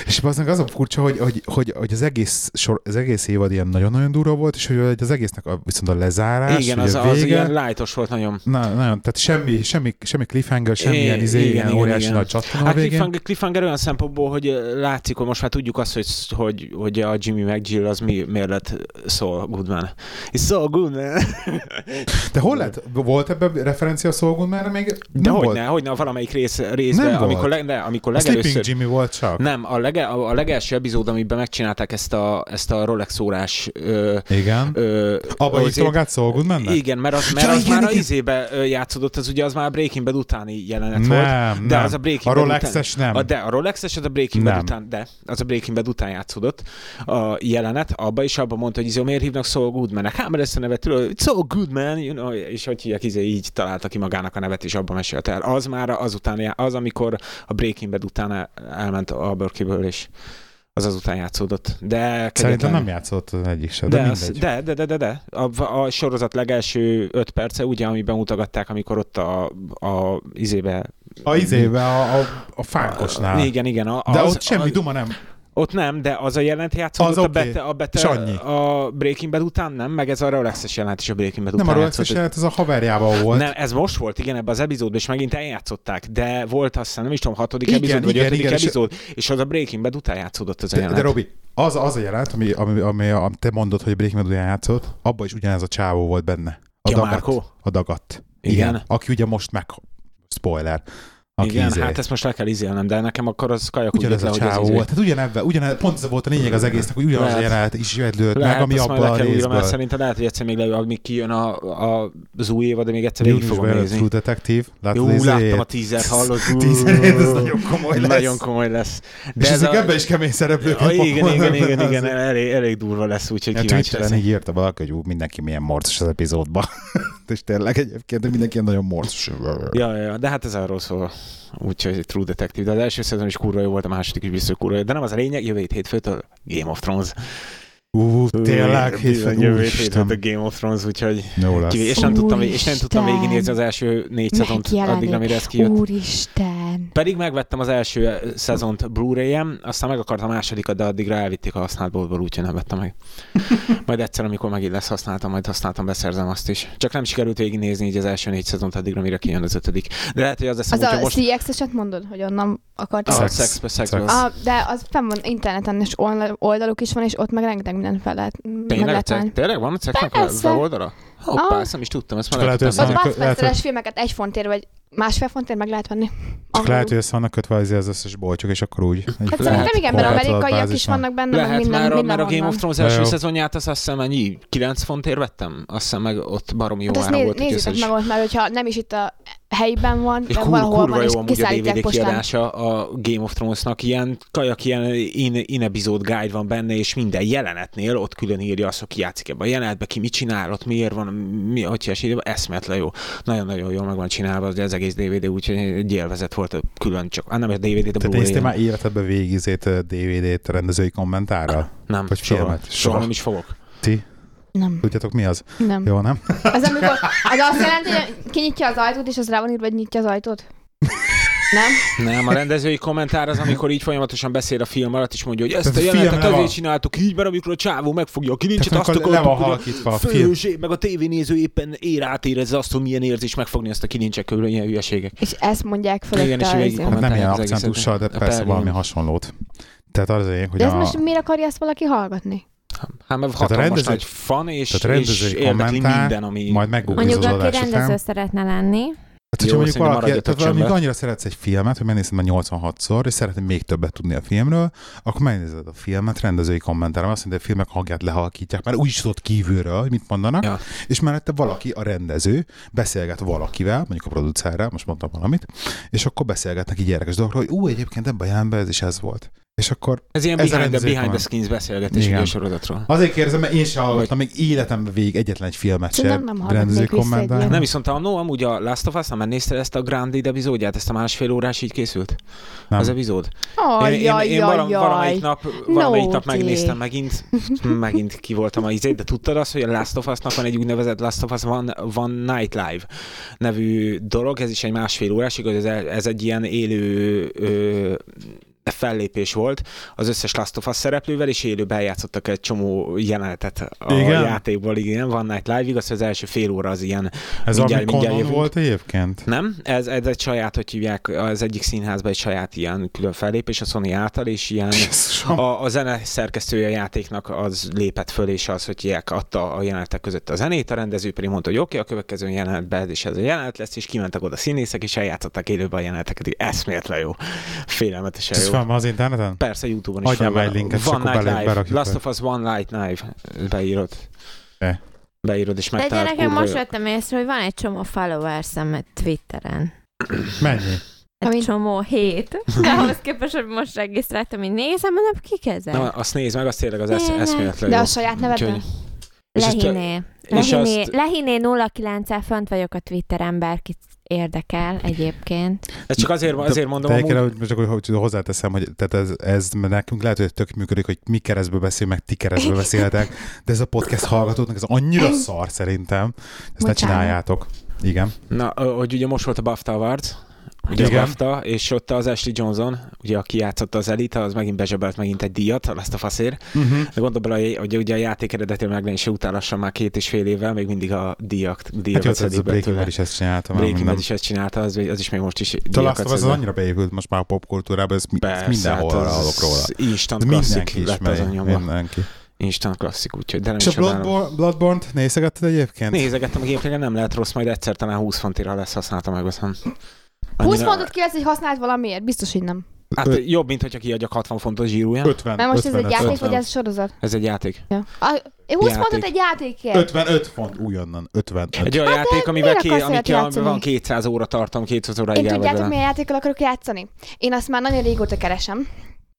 [SPEAKER 3] És az meg az a furcsa, hogy, hogy, hogy, hogy az, egész sor, az egész évad ilyen nagyon-nagyon durva volt, és hogy az egésznek a, viszont a lezárás,
[SPEAKER 1] Igen,
[SPEAKER 3] hogy
[SPEAKER 1] az,
[SPEAKER 3] a
[SPEAKER 1] az
[SPEAKER 3] vége,
[SPEAKER 1] ilyen lightos volt nagyon.
[SPEAKER 3] Na, nagyon, tehát semmi, semmi, semmi cliffhanger, semmilyen
[SPEAKER 1] É,
[SPEAKER 3] izé,
[SPEAKER 1] igen,
[SPEAKER 3] ilyen
[SPEAKER 1] igen,
[SPEAKER 3] óriási
[SPEAKER 1] igen.
[SPEAKER 3] nagy csattan a
[SPEAKER 1] Hát
[SPEAKER 3] végén.
[SPEAKER 1] cliffhanger, cliffhanger olyan szempontból, hogy ö, látszik, hogy most már tudjuk azt, hogy, hogy, hogy a Jimmy meg Jill az mi, miért lett szól Goodman. És szól Goodman.
[SPEAKER 3] De hol lett? Volt ebben referencia a Szolgun már még?
[SPEAKER 1] De
[SPEAKER 3] nem volt.
[SPEAKER 1] hogyne, hogyne, valamelyik rész, részben,
[SPEAKER 3] Nem
[SPEAKER 1] amikor,
[SPEAKER 3] volt.
[SPEAKER 1] leg, de, amikor
[SPEAKER 3] A Sleeping
[SPEAKER 1] legelőször...
[SPEAKER 3] Jimmy volt csak.
[SPEAKER 1] Nem, a, lege, a, a legelső epizód, amiben megcsinálták ezt a, ezt a Rolex órás... Ö,
[SPEAKER 3] Igen.
[SPEAKER 1] ö,
[SPEAKER 3] Abba
[SPEAKER 1] azért-
[SPEAKER 3] hívtam magát Szolgun menne?
[SPEAKER 1] Igen, mert az, mert
[SPEAKER 3] Ja,
[SPEAKER 1] az
[SPEAKER 3] igen,
[SPEAKER 1] már a
[SPEAKER 3] igen.
[SPEAKER 1] izébe ö, játszódott, az ugye az már a Breaking Bad utáni jelenet hát volt.
[SPEAKER 3] Nem,
[SPEAKER 1] De
[SPEAKER 3] nem.
[SPEAKER 1] az a
[SPEAKER 3] A
[SPEAKER 1] Breaking Bad után...
[SPEAKER 3] Rolexes nem.
[SPEAKER 1] A, de a Rolexes az a Breaking Bad
[SPEAKER 3] Nem.
[SPEAKER 1] után, de az a Breaking Bad után játszódott a jelenet, abba is abba mondta, hogy izé, miért hívnak Saul Goodman-nek, hát mert ezt a nevet tudod, it's so Goodman, you know, és hogy hívják, izé, így találta ki magának a nevet, és abban mesélte el. Az már azután, já- az, amikor a Breaking Bad után el- elment a Berkeley-ből, és az azután játszódott. De
[SPEAKER 3] Szerintem
[SPEAKER 1] kegyetlen.
[SPEAKER 3] nem játszott az egyik se, de,
[SPEAKER 1] De,
[SPEAKER 3] de
[SPEAKER 1] az,
[SPEAKER 3] mindegy.
[SPEAKER 1] de, de, de, de, de. A, a sorozat legelső öt perce, ugye, amiben mutogatták, amikor ott a, a izébe...
[SPEAKER 3] A izébe, a, a, a fánkosnál.
[SPEAKER 1] Igen, igen. A,
[SPEAKER 3] de
[SPEAKER 1] az,
[SPEAKER 3] ott semmi
[SPEAKER 1] az,
[SPEAKER 3] duma nem.
[SPEAKER 1] Ott nem, de az a jelent játszódott
[SPEAKER 3] Az
[SPEAKER 1] a,
[SPEAKER 3] oké.
[SPEAKER 1] bete, a,
[SPEAKER 3] És
[SPEAKER 1] bete,
[SPEAKER 3] annyi.
[SPEAKER 1] a Breaking Bad után, nem? Meg ez a Rolexes jelent is a Breaking Bad
[SPEAKER 3] Nem a
[SPEAKER 1] után
[SPEAKER 3] Rolexes
[SPEAKER 1] játszódott.
[SPEAKER 3] jelent, ez a haverjában volt.
[SPEAKER 1] Nem, ez most volt, igen, ebben az epizódban, és megint eljátszották, de volt azt hiszem, nem is tudom, hatodik
[SPEAKER 3] Igen,
[SPEAKER 1] epizód, vagy
[SPEAKER 3] igen,
[SPEAKER 1] ötödik
[SPEAKER 3] igen, és-
[SPEAKER 1] epizód, és... az a Breaking Bad után játszódott az a
[SPEAKER 3] De,
[SPEAKER 1] jelent.
[SPEAKER 3] de Robi, az, az a jelent, ami, ami, ami, a, te mondod, hogy Breaking Bad után játszott, abban is ugyanez a csávó volt benne. A
[SPEAKER 1] Ki a
[SPEAKER 3] dagadt.
[SPEAKER 1] Marco?
[SPEAKER 3] A dagadt.
[SPEAKER 1] Igen.
[SPEAKER 3] Aki ugye most meg... Spoiler. Aki
[SPEAKER 1] igen,
[SPEAKER 3] izé,
[SPEAKER 1] hát ezt most le kell izélnem, de nekem akkor az kajak úgy
[SPEAKER 3] Ugyanez
[SPEAKER 1] jött
[SPEAKER 3] a
[SPEAKER 1] le, hogy az
[SPEAKER 3] csávó
[SPEAKER 1] izé-
[SPEAKER 3] volt. Tehát ugyanebben, ugyanebben, pont ez volt a lényeg az egésznek, hogy ugyanaz a
[SPEAKER 1] Lehet.
[SPEAKER 3] jelenet is jelent meg,
[SPEAKER 1] Lehet,
[SPEAKER 3] ami
[SPEAKER 1] azt majd
[SPEAKER 3] abban
[SPEAKER 1] le
[SPEAKER 3] a
[SPEAKER 1] kell újra, mert
[SPEAKER 3] részből.
[SPEAKER 1] szerintem lehet, hogy egyszer még leül, amíg kijön a, a, az új évad, de még egyszer végig fogom
[SPEAKER 3] Júniusban jön a
[SPEAKER 1] nézni.
[SPEAKER 3] True Detective. Látod,
[SPEAKER 1] izé. Jó,
[SPEAKER 3] izé-
[SPEAKER 1] láttam a tízet, hallod? Ú,
[SPEAKER 3] Tízerét, ez nagyon komoly lesz.
[SPEAKER 1] Nagyon komoly lesz.
[SPEAKER 3] De és
[SPEAKER 1] ez
[SPEAKER 3] ezek a... ebben is kemény szereplők.
[SPEAKER 1] Ja, igen, igen, igen, igen, elég, elég durva lesz, úgyhogy
[SPEAKER 3] A
[SPEAKER 1] kíváncsi
[SPEAKER 3] Twitteren
[SPEAKER 1] lennék.
[SPEAKER 3] így írta valaki, hogy ú, mindenki milyen morcos az epizódban. és tényleg egyébként de mindenki ilyen nagyon morcos.
[SPEAKER 1] Ja, ja, ja, de hát ez arról szól. Úgyhogy True Detective, de az első szezon is kurva jó volt, a második is biztos kurva jó, de nem az a lényeg, jövő hét hétfőtől Game of Thrones.
[SPEAKER 3] Ú, tényleg,
[SPEAKER 1] Bizony,
[SPEAKER 3] hétfőn,
[SPEAKER 1] jövő hét hétfőtől
[SPEAKER 3] úristen.
[SPEAKER 1] Game of Thrones, úgyhogy
[SPEAKER 3] Jó lesz.
[SPEAKER 1] ki- és nem, tudtam, és nem
[SPEAKER 2] Úristen.
[SPEAKER 1] tudtam végignézni az első négy szezont, addig,
[SPEAKER 2] Megjelenik.
[SPEAKER 1] amire ez kijött.
[SPEAKER 2] Úristen.
[SPEAKER 1] Pedig megvettem az első eh, szezont Blu-ray-en, aztán meg akartam a másodikat, de addigra elvitték a használt boltból, úgyhogy nem vettem meg. Majd egyszer, amikor megint lesz használtam, majd használtam, beszerzem azt is. Csak nem sikerült végignézni így az első négy szezont addigra, mire kijön az ötödik. De lehet, hogy az lesz
[SPEAKER 2] Az
[SPEAKER 1] amúgy, hogy
[SPEAKER 2] a
[SPEAKER 1] Szóval, most...
[SPEAKER 2] CX-eset mondod, hogy onnan akartál?
[SPEAKER 1] A
[SPEAKER 3] Szex.
[SPEAKER 1] szex, szex,
[SPEAKER 3] Szex.
[SPEAKER 1] szex.
[SPEAKER 2] A, de az fenn van interneten, és online oldaluk is van, és ott meg rengeteg mindent fel lehet, meg
[SPEAKER 1] Tényleg,
[SPEAKER 2] lehet
[SPEAKER 1] te,
[SPEAKER 2] állni.
[SPEAKER 1] tényleg van a cexnek
[SPEAKER 2] Persze.
[SPEAKER 1] weboldala? Hoppá,
[SPEAKER 2] Ah.
[SPEAKER 1] ezt nem is tudtam, ezt
[SPEAKER 3] Csak
[SPEAKER 1] már
[SPEAKER 3] lehet,
[SPEAKER 1] tudtam.
[SPEAKER 3] hogy
[SPEAKER 2] A
[SPEAKER 3] Akkor
[SPEAKER 2] Buzzmasteres
[SPEAKER 3] lehet, hogy-
[SPEAKER 2] filmeket egy fontért vagy másfél fontért meg lehet venni.
[SPEAKER 3] Csak
[SPEAKER 2] Angolul.
[SPEAKER 3] lehet, hogy össze vannak kötve azért az összes bolcsok, és akkor úgy. egy
[SPEAKER 2] Hát
[SPEAKER 1] lehet,
[SPEAKER 2] szerintem igen, mert
[SPEAKER 3] korlátozott
[SPEAKER 2] amerikaiak is
[SPEAKER 3] bázis van.
[SPEAKER 2] vannak benne, meg
[SPEAKER 1] Lehet,
[SPEAKER 2] minden,
[SPEAKER 1] már, a-
[SPEAKER 2] minden
[SPEAKER 1] már a Game of Thrones első
[SPEAKER 3] Jó.
[SPEAKER 1] szezonját azt azt hiszem ennyi 9 fontért vettem. Azt hiszem meg ott baromi jó
[SPEAKER 2] Hát azt
[SPEAKER 1] áron
[SPEAKER 2] néz,
[SPEAKER 1] volt. úgyhogy
[SPEAKER 2] nézzük
[SPEAKER 1] össze
[SPEAKER 2] meg
[SPEAKER 1] is-
[SPEAKER 2] ott, mert hogyha nem is itt a helyben van,
[SPEAKER 1] és
[SPEAKER 2] de
[SPEAKER 1] kur,
[SPEAKER 2] valahol
[SPEAKER 1] kurva
[SPEAKER 2] van, és
[SPEAKER 1] jó amúgy a
[SPEAKER 2] kiszállítják
[SPEAKER 1] DVD
[SPEAKER 2] postán.
[SPEAKER 1] kiadása a Game of Thrones-nak, ilyen kajak, ilyen in, in episode guide van benne, és minden jelenetnél ott külön írja azt, aki játszik ebben a jelenetben, ki mit csinál, ott miért van, mi, hogy ilyes írva, eszmetlen jó. Nagyon-nagyon jól meg van csinálva az, az egész DVD, úgyhogy egy élvezet volt a külön, csak ah, nem egy DVD, de
[SPEAKER 3] Te néztél
[SPEAKER 1] blu
[SPEAKER 3] már életedben végigizét DVD-t rendezői kommentárral?
[SPEAKER 1] nem,
[SPEAKER 3] Vagy
[SPEAKER 1] soha,
[SPEAKER 3] filmet?
[SPEAKER 1] soha
[SPEAKER 3] Soha.
[SPEAKER 1] nem is fogok.
[SPEAKER 3] Ti?
[SPEAKER 2] Nem,
[SPEAKER 3] Tudjátok mi az?
[SPEAKER 2] nem.
[SPEAKER 3] Jó, nem?
[SPEAKER 2] Az, amikor, az azt jelenti, hogy kinyitja az ajtót, és az rá van írva, hogy nyitja az ajtót. Nem?
[SPEAKER 1] Nem, a rendezői kommentár az, amikor így folyamatosan beszél a film alatt, és mondja, hogy ezt
[SPEAKER 3] Tehát
[SPEAKER 1] a
[SPEAKER 3] a film
[SPEAKER 1] jelenetet
[SPEAKER 3] le van.
[SPEAKER 1] azért csináltuk így, mert amikor a csávó megfogja a kilincset,
[SPEAKER 3] Tehát
[SPEAKER 1] azt
[SPEAKER 3] akkor le van
[SPEAKER 1] akartuk, hogy
[SPEAKER 3] halkítva
[SPEAKER 1] a
[SPEAKER 3] a film.
[SPEAKER 1] főség, meg a tévénéző éppen ér átérezze azt, hogy milyen érzés megfogni ezt a kilincset körül, ilyen hülyeségek.
[SPEAKER 2] És ezt mondják fölött
[SPEAKER 1] Igen, és
[SPEAKER 2] a
[SPEAKER 1] így
[SPEAKER 2] izé.
[SPEAKER 1] kommentálják
[SPEAKER 3] Hát nem ilyen
[SPEAKER 1] az egészet.
[SPEAKER 3] akcentussal, de
[SPEAKER 1] A
[SPEAKER 3] persze
[SPEAKER 1] per-
[SPEAKER 3] valami hasonlót. Tehát az én, hogy
[SPEAKER 2] De ezt
[SPEAKER 3] a...
[SPEAKER 2] most miért akarja ezt valaki hallgatni?
[SPEAKER 1] Hát mert
[SPEAKER 3] Tehát a
[SPEAKER 1] hatalmas
[SPEAKER 3] rendező-
[SPEAKER 1] nagy fan, és,
[SPEAKER 3] tehát a rendezői
[SPEAKER 1] és érdekli
[SPEAKER 3] kommentár
[SPEAKER 1] minden, ami...
[SPEAKER 3] Majd meggooglizod
[SPEAKER 4] Mondjuk,
[SPEAKER 3] az
[SPEAKER 4] aki
[SPEAKER 3] adás után.
[SPEAKER 4] rendező szeretne lenni,
[SPEAKER 3] Hát, hogyha
[SPEAKER 1] Jó,
[SPEAKER 3] mondjuk
[SPEAKER 1] szerintem
[SPEAKER 3] valaki,
[SPEAKER 1] maradjatok
[SPEAKER 3] tehát mondjuk
[SPEAKER 1] csöndben.
[SPEAKER 3] annyira szeretsz egy filmet, hogy megnézed már 86-szor, és szeretnél még többet tudni a filmről, akkor megnézed a filmet, rendezői kommentárban, azt mondja, hogy a filmek hangját lehalkítják, mert úgy is tudod kívülről, hogy mit mondanak,
[SPEAKER 1] Ja.
[SPEAKER 3] ja. és mellette valaki, a rendező, beszélget valakivel, mondjuk a producerrel, most mondtam valamit, és akkor beszélgetnek így érdekes dolgokról, hogy ú, egyébként ebben a jelenben ez is ez volt. És akkor
[SPEAKER 1] Ez ilyen
[SPEAKER 3] Ez a
[SPEAKER 1] behind, the,
[SPEAKER 3] rendezői
[SPEAKER 1] behind the
[SPEAKER 3] komment.
[SPEAKER 1] Skins beszélgetés
[SPEAKER 3] Igen.
[SPEAKER 1] ugye a sorozatról.
[SPEAKER 3] Azért kérdezem, mert én sem hallgattam még életemben végig egyetlen egy filmet sem.
[SPEAKER 2] Szerintem nem hallgatnék
[SPEAKER 3] rendezői
[SPEAKER 2] vissza egy
[SPEAKER 3] kommentár.
[SPEAKER 2] ilyen.
[SPEAKER 1] Nem viszont annó, amúgy a Last of Us, nem nézted ezt a Grand epizódját, ezt a másfél órás így készült?
[SPEAKER 3] Nem.
[SPEAKER 1] Az epizód? Én, én, én valam,
[SPEAKER 2] Ajjajjajjaj.
[SPEAKER 1] valamelyik nap, valamelyik nap
[SPEAKER 2] Nóti.
[SPEAKER 1] megnéztem megint, megint ki voltam a izét, de tudtad azt, hogy a Last of Us-nak van egy úgynevezett Last of Us One, One Night Live nevű dolog, ez is egy másfél órás, igaz, ez, ez egy ilyen élő ö, fellépés volt az összes Last of Us szereplővel, és élőben játszottak egy csomó jelenetet a
[SPEAKER 3] Igen?
[SPEAKER 1] játékból, igen, One Night Live, igaz, hogy az első fél óra az ilyen
[SPEAKER 3] Ez
[SPEAKER 1] Mindjárt- mindjárt
[SPEAKER 3] ami Conan
[SPEAKER 1] jövünk.
[SPEAKER 3] volt egyébként?
[SPEAKER 1] nem, ez, ez egy saját, hogy hívják, az egyik színházban egy saját ilyen külön fellépés a Sony által, és ilyen
[SPEAKER 3] Jézusom.
[SPEAKER 1] a, a zene szerkesztője a játéknak az lépett föl, és az, hogy Jack adta a jelenetek között a zenét, a rendező pedig mondta, hogy oké, okay, a következő jelenetben ez is ez a jelenet lesz, és kimentek oda színészek, és eljátszották élőben a jeleneteket, így eszméletlen jó, félelmetesen
[SPEAKER 3] Ez
[SPEAKER 1] jó.
[SPEAKER 3] fel van az interneten?
[SPEAKER 1] Persze, Youtube-on is
[SPEAKER 3] Adjál
[SPEAKER 1] fel
[SPEAKER 3] már
[SPEAKER 1] van.
[SPEAKER 3] egy linket, és
[SPEAKER 1] One
[SPEAKER 3] akkor
[SPEAKER 1] Night
[SPEAKER 3] bele-
[SPEAKER 1] Live,
[SPEAKER 3] berakjuk
[SPEAKER 1] Last
[SPEAKER 3] be.
[SPEAKER 1] of Us One Night Live, beírod.
[SPEAKER 3] Oké.
[SPEAKER 1] Beírod, és
[SPEAKER 4] de
[SPEAKER 1] megtalálod.
[SPEAKER 4] nekem
[SPEAKER 1] kurva
[SPEAKER 4] most
[SPEAKER 1] jó.
[SPEAKER 4] vettem észre, hogy van egy csomó followers-em Twitteren.
[SPEAKER 3] Mennyi?
[SPEAKER 4] Egy
[SPEAKER 2] Amint-
[SPEAKER 4] csomó hét. De ahhoz képest, hogy most regisztráltam, hogy nézem, mondom, kik ezek?
[SPEAKER 1] Na, azt nézd meg, az tényleg az esz-
[SPEAKER 4] Tényleg.
[SPEAKER 1] eszméletlen
[SPEAKER 2] De
[SPEAKER 1] jó.
[SPEAKER 2] a saját nevedben?
[SPEAKER 1] Úgyhogy- és ezt-
[SPEAKER 4] Lehiné.
[SPEAKER 1] és
[SPEAKER 4] Lehiné,
[SPEAKER 1] azt-
[SPEAKER 4] Lehiné 09 fönt vagyok a Twitteren, bárkit érdekel egyébként.
[SPEAKER 1] Ez csak azért, azért mondom,
[SPEAKER 3] Te kell,
[SPEAKER 1] amúgy,
[SPEAKER 3] hogy csak hogy- hogy hozzáteszem, hogy tehát ez, ez nekünk lehet, hogy tök működik, hogy mi keresztbe beszél, meg ti keresztbe beszéltek, de ez a podcast hallgatóknak ez annyira szar szerintem, ezt ne
[SPEAKER 2] Bocsánat.
[SPEAKER 3] csináljátok. Igen.
[SPEAKER 1] na, ö, hogy ugye most volt a BAFTA Awards, ugye a
[SPEAKER 3] Igen.
[SPEAKER 1] BAFTA, és ott az Ashley Johnson, ugye aki játszotta az Elite, az megint bezsebelt megint egy díjat, azt a faszér.
[SPEAKER 3] Uh-huh.
[SPEAKER 1] De gondolj bele, hogy ugye a játék eredetileg megjelenése után lassan már két és fél évvel még mindig a díjak,
[SPEAKER 3] Hát jó,
[SPEAKER 1] díjat
[SPEAKER 3] ez a Breaking Bad is ezt csináltam.
[SPEAKER 1] Breaking Bad
[SPEAKER 3] Breaking
[SPEAKER 1] is ezt csinálta, az, az is még most is
[SPEAKER 3] Talán az
[SPEAKER 1] szed be.
[SPEAKER 3] annyira beépült most már a popkultúrába, ez, mi- ez
[SPEAKER 1] Persze,
[SPEAKER 3] mindenhol
[SPEAKER 1] hát az
[SPEAKER 3] hallok róla.
[SPEAKER 1] Instant
[SPEAKER 3] Ez
[SPEAKER 1] klasszik
[SPEAKER 3] mindenki
[SPEAKER 1] lett az a
[SPEAKER 3] ismeri,
[SPEAKER 1] nyomva.
[SPEAKER 3] mindenki.
[SPEAKER 1] Instant klasszik, úgyhogy de nem
[SPEAKER 3] És a
[SPEAKER 1] is csodálom.
[SPEAKER 3] Bloodborne- Bloodborne-t nézegetted egyébként?
[SPEAKER 1] Nézegettem a gépnél, nem lehet rossz, majd egyszer talán 20 fontira lesz használta meg aztán.
[SPEAKER 2] 20
[SPEAKER 1] Annyira-
[SPEAKER 2] pontot kivesz, hogy használt valamiért, biztos, hogy nem.
[SPEAKER 1] Hát
[SPEAKER 3] Ö-
[SPEAKER 1] jobb, mint hogyha kiadjak 60 fontos zsírúját.
[SPEAKER 3] 50,
[SPEAKER 2] Mert most ez
[SPEAKER 3] 55
[SPEAKER 2] egy játék,
[SPEAKER 1] ötven.
[SPEAKER 2] vagy ez sorozat?
[SPEAKER 1] Ez egy játék.
[SPEAKER 2] Ja. A, 20
[SPEAKER 1] Játék.
[SPEAKER 2] pontot egy játékért.
[SPEAKER 3] 55 font, újonnan, 55.
[SPEAKER 1] Egy olyan
[SPEAKER 2] Hát de
[SPEAKER 1] játék, amivel
[SPEAKER 2] miért
[SPEAKER 1] ké,
[SPEAKER 2] akarsz
[SPEAKER 1] ami
[SPEAKER 2] olyat
[SPEAKER 1] ki,
[SPEAKER 2] játszani?
[SPEAKER 1] van 200 óra tartom, 200 óra
[SPEAKER 2] Én
[SPEAKER 1] el vagy
[SPEAKER 2] tudjátok,
[SPEAKER 1] vele.
[SPEAKER 2] milyen játékkal akarok játszani? Én azt már nagyon régóta keresem.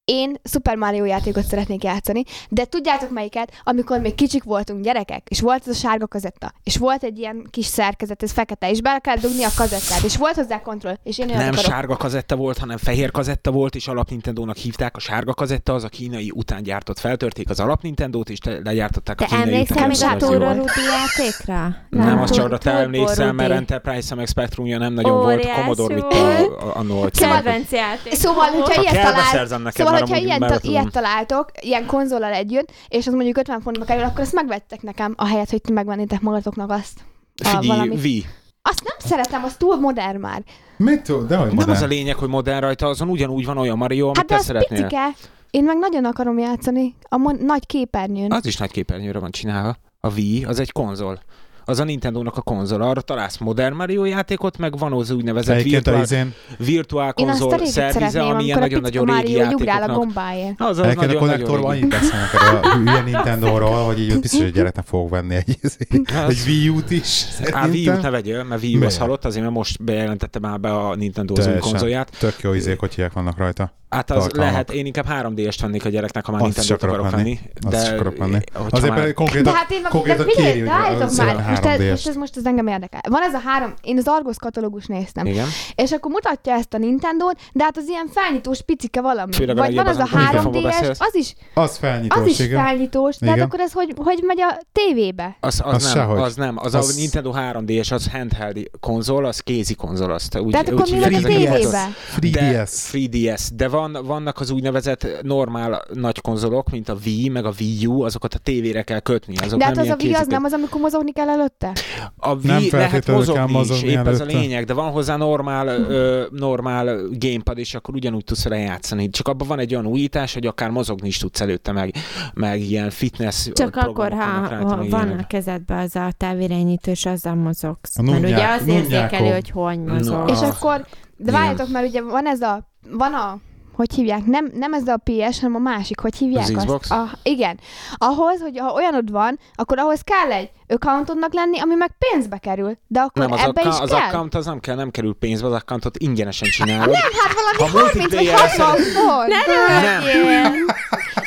[SPEAKER 2] Én Super Mario játékot szeretnék játszani, de tudjátok melyiket, amikor még kicsik voltunk gyerekek, és volt ez a sárga kazetta, és volt egy ilyen kis szerkezet, ez fekete, és bele kell dugni a kazettát, és volt hozzá kontroll, és én olyan
[SPEAKER 1] Nem
[SPEAKER 2] akarok.
[SPEAKER 1] sárga kazetta volt, hanem fehér kazetta volt, és alap Nintendónak hívták. A sárga kazetta az a kínai után gyártott, feltörték az alap Nintendót, és le- legyártották
[SPEAKER 4] Te
[SPEAKER 1] a kínai
[SPEAKER 4] emlékszel még
[SPEAKER 1] után
[SPEAKER 4] a
[SPEAKER 2] Nintendo
[SPEAKER 4] Túra
[SPEAKER 1] verziót.
[SPEAKER 4] Rudi játékra?
[SPEAKER 1] Nem,
[SPEAKER 2] Nem,
[SPEAKER 1] azt csak arra te
[SPEAKER 4] Turbo
[SPEAKER 1] emlékszel,
[SPEAKER 4] Rudi.
[SPEAKER 1] mert Enterprise meg Spectrumja nem nagyon volt,
[SPEAKER 4] Óriás
[SPEAKER 1] Commodore
[SPEAKER 4] volt.
[SPEAKER 1] mit a- a- annó volt.
[SPEAKER 4] Kedvenc játék.
[SPEAKER 2] Szóval, hogyha
[SPEAKER 1] Ha
[SPEAKER 2] ilyet,
[SPEAKER 1] kell,
[SPEAKER 2] talál...
[SPEAKER 1] beszerzem neked,
[SPEAKER 2] szóval,
[SPEAKER 1] mert
[SPEAKER 2] hogyha
[SPEAKER 1] amúgy
[SPEAKER 2] ilyet,
[SPEAKER 1] mellett tudom.
[SPEAKER 2] ilyet találtok, ilyen konzollal együtt, és az mondjuk 50 fontba kerül, akkor ezt megvettek nekem, ahelyett, hogy ti megvennétek magatoknak azt. a
[SPEAKER 1] Szóval- Figyelj,
[SPEAKER 2] valamit.
[SPEAKER 1] Vi,
[SPEAKER 2] Azt nem szeretem, az túl modern már.
[SPEAKER 3] Mit tud? De hogy
[SPEAKER 1] nem az a lényeg, hogy modern rajta, azon ugyanúgy van olyan Mario, amit
[SPEAKER 2] Hát de
[SPEAKER 1] te
[SPEAKER 2] az
[SPEAKER 1] szeretnél.
[SPEAKER 2] picike. Én meg nagyon akarom játszani a mon- nagy képernyőn.
[SPEAKER 1] Hát, Az is nagy képernyőre van csinálva. A Wii, az egy konzol. az a Nintendo-nak a konzol. Arra találsz modern Mario játékot, meg van az úgynevezett
[SPEAKER 3] Egyébként a izé-
[SPEAKER 1] virtuál,
[SPEAKER 3] izén,
[SPEAKER 1] virtuál
[SPEAKER 2] Én azt a
[SPEAKER 1] konzol
[SPEAKER 2] régit
[SPEAKER 1] szervize,
[SPEAKER 2] szeretném,
[SPEAKER 1] ami ilyen
[SPEAKER 2] amikor a
[SPEAKER 1] nagyon-nagyon
[SPEAKER 2] picka
[SPEAKER 1] régi
[SPEAKER 2] Mario így ugrál a
[SPEAKER 1] játékoknak.
[SPEAKER 2] gombáért.
[SPEAKER 1] Az az
[SPEAKER 3] Egyébként a
[SPEAKER 1] nagyon-nagyon
[SPEAKER 3] konnektorban
[SPEAKER 1] régi.
[SPEAKER 3] annyit beszélnek erről a hülye Nintendo-ról, hogy így biztos, hogy gyereknek fogok venni egy, izé- egy Wii U-t is.
[SPEAKER 1] Hát- Á, Wii
[SPEAKER 3] Szerintem.
[SPEAKER 1] U-t ne vegyél, mert Wii U az
[SPEAKER 3] Miért?
[SPEAKER 1] halott, azért mert most bejelentette már be a Nintendo az új
[SPEAKER 3] Teljesen.
[SPEAKER 1] konzolját.
[SPEAKER 3] Tök jó izék, hogy hiek vannak rajta.
[SPEAKER 1] Hát az
[SPEAKER 3] Tartalmak.
[SPEAKER 1] lehet, én inkább 3D-est vennék a gyereknek, ha már
[SPEAKER 3] Azt is
[SPEAKER 1] Nintendo-t
[SPEAKER 3] akarok
[SPEAKER 1] akarok
[SPEAKER 3] venni.
[SPEAKER 1] venni.
[SPEAKER 3] Azt is akarok venni.
[SPEAKER 1] hogyha
[SPEAKER 3] Azért
[SPEAKER 1] már-
[SPEAKER 3] pedig
[SPEAKER 2] De
[SPEAKER 3] konkrétan,
[SPEAKER 2] hát én meg de
[SPEAKER 3] konkrétan
[SPEAKER 2] figyelj,
[SPEAKER 3] kérjük,
[SPEAKER 2] de álljatok már,
[SPEAKER 3] már.
[SPEAKER 2] most ez, most,
[SPEAKER 3] 3D-est.
[SPEAKER 2] ez, most ez engem érdekel. Van ez a három, én az Argos katalógus néztem,
[SPEAKER 1] Igen.
[SPEAKER 2] és akkor mutatja ezt a Nintendo-t, de hát az ilyen felnyitós picike valami.
[SPEAKER 1] Főleg a
[SPEAKER 2] Vagy van
[SPEAKER 1] legjobb
[SPEAKER 2] az a
[SPEAKER 1] az, amikor mikrofonba
[SPEAKER 2] 3D-es,
[SPEAKER 1] beszélsz.
[SPEAKER 2] az is,
[SPEAKER 3] Az
[SPEAKER 2] az
[SPEAKER 3] felnyitós,
[SPEAKER 2] is
[SPEAKER 3] igen.
[SPEAKER 2] felnyitós, tehát
[SPEAKER 3] Igen.
[SPEAKER 2] akkor ez hogy, hogy megy a tévébe?
[SPEAKER 1] Az, az,
[SPEAKER 3] Az
[SPEAKER 1] nem,
[SPEAKER 3] sehogy.
[SPEAKER 1] az nem. Az,
[SPEAKER 3] Az-
[SPEAKER 1] a Nintendo 3D és az handheld konzol, az kézi konzol. Azt úgy,
[SPEAKER 2] Tehát akkor
[SPEAKER 1] úgy
[SPEAKER 2] mi
[SPEAKER 1] hívják
[SPEAKER 2] lett a
[SPEAKER 1] ezeket
[SPEAKER 3] tévébe?
[SPEAKER 2] tévébe?
[SPEAKER 1] De,
[SPEAKER 3] 3DS.
[SPEAKER 1] 3DS. De van, vannak az úgynevezett normál nagy konzolok, mint a Wii, meg a Wii U, azokat a tévére kell kötni. Azok
[SPEAKER 2] De hát
[SPEAKER 1] nem
[SPEAKER 2] az a
[SPEAKER 1] ilyen
[SPEAKER 2] Wii az
[SPEAKER 1] kéziköt-
[SPEAKER 2] nem az, amikor mozogni kell előtte?
[SPEAKER 1] A Wii
[SPEAKER 3] Nem
[SPEAKER 1] nem lehet
[SPEAKER 3] feltétlenül kell
[SPEAKER 1] mozogni,
[SPEAKER 3] mozogni
[SPEAKER 1] is, épp ez a
[SPEAKER 3] előtte.
[SPEAKER 1] lényeg, de van hozzá normál, ö, normál gamepad, és akkor ugyanúgy tudsz vele játszani. Csak abban van egy olyan újítás, hogy akár mozogni is tudsz előtte, meg, meg ilyen fitness
[SPEAKER 4] Csak
[SPEAKER 1] programok
[SPEAKER 4] akkor,
[SPEAKER 1] vannak
[SPEAKER 4] ha
[SPEAKER 1] rajta, meg
[SPEAKER 4] ha van a
[SPEAKER 1] ilyenek.
[SPEAKER 4] kezedben az a távirányító, és azzal mozogsz.
[SPEAKER 3] A
[SPEAKER 4] Mert ugye
[SPEAKER 3] nunnyák-
[SPEAKER 4] az érzékeli,
[SPEAKER 3] nunnyákon.
[SPEAKER 4] hogy hol mozog.
[SPEAKER 1] Na.
[SPEAKER 2] És
[SPEAKER 1] Ah.
[SPEAKER 2] akkor, de
[SPEAKER 1] Igen.
[SPEAKER 2] várjatok, mert ugye van ez a, van a, hogy hívják, nem, nem ez a PS, hanem a másik, hogy hívják
[SPEAKER 1] Az
[SPEAKER 2] azt?
[SPEAKER 1] Xbox?
[SPEAKER 2] A, igen. Ahhoz, hogy ha olyanod van, akkor ahhoz kell egy accountodnak lenni, ami meg pénzbe kerül. De akkor
[SPEAKER 1] Nem, az,
[SPEAKER 2] ebbe
[SPEAKER 1] akka-
[SPEAKER 2] is
[SPEAKER 1] az
[SPEAKER 2] kell?
[SPEAKER 1] account az nem kell, nem kerül pénzbe, az accountot ingyenesen csinálod.
[SPEAKER 2] Nem, hát valami
[SPEAKER 1] Ha
[SPEAKER 2] 30 vagy
[SPEAKER 1] multiplayer
[SPEAKER 2] 60 font.
[SPEAKER 1] Nem.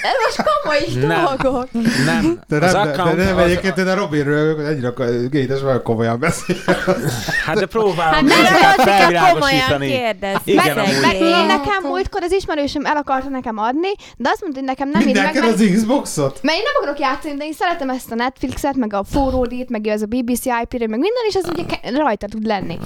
[SPEAKER 2] Ez most komoly
[SPEAKER 1] Nem.
[SPEAKER 2] dolgok.
[SPEAKER 1] Nem, az
[SPEAKER 3] De nem, de, de
[SPEAKER 1] account
[SPEAKER 3] nem
[SPEAKER 1] az-
[SPEAKER 3] egyébként, de Robin rögök, hogy egyre gétes, nagyon komolyan beszél.
[SPEAKER 1] Hát de próbálom hát
[SPEAKER 4] Hát nem
[SPEAKER 1] ezeket
[SPEAKER 4] Rosika komolyan
[SPEAKER 1] felvilágosítani.
[SPEAKER 4] kérdez.
[SPEAKER 1] Igen,
[SPEAKER 2] Meg,
[SPEAKER 1] amúgy.
[SPEAKER 2] meg én nekem
[SPEAKER 4] Akkor-
[SPEAKER 2] múltkor az ismerősöm el akarta nekem adni, de azt mondta, hogy nekem nem éri meg,
[SPEAKER 3] Mindenked
[SPEAKER 2] mert-
[SPEAKER 3] az Xboxot?
[SPEAKER 2] Mert én nem akarok játszani, de én szeretem ezt a Netflixet, meg a forródit, meg ez a BBC IP-re, meg minden, és ez ugye ke- rajta tud lenni.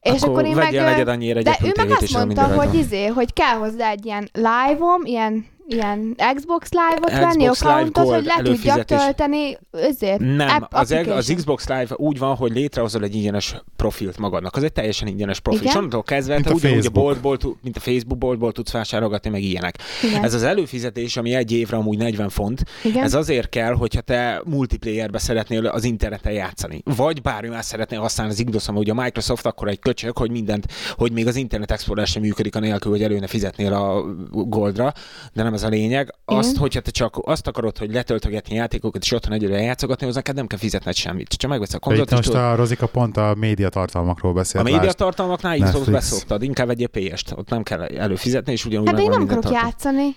[SPEAKER 2] És akkor, én meg...
[SPEAKER 1] vegyél, vegyed annyira egy
[SPEAKER 2] de
[SPEAKER 1] Apple
[SPEAKER 2] ő meg
[SPEAKER 1] TV-t
[SPEAKER 2] azt
[SPEAKER 1] is, ami
[SPEAKER 2] mondta,
[SPEAKER 1] minden
[SPEAKER 2] hogy
[SPEAKER 1] rajta van.
[SPEAKER 2] izé, hogy kell hozzá egy ilyen live-om, ilyen, ilyen Xbox live-ot
[SPEAKER 1] Xbox
[SPEAKER 2] venni,
[SPEAKER 1] Live
[SPEAKER 2] accountot, hogy le
[SPEAKER 1] Gold
[SPEAKER 2] tudjak
[SPEAKER 1] előfizetés.
[SPEAKER 2] tölteni ezért.
[SPEAKER 1] Nem,
[SPEAKER 2] app-
[SPEAKER 1] az, eg- az
[SPEAKER 2] application.
[SPEAKER 1] Xbox Live úgy van, hogy létrehozol egy ingyenes profilt magadnak. Az egy teljesen ingyenes profil.
[SPEAKER 2] Igen?
[SPEAKER 1] És onnantól kezdve,
[SPEAKER 3] Mint
[SPEAKER 1] te
[SPEAKER 3] a
[SPEAKER 1] ugyanúgy a
[SPEAKER 3] Facebook.
[SPEAKER 1] boltból, tu- mint a Facebook boltból tudsz vásárolgatni, meg ilyenek.
[SPEAKER 2] Igen.
[SPEAKER 1] Ez az előfizetés, ami egy évre amúgy 40 font,
[SPEAKER 2] Igen.
[SPEAKER 1] ez azért kell, hogyha te multiplayerbe szeretnél az interneten játszani. Vagy bármi más szeretnél használni az Xbox, ami ugye a Microsoft akkor egy köcsög, hogy mindent, hogy még az Internet Explorer sem működik, anélkül, hogy előne fizetnél a Goldra, de nem ez a lényeg. Azt,
[SPEAKER 2] Igen.
[SPEAKER 1] hogyha te csak azt akarod, hogy letöltögetni játékokat és otthon egyedül játszogatni, az neked nem kell fizetned semmit. Csak megvesz a konzolt,
[SPEAKER 3] Itt
[SPEAKER 1] és
[SPEAKER 3] most
[SPEAKER 1] tudod.
[SPEAKER 3] a Rozika pont a médiatartalmakról beszél.
[SPEAKER 1] A médiatartalmaknál Xbox
[SPEAKER 3] Netflix.
[SPEAKER 1] beszoktad, inkább egy PS-t, ott nem kell előfizetni, és ugyanúgy
[SPEAKER 2] Hát de én
[SPEAKER 1] megvan
[SPEAKER 2] nem
[SPEAKER 1] minden
[SPEAKER 2] akarok
[SPEAKER 1] tartalom.
[SPEAKER 2] játszani.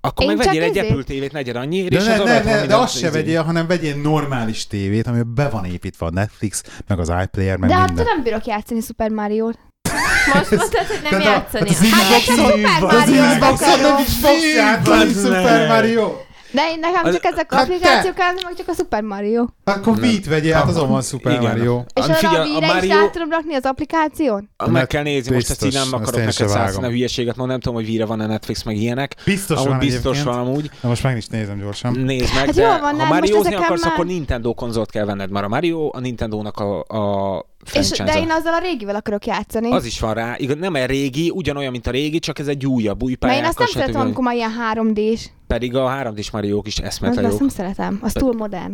[SPEAKER 1] Akkor meg
[SPEAKER 2] Én csak
[SPEAKER 1] vegyél egy
[SPEAKER 2] ezért.
[SPEAKER 1] Apple tévét negyed annyiért,
[SPEAKER 3] De,
[SPEAKER 1] és
[SPEAKER 3] ne,
[SPEAKER 1] az
[SPEAKER 3] ne,
[SPEAKER 1] alatt van
[SPEAKER 3] ne, de
[SPEAKER 1] minden
[SPEAKER 3] azt se
[SPEAKER 1] izé.
[SPEAKER 3] vegyél, hanem vegyél normális tévét, ami be van építve a Netflix, meg az iPlayer, meg
[SPEAKER 2] De hát
[SPEAKER 3] minden.
[SPEAKER 2] nem bírok játszani Super Mario-t.
[SPEAKER 4] Most mondtad, hogy nem
[SPEAKER 3] Tehát a-
[SPEAKER 4] játszani.
[SPEAKER 3] hát az Xboxon-
[SPEAKER 2] Super
[SPEAKER 3] az
[SPEAKER 2] Mario
[SPEAKER 3] Xboxon nem
[SPEAKER 2] akarok.
[SPEAKER 3] is fogsz játszani,
[SPEAKER 1] Bazd
[SPEAKER 3] Super
[SPEAKER 1] meg.
[SPEAKER 3] Mario!
[SPEAKER 2] De én nekem
[SPEAKER 1] Az-
[SPEAKER 2] csak ezek
[SPEAKER 3] hát te-
[SPEAKER 2] applikációk állnak, meg csak a Super Mario.
[SPEAKER 3] Hát akkor mit vegyél, hát azon van Super
[SPEAKER 1] Igen.
[SPEAKER 3] Mario.
[SPEAKER 2] És
[SPEAKER 1] Ami
[SPEAKER 2] arra
[SPEAKER 1] figyel-
[SPEAKER 2] a Wii-re is rá tudom rakni az applikáción?
[SPEAKER 1] A meg kell nézni, most ezt így
[SPEAKER 3] Biztos,
[SPEAKER 1] nem
[SPEAKER 3] azt
[SPEAKER 1] akarok
[SPEAKER 3] én se
[SPEAKER 1] neked száz
[SPEAKER 3] vágom.
[SPEAKER 1] ne hülyeséget mondani, nem tudom, hogy víre van-e Netflix, meg ilyenek.
[SPEAKER 3] Biztos
[SPEAKER 1] amúgy
[SPEAKER 3] van
[SPEAKER 1] biztos
[SPEAKER 3] egyébként.
[SPEAKER 1] van amúgy.
[SPEAKER 3] Na most meg is nézem gyorsan.
[SPEAKER 1] Nézd meg,
[SPEAKER 2] Hát
[SPEAKER 1] de
[SPEAKER 2] jól van,
[SPEAKER 1] ha
[SPEAKER 2] nem, most
[SPEAKER 1] Mariózni
[SPEAKER 2] ezeken
[SPEAKER 1] akarsz,
[SPEAKER 2] már-
[SPEAKER 1] akkor Nintendo konzolt kell venned, mert a Mario a Nintendo-nak a, a
[SPEAKER 2] És,
[SPEAKER 1] franchise
[SPEAKER 2] de én azzal a régivel akarok játszani.
[SPEAKER 1] az is van rá, igaz, nem egy régi, ugyanolyan, mint a régi, csak ez egy újabb, új
[SPEAKER 2] Mert én azt
[SPEAKER 1] pályákkal,
[SPEAKER 2] nem
[SPEAKER 1] stb.
[SPEAKER 2] szeretem, amikor már ilyen 3D-s.
[SPEAKER 1] Pedig a 3 d Mariók is
[SPEAKER 2] Azt,
[SPEAKER 1] eszmetlen
[SPEAKER 2] azt
[SPEAKER 1] jók.
[SPEAKER 2] nem szeretem. Az túl modern.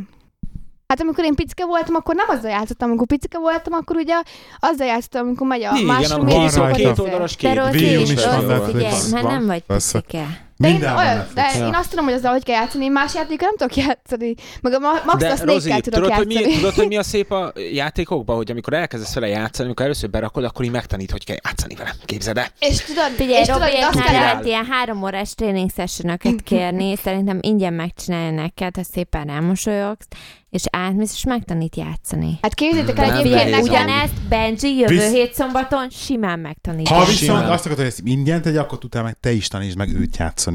[SPEAKER 2] Hát amikor én picike voltam, akkor nem azzal játszottam. Amikor picike voltam, akkor ugye azzal játszottam, amikor megy a
[SPEAKER 1] Igen, a
[SPEAKER 2] mushroom
[SPEAKER 3] van
[SPEAKER 1] két,
[SPEAKER 2] és
[SPEAKER 1] szó-
[SPEAKER 2] akkor
[SPEAKER 3] rajta.
[SPEAKER 1] két
[SPEAKER 2] izé.
[SPEAKER 1] oldalas
[SPEAKER 4] De
[SPEAKER 1] két.
[SPEAKER 4] Rozi,
[SPEAKER 3] Wii
[SPEAKER 1] videós
[SPEAKER 3] is
[SPEAKER 4] Rozi,
[SPEAKER 3] van
[SPEAKER 1] videó.
[SPEAKER 3] Netflixen.
[SPEAKER 4] figyelj,
[SPEAKER 3] Netflix.
[SPEAKER 4] már
[SPEAKER 1] Van.
[SPEAKER 4] hát nem vagy
[SPEAKER 3] Persze.
[SPEAKER 4] picike.
[SPEAKER 2] De én,
[SPEAKER 3] Minden van
[SPEAKER 2] olyan, de
[SPEAKER 3] Netflixen.
[SPEAKER 2] én azt tudom, hogy azzal hogy kell játszani, én más játékkal nem tudok játszani. Meg a ma- max a
[SPEAKER 1] De Rozi,
[SPEAKER 2] snake tudok
[SPEAKER 1] tudod hogy,
[SPEAKER 2] játszani.
[SPEAKER 1] mi, tudod, hogy mi a szép a játékokban, hogy amikor elkezdesz vele játszani, amikor először berakod, akkor így megtanít, hogy kell játszani vele. Képzeld el?
[SPEAKER 2] És tudod,
[SPEAKER 4] Figyelj,
[SPEAKER 2] és tudod, hogy azt
[SPEAKER 4] Robiéknál
[SPEAKER 2] kell
[SPEAKER 1] el-
[SPEAKER 4] lehet ilyen három órás tréning sessionokat kérni, szerintem ingyen megcsinálja neked, ha szépen rámosolyogsz, és átmész, és megtanít játszani.
[SPEAKER 2] Hát képzétek
[SPEAKER 1] Nem,
[SPEAKER 2] el egyébként
[SPEAKER 1] de
[SPEAKER 4] Figyelj,
[SPEAKER 1] ez
[SPEAKER 2] nekem.
[SPEAKER 4] ugyanezt Benji jövő
[SPEAKER 3] Visz-
[SPEAKER 4] hét szombaton simán megtanít.
[SPEAKER 3] Ha
[SPEAKER 1] Simán.
[SPEAKER 3] viszont azt akarod, hogy ezt mindjárt tegy, akkor utána meg te is tanítsd meg őt játszani.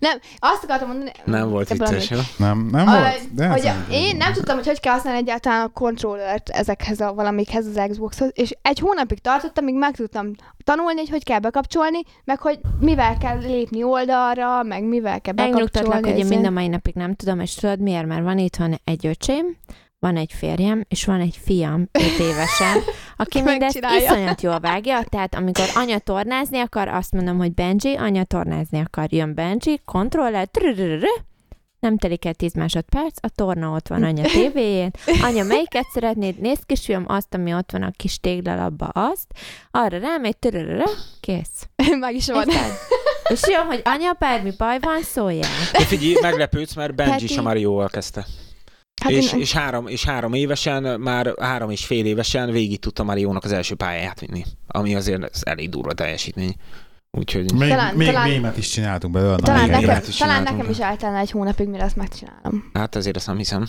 [SPEAKER 2] Nem, azt akartam mondani.
[SPEAKER 1] Nem volt
[SPEAKER 2] Ebből
[SPEAKER 1] vicces,
[SPEAKER 2] emlékszem.
[SPEAKER 1] jó?
[SPEAKER 3] Nem, nem
[SPEAKER 2] Ö,
[SPEAKER 3] volt? De hát ez
[SPEAKER 2] hogy
[SPEAKER 3] nem.
[SPEAKER 2] én nem tudtam, hogy hogy kell használni egyáltalán a controllert ezekhez a valamikhez az Xboxhoz, és egy hónapig tartottam, míg meg tudtam tanulni, hogy hogy kell bekapcsolni, meg hogy mivel kell lépni oldalra, meg mivel kell bekapcsolni.
[SPEAKER 4] Megnyugtatlak, hogy én
[SPEAKER 2] ezért.
[SPEAKER 4] mind a mai napig nem tudom, és tudod miért, mert van itthon egy öcsém, van egy férjem, és van egy fiam, 5 évesen, aki
[SPEAKER 2] Aki
[SPEAKER 4] mindezt
[SPEAKER 2] megcsinálja.
[SPEAKER 4] iszonyat jól vágja, tehát amikor anya tornázni akar, azt mondom, hogy Benji, anya tornázni akar, jön Benji, kontroller, trrrrrr, nem telik el 10 másodperc, a torna ott van anya tévéjén. Anya, melyiket szeretnéd? Nézd, kisfiam, azt, ami ott van a kis téglalapba, azt. Arra rámegy, törörörö, kész.
[SPEAKER 2] Meg is van.
[SPEAKER 4] Érted? És jó, hogy anya, bármi baj van, szóljál.
[SPEAKER 1] De figyelj, meglepődsz, mert Benji is
[SPEAKER 2] Peti.
[SPEAKER 1] a Marióval kezdte.
[SPEAKER 2] Hát
[SPEAKER 1] és,
[SPEAKER 2] én-
[SPEAKER 1] és, három, és három évesen, már három és fél évesen végig tudta Mariónak az első pályáját vinni. Ami azért ez elég durva teljesítmény. Úgyhogy...
[SPEAKER 3] Még,
[SPEAKER 2] Talán-
[SPEAKER 3] még
[SPEAKER 2] talán-
[SPEAKER 3] mémet is csináltunk belőle. na,
[SPEAKER 2] Talán
[SPEAKER 3] még egy
[SPEAKER 2] nekem,
[SPEAKER 3] mémet is
[SPEAKER 2] talán
[SPEAKER 3] csináltunk
[SPEAKER 2] nekem is eltelne egy hónapig, mire azt megcsinálom.
[SPEAKER 1] Hát azért azt nem hiszem.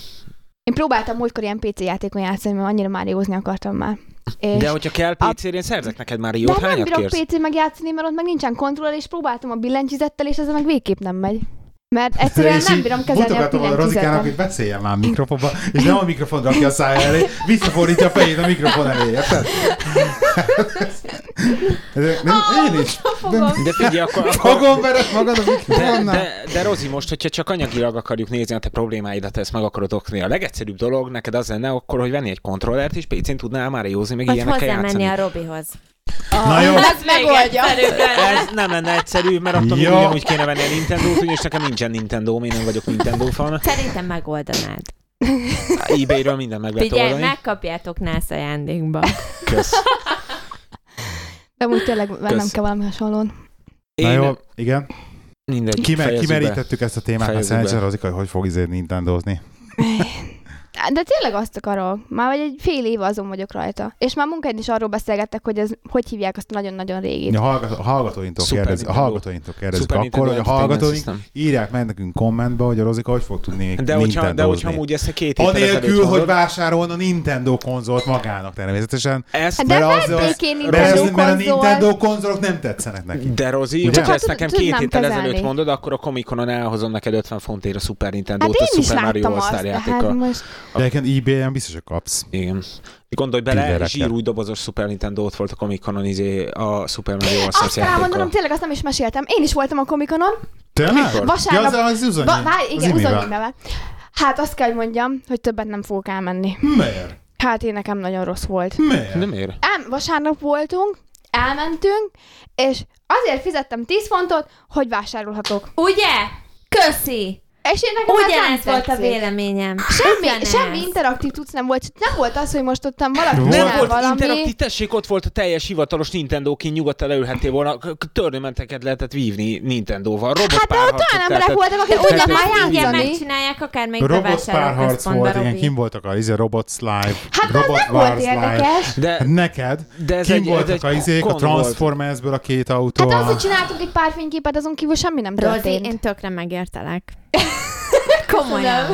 [SPEAKER 2] Én próbáltam múltkor ilyen PC játékon játszani, mert annyira már józni akartam már. És
[SPEAKER 1] De hogyha kell
[SPEAKER 2] a-
[SPEAKER 1] PC-re, én szerzek neked már
[SPEAKER 2] de
[SPEAKER 1] jót,
[SPEAKER 2] nem
[SPEAKER 1] hányat
[SPEAKER 2] bírok
[SPEAKER 1] kérsz?
[SPEAKER 2] PC megjátszani, mert ott meg nincsen kontroll, és próbáltam a billentyűzettel, és ez meg végképp nem megy. Mert
[SPEAKER 3] bele.
[SPEAKER 2] egyszerűen
[SPEAKER 3] És
[SPEAKER 2] nem
[SPEAKER 3] így
[SPEAKER 2] bírom kezelni a
[SPEAKER 3] mutogatom a Rozikának, hogy
[SPEAKER 2] billentyűzetet.
[SPEAKER 3] beszéljen már a mikrofonba, és nem a mikrofon rakja a szája elé, visszafordítja a fejét a mikrofon elé, érted? De- Nem, én is.
[SPEAKER 2] Fogom.
[SPEAKER 1] De figyelj, akkor... akkor...
[SPEAKER 3] Fogom vered magad a
[SPEAKER 1] De,
[SPEAKER 3] mikrofonnál.
[SPEAKER 1] de, de Rozi, most, hogyha csak anyagilag akarjuk nézni a te problémáidat, ezt meg akarod okni. A legegyszerűbb dolog neked az lenne akkor, hogy venni egy kontrollert, és PC-n tudnál már józni, meg
[SPEAKER 4] Vagy
[SPEAKER 1] ilyenekkel
[SPEAKER 4] hozzámenni
[SPEAKER 1] játszani.
[SPEAKER 4] a Robihoz.
[SPEAKER 3] Na jó,
[SPEAKER 2] Ez megoldja.
[SPEAKER 1] Ez nem lenne egyszerű, mert attól
[SPEAKER 3] Ja.
[SPEAKER 1] ja. úgy kéne venni a Nintendo-t, ugyanis nekem nincsen Nintendo, én nem vagyok Nintendo fan.
[SPEAKER 4] Szerintem megoldanád.
[SPEAKER 1] ebay-ről minden meg lehet
[SPEAKER 4] Figyelj,
[SPEAKER 1] oldani.
[SPEAKER 4] megkapjátok nász ajándékba.
[SPEAKER 1] Kösz.
[SPEAKER 2] De úgy tényleg vennem
[SPEAKER 1] Kösz.
[SPEAKER 2] kell valami hasonlón.
[SPEAKER 3] Na
[SPEAKER 1] Én
[SPEAKER 3] jó, igen.
[SPEAKER 1] mindegy,
[SPEAKER 3] Kime,
[SPEAKER 1] fejezzük
[SPEAKER 3] kimerítettük ezt a témát, mert
[SPEAKER 1] Fejezzük
[SPEAKER 3] szerintem
[SPEAKER 1] be.
[SPEAKER 3] Rozika, hogy fog izé nintendozni.
[SPEAKER 2] De tényleg azt akarok. Már vagy egy fél éve azon vagyok rajta. És már munkáid is arról beszélgettek, hogy ez, hogy hívják azt a nagyon-nagyon régit.
[SPEAKER 3] A hallgató- a hallgatóinktól
[SPEAKER 1] Szuper
[SPEAKER 3] kérdez, a
[SPEAKER 1] Nintendo.
[SPEAKER 3] hallgatóinktól
[SPEAKER 1] be.
[SPEAKER 3] kérdezzük
[SPEAKER 1] Super
[SPEAKER 3] akkor,
[SPEAKER 1] Nintendo
[SPEAKER 3] hogy a
[SPEAKER 1] Entertainment
[SPEAKER 3] hallgatóink
[SPEAKER 1] System.
[SPEAKER 3] írják meg nekünk kommentbe, hogy a Rozika hogy fog
[SPEAKER 1] De
[SPEAKER 3] tudni
[SPEAKER 1] hogyha, de hogyha
[SPEAKER 3] nintendozni.
[SPEAKER 1] amúgy ezt a két héttel
[SPEAKER 3] Anélkül,
[SPEAKER 1] ezelőtt
[SPEAKER 3] hogy
[SPEAKER 1] mondod-
[SPEAKER 3] vásárolna Nintendo konzolt magának természetesen.
[SPEAKER 1] ezt,
[SPEAKER 2] De hát
[SPEAKER 3] Mert
[SPEAKER 2] vedd
[SPEAKER 3] az-
[SPEAKER 2] békén
[SPEAKER 3] Mert,
[SPEAKER 2] Nintendo
[SPEAKER 3] ez, mert a
[SPEAKER 2] konzol.
[SPEAKER 3] Nintendo konzolok nem tetszenek neki.
[SPEAKER 1] de Rozi,
[SPEAKER 3] Ugye?
[SPEAKER 1] hogyha
[SPEAKER 3] Csak
[SPEAKER 1] ezt
[SPEAKER 2] ha tud-
[SPEAKER 1] nekem két
[SPEAKER 2] Hát,
[SPEAKER 1] héttel
[SPEAKER 2] tudnám kezelni.
[SPEAKER 1] ezelőtt mondod, akkor a Comic-Conon elhozom neked 50 fontért a Super
[SPEAKER 2] Hát
[SPEAKER 1] Nintendo-t,
[SPEAKER 2] én
[SPEAKER 1] a
[SPEAKER 2] is
[SPEAKER 1] Super Mario
[SPEAKER 2] láttam
[SPEAKER 1] All-Star
[SPEAKER 2] azt, de hát
[SPEAKER 1] játéka.
[SPEAKER 2] most...
[SPEAKER 3] De egyébként ebay-en biztos, hogy kapsz.
[SPEAKER 1] Igen. Gondolj bele,
[SPEAKER 3] Pillereket.
[SPEAKER 1] zsírúj dobozos Super Nintendo ott volt a Comic Conon izé, a Super Mario All-Stars
[SPEAKER 2] Azt kell mondanom,
[SPEAKER 1] játéka.
[SPEAKER 2] tényleg azt nem is meséltem. Én is voltam a komikonon.
[SPEAKER 3] Tényleg?
[SPEAKER 2] Vasárnap-
[SPEAKER 3] Ja, az, az Zuzanyi.
[SPEAKER 2] Ba, várj,
[SPEAKER 3] az
[SPEAKER 2] igen,
[SPEAKER 3] Imivel.
[SPEAKER 2] uzonyimevel. Hát azt kell, hogy mondjam, hogy többet nem fogok elmenni.
[SPEAKER 3] Miért?
[SPEAKER 2] Hát én nekem nagyon rossz volt.
[SPEAKER 3] Miért?
[SPEAKER 1] Nem ér.
[SPEAKER 2] Ám, vasárnap voltunk, elmentünk, és azért fizettem 10 fontot, hogy vásárolhatok.
[SPEAKER 4] Ugye? Köszi!
[SPEAKER 2] És én nekem ez nem
[SPEAKER 4] Ugyanez volt a
[SPEAKER 2] tetszik.
[SPEAKER 4] véleményem.
[SPEAKER 2] Semmi,
[SPEAKER 4] Ugyanez.
[SPEAKER 2] semmi interaktív tudsz nem volt. Nem volt az, hogy most ottam valaki
[SPEAKER 3] Nem
[SPEAKER 1] Nem
[SPEAKER 2] csinál
[SPEAKER 1] volt
[SPEAKER 2] valami.
[SPEAKER 1] interaktív, tessék, ott volt a teljes hivatalos Nintendo, ki nyugodtan leülhettél volna, k- k- törnömenteket lehetett vívni Nintendo-val, robot
[SPEAKER 2] Hát de ott olyan emberek voltak, akik
[SPEAKER 1] Tehát-
[SPEAKER 2] ugyanaz
[SPEAKER 1] tehát-
[SPEAKER 4] Ugyanazt igen,
[SPEAKER 2] játszani.
[SPEAKER 4] megcsinálják akármelyik
[SPEAKER 3] Robot párharc volt,
[SPEAKER 4] bevásárlóközpontban,
[SPEAKER 3] igen,
[SPEAKER 4] Robi.
[SPEAKER 3] kim voltak a izé, Robot Slime,
[SPEAKER 2] Hát az
[SPEAKER 3] Robot
[SPEAKER 2] nem volt
[SPEAKER 3] Wars Live.
[SPEAKER 2] érdekes.
[SPEAKER 1] De,
[SPEAKER 3] Hát neked,
[SPEAKER 1] de ez
[SPEAKER 3] kim
[SPEAKER 1] egy, ez
[SPEAKER 3] voltak
[SPEAKER 1] egy
[SPEAKER 3] a izék a
[SPEAKER 1] kon volt.
[SPEAKER 3] Transformersből a két
[SPEAKER 2] Hát
[SPEAKER 3] autó.
[SPEAKER 2] az, hogy csináltunk egy pár fényképet, azon kívül semmi nem
[SPEAKER 4] Rozi,
[SPEAKER 2] történt.
[SPEAKER 4] én tökre megértelek.
[SPEAKER 2] Köszönöm.
[SPEAKER 4] Komolyan.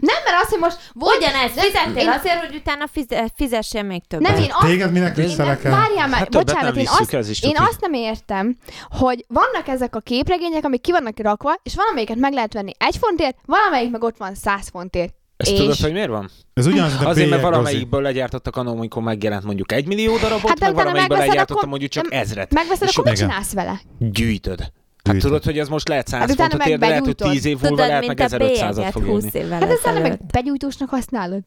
[SPEAKER 2] Nem, mert az, hogy most volt...
[SPEAKER 4] Ugyanez, fizettél
[SPEAKER 2] én-
[SPEAKER 4] azért, hogy utána fize- fizessél még többet.
[SPEAKER 2] Nem, én azt...
[SPEAKER 3] Hát Téged minek
[SPEAKER 1] Én
[SPEAKER 2] Én nem,
[SPEAKER 3] visszelek el?
[SPEAKER 2] várjál már,
[SPEAKER 1] Hát többet
[SPEAKER 2] bocsánat,
[SPEAKER 1] nem
[SPEAKER 2] én
[SPEAKER 1] visszük,
[SPEAKER 2] azt,
[SPEAKER 1] ez is
[SPEAKER 2] én
[SPEAKER 1] tuti.
[SPEAKER 2] azt nem értem, hogy vannak ezek a képregények, amik ki vannak rakva, és valamelyiket meg lehet venni egy fontért, valamelyik meg ott van száz fontért.
[SPEAKER 1] Ezt
[SPEAKER 2] és...
[SPEAKER 1] tudod, hogy miért van?
[SPEAKER 3] Ez ugyanaz, mint a
[SPEAKER 1] Azért, mert
[SPEAKER 3] bélyeg, Rozi.
[SPEAKER 1] valamelyikből legyártottak annól, amikor megjelent mondjuk egy millió darabot,
[SPEAKER 2] Hát
[SPEAKER 1] hát,
[SPEAKER 2] de
[SPEAKER 1] meg
[SPEAKER 2] utána
[SPEAKER 1] valamelyikből
[SPEAKER 2] megveszed,
[SPEAKER 1] legyártottam
[SPEAKER 2] akkor-
[SPEAKER 1] mondjuk csak
[SPEAKER 2] nem-
[SPEAKER 1] ezret.
[SPEAKER 2] Megveszed,
[SPEAKER 1] És
[SPEAKER 2] akkor mit
[SPEAKER 3] igen.
[SPEAKER 2] csinálsz vele?
[SPEAKER 1] Gyűjtöd. Hát
[SPEAKER 3] Gyűjtöd.
[SPEAKER 1] tudod, hogy az most lehet 100
[SPEAKER 2] Hát
[SPEAKER 1] hát
[SPEAKER 2] utána
[SPEAKER 1] fontot ér, de lehet, hogy
[SPEAKER 2] megbegyújtod.
[SPEAKER 1] 10 év múlva
[SPEAKER 4] Tudod,
[SPEAKER 1] lehet
[SPEAKER 4] mint
[SPEAKER 1] meg
[SPEAKER 4] a
[SPEAKER 1] 1500-at
[SPEAKER 4] bélyeget
[SPEAKER 1] fog
[SPEAKER 4] 20
[SPEAKER 1] érni.
[SPEAKER 4] évvel
[SPEAKER 2] Hát aztán meg
[SPEAKER 4] ezelőtt.
[SPEAKER 2] begyújtósnak használod.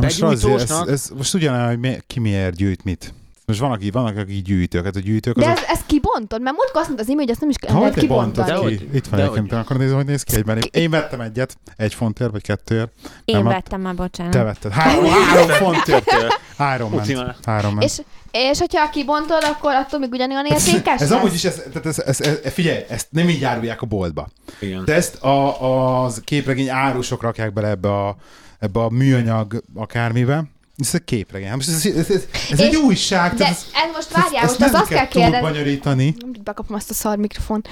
[SPEAKER 3] Most, Rozi, ez,
[SPEAKER 1] Begyújtósnak
[SPEAKER 3] ez most ugyanaz, hogy mi, ki miért gyűjt mit. Most van, aki, vannak, akik gyűjtők, hát a gyűjtők
[SPEAKER 2] De
[SPEAKER 3] azok
[SPEAKER 2] ez, ez kibontod, mert múltkor azt mondta az imi, hogy azt nem is
[SPEAKER 3] Ha
[SPEAKER 2] lehet
[SPEAKER 3] volt egy bontot
[SPEAKER 2] kibontani.
[SPEAKER 1] De
[SPEAKER 3] ki?
[SPEAKER 1] hogy-
[SPEAKER 3] Itt van
[SPEAKER 1] de
[SPEAKER 3] egyébként, akkor nézem, hogy néz ki egyben. Én vettem egyet, egy fontért, vagy kettőért.
[SPEAKER 4] Én
[SPEAKER 3] Nem, a-
[SPEAKER 4] vettem már, bocsánat.
[SPEAKER 2] Mm.
[SPEAKER 3] Te vetted. Három, három fontért.
[SPEAKER 1] Kettő.
[SPEAKER 3] Három
[SPEAKER 1] Pucimá.
[SPEAKER 3] ment. Három ment.
[SPEAKER 2] És, és hogyha kibontod, akkor attól még ugyanolyan értékes
[SPEAKER 3] Ez
[SPEAKER 2] lesz?
[SPEAKER 3] amúgy is, ez, tehát ez, ez, ez, figyelj, ezt nem így árulják a boltba.
[SPEAKER 1] Igen.
[SPEAKER 3] De ezt a, az képregény árusok rakják bele ebbe a, ebbe a műanyag akármibe. Ez egy képregény. Hát Most ez, ez, ez, ez
[SPEAKER 2] És-
[SPEAKER 3] egy újság.
[SPEAKER 2] De
[SPEAKER 3] tehát ez-
[SPEAKER 2] ez most várjál,
[SPEAKER 3] ezt
[SPEAKER 2] most az
[SPEAKER 3] nem
[SPEAKER 2] azt kell
[SPEAKER 3] túl
[SPEAKER 2] kérdezni.
[SPEAKER 3] bonyolítani,
[SPEAKER 2] Bekapom azt a szar mikrofon.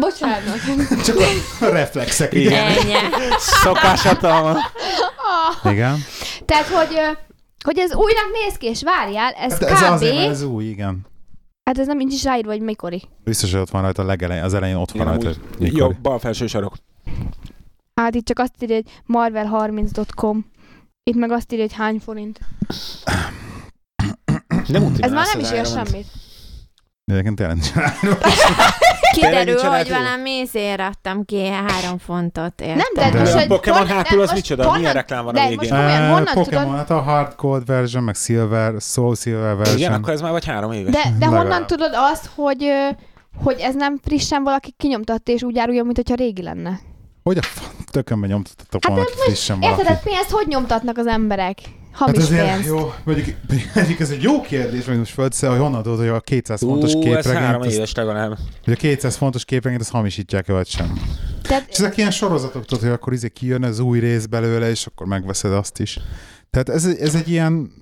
[SPEAKER 2] Bocsánat.
[SPEAKER 3] csak a reflexek. Igen.
[SPEAKER 4] Ennyi.
[SPEAKER 1] Szokáshatalma.
[SPEAKER 3] igen.
[SPEAKER 2] Tehát, hogy, ö, hogy ez újnak néz ki, és várjál, ez
[SPEAKER 3] Hát
[SPEAKER 2] kb.
[SPEAKER 3] ez azért, mert ez új, igen.
[SPEAKER 2] Hát ez nem nincs is ráírva, hogy mikori.
[SPEAKER 3] Biztos, hogy ott van rajta a legelején, az elején ott van
[SPEAKER 1] Igen,
[SPEAKER 3] rajta.
[SPEAKER 1] amúgy.
[SPEAKER 3] mikor.
[SPEAKER 1] Jó, bal felső sarok.
[SPEAKER 2] Hát itt csak azt írja, hogy marvel30.com. Itt meg azt írja, hogy hány forint.
[SPEAKER 1] Nem úgy,
[SPEAKER 2] Ez már nem is ér semmit.
[SPEAKER 3] Egyébként tényleg nincs rá.
[SPEAKER 4] Kiderül,
[SPEAKER 1] nincsen
[SPEAKER 4] hogy
[SPEAKER 1] átírva?
[SPEAKER 4] valami ízért adtam ki három fontot, érted?
[SPEAKER 2] Nem, de, hát
[SPEAKER 3] De
[SPEAKER 2] most,
[SPEAKER 3] a
[SPEAKER 2] hogy...
[SPEAKER 1] Pokémon
[SPEAKER 2] honnan-
[SPEAKER 1] hátul
[SPEAKER 2] de
[SPEAKER 1] az
[SPEAKER 2] most
[SPEAKER 1] micsoda?
[SPEAKER 2] honnan-
[SPEAKER 1] Milyen reklám van a
[SPEAKER 2] de
[SPEAKER 1] végén?
[SPEAKER 2] most komolyan,
[SPEAKER 3] Eh,
[SPEAKER 2] honnan
[SPEAKER 3] Pokémon,
[SPEAKER 2] tudod?
[SPEAKER 3] hát a Hard Gold version, meg Silver, Soul Silver version.
[SPEAKER 1] Igen, akkor ez már vagy három éve.
[SPEAKER 2] De, de
[SPEAKER 3] Legalább.
[SPEAKER 2] honnan tudod azt, hogy, ö, hogy ez nem frissen valaki kinyomtatta, és úgy árulja, mint hogyha régi lenne?
[SPEAKER 3] Hogy a f- tökönbe nyomtatottak
[SPEAKER 2] Hát
[SPEAKER 3] volna
[SPEAKER 2] ez
[SPEAKER 3] ki frissen
[SPEAKER 2] Érted,
[SPEAKER 3] valakit?
[SPEAKER 2] hát pénzt hogy nyomtatnak az emberek?
[SPEAKER 3] Hát
[SPEAKER 2] Hamis
[SPEAKER 3] azért
[SPEAKER 2] pénzt.
[SPEAKER 3] jó, mondjuk, mondjuk ez egy jó kérdés, hogy most földszel, hogy honnan tudod, hogy a 200 fontos
[SPEAKER 1] Ú, ez három
[SPEAKER 3] képregényt, azt,
[SPEAKER 1] éves legalább.
[SPEAKER 3] hogy a 200 fontos képregényt, azt hamisítják-e vagy sem. És
[SPEAKER 2] Tehát,
[SPEAKER 3] ezek ilyen sorozatok, tudod, hogy akkor izé kijön az új rész belőle, és akkor megveszed azt is. Tehát ez, ez egy ilyen,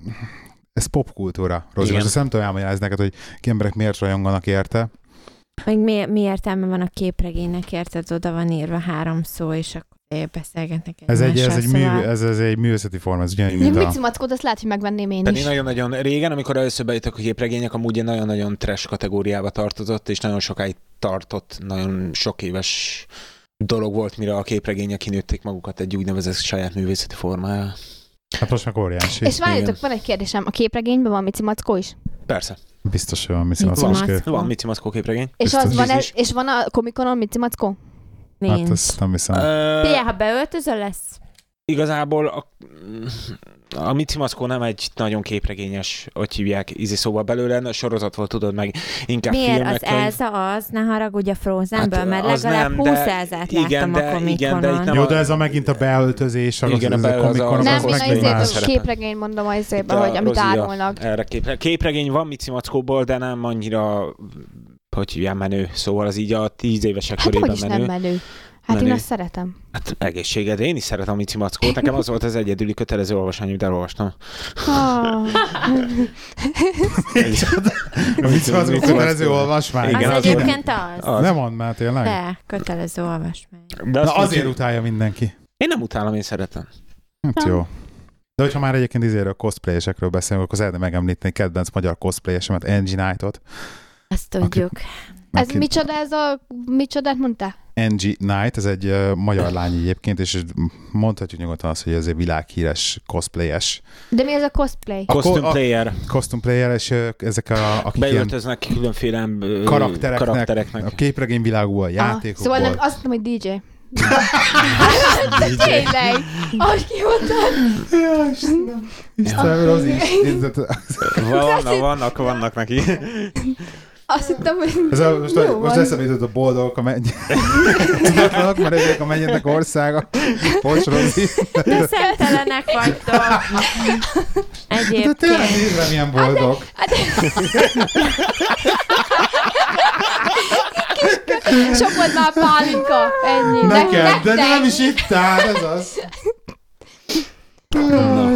[SPEAKER 3] ez popkultúra, Rozi.
[SPEAKER 1] Igen.
[SPEAKER 3] Most ezt nem tudom elmagyarázni neked, hogy ki emberek miért rajonganak érte.
[SPEAKER 4] Meg mi, mi értelme van a képregénynek, érted? Oda van írva három szó, és akkor beszélgetnek
[SPEAKER 3] Ez egy, ez,
[SPEAKER 4] egymással,
[SPEAKER 3] egy mű,
[SPEAKER 4] szóval-
[SPEAKER 3] ez, ez egy művészeti forma, ez ugyanúgy,
[SPEAKER 2] egy
[SPEAKER 3] mint a...
[SPEAKER 2] mici mackót, azt lehet, hogy megvenném én
[SPEAKER 1] Pedig
[SPEAKER 2] is.
[SPEAKER 1] nagyon-nagyon régen, amikor először bejöttek a képregények, amúgy egy nagyon-nagyon trash kategóriába tartozott, és nagyon sokáig tartott, nagyon sok éves dolog volt, mire a képregények kinőtték magukat egy úgynevezett saját művészeti formája.
[SPEAKER 3] Hát most meg óriási.
[SPEAKER 2] És várjatok,
[SPEAKER 1] igen.
[SPEAKER 2] van egy kérdésem. A képregényben van mici mackó is?
[SPEAKER 1] Persze,
[SPEAKER 3] Biztos, hogy van,
[SPEAKER 4] Mit
[SPEAKER 3] viszont
[SPEAKER 4] van?
[SPEAKER 3] az kép.
[SPEAKER 1] van Mici Maszkó képregény.
[SPEAKER 2] És,
[SPEAKER 3] Biztos.
[SPEAKER 2] az van,
[SPEAKER 1] Biznis.
[SPEAKER 2] ez, és van a komikonon mici mackó?
[SPEAKER 4] Nincs.
[SPEAKER 3] Hát ezt nem hiszem.
[SPEAKER 1] Ö,
[SPEAKER 4] Figyelj, ha beöltözöl, lesz.
[SPEAKER 1] igazából a, a Mici Maszkó nem egy nagyon képregényes, hogy hívják, ízi szóval belőle, a sorozat volt, tudod meg, inkább
[SPEAKER 4] Miért?
[SPEAKER 1] filmek,
[SPEAKER 4] Az
[SPEAKER 1] könyv.
[SPEAKER 4] Elza az, ne haragudj a Frozenből,
[SPEAKER 1] Hát,
[SPEAKER 4] mert
[SPEAKER 1] az
[SPEAKER 4] legalább
[SPEAKER 1] nem,
[SPEAKER 4] 20
[SPEAKER 1] de-
[SPEAKER 4] Elzát
[SPEAKER 1] igen,
[SPEAKER 4] láttam
[SPEAKER 1] de-
[SPEAKER 4] a
[SPEAKER 1] igen, de itt
[SPEAKER 4] komikonon.
[SPEAKER 1] nem
[SPEAKER 3] Jó,
[SPEAKER 1] a-
[SPEAKER 3] de ez a megint a beöltözés, az,
[SPEAKER 1] Igen,
[SPEAKER 3] Igen,
[SPEAKER 1] a
[SPEAKER 3] ez a,
[SPEAKER 1] beöl- az
[SPEAKER 3] komikon,
[SPEAKER 1] a-
[SPEAKER 3] az,
[SPEAKER 2] Nem,
[SPEAKER 3] az,
[SPEAKER 1] azok az
[SPEAKER 2] én a
[SPEAKER 3] meg
[SPEAKER 1] izét-
[SPEAKER 3] más.
[SPEAKER 2] izét-
[SPEAKER 1] szerepel.
[SPEAKER 2] képregény mondom a izébe,
[SPEAKER 1] Itt a
[SPEAKER 2] hogy amit
[SPEAKER 1] Rozia
[SPEAKER 2] árulnak.
[SPEAKER 1] Erre képre... képregény van Mici Mackóból, de nem annyira hogy hívják, menő. Szóval az így a tíz évesek
[SPEAKER 2] Hát hogy
[SPEAKER 1] körében
[SPEAKER 2] is
[SPEAKER 1] menő.
[SPEAKER 2] nem menő. Hát én
[SPEAKER 1] Menő.
[SPEAKER 2] azt szeretem.
[SPEAKER 1] Hát egészséged, én is szeretem a Mici Mackót. Nekem az volt az egyedüli kötelező olvasmány, amit elolvastam.
[SPEAKER 2] Ah,
[SPEAKER 3] A vicc az, hogy kötelező olvasmány.
[SPEAKER 1] Igen,
[SPEAKER 4] az,
[SPEAKER 1] az
[SPEAKER 4] egyébként az.
[SPEAKER 1] Az.
[SPEAKER 3] Nem mondd már tényleg.
[SPEAKER 4] De, kötelező olvasmány.
[SPEAKER 1] De
[SPEAKER 3] Na azért
[SPEAKER 1] mondjuk,
[SPEAKER 3] utálja mindenki.
[SPEAKER 1] Én nem utálom, én szeretem.
[SPEAKER 3] Hát jó. De hogyha már egyébként izéről cosplayesekről beszélünk, akkor szeretném megemlíteni kedvenc magyar cosplayesemet, Angie Knight-ot.
[SPEAKER 4] Azt tudjuk.
[SPEAKER 2] ez
[SPEAKER 3] Neki-
[SPEAKER 2] micsoda ez a... Micsodát mondtál?
[SPEAKER 3] Angie Knight, ez egy ö, magyar lány egyébként, és mondhatjuk nyugodtan azt, hogy ez egy világhíres cosplayes.
[SPEAKER 2] De mi ez a cosplay?
[SPEAKER 3] Akkor
[SPEAKER 1] Costume
[SPEAKER 3] a-
[SPEAKER 1] player.
[SPEAKER 3] Costume player, és ö, ezek a, akik ilyen
[SPEAKER 1] Beöltöznek különféle ö,
[SPEAKER 3] karaktereknek,
[SPEAKER 1] karaktereknek.
[SPEAKER 3] a képregény világból,
[SPEAKER 2] Ah,
[SPEAKER 3] játékokból.
[SPEAKER 2] szóval nem, azt mondom, hogy DJ. De Tényleg. Ahogy kimondtad.
[SPEAKER 3] Ja, Istenem. Istenem, az is. hát
[SPEAKER 1] Vannak, vannak, vannak neki.
[SPEAKER 2] Azt hittem, hogy
[SPEAKER 3] Ez a, most,
[SPEAKER 2] Jó
[SPEAKER 3] most
[SPEAKER 2] van.
[SPEAKER 3] eszembe jutott a boldogok a menny. Tudatlanok, mert ezek a mennyeknek országa. Bocs, Rozi.
[SPEAKER 4] De szemtelenek vagytok.
[SPEAKER 3] De tényleg
[SPEAKER 4] Egyébként.
[SPEAKER 3] nézd rám, milyen boldog.
[SPEAKER 2] sok volt már pálinka. Ennyi.
[SPEAKER 3] Neked, de nem is itt áll, ez az.
[SPEAKER 1] Na.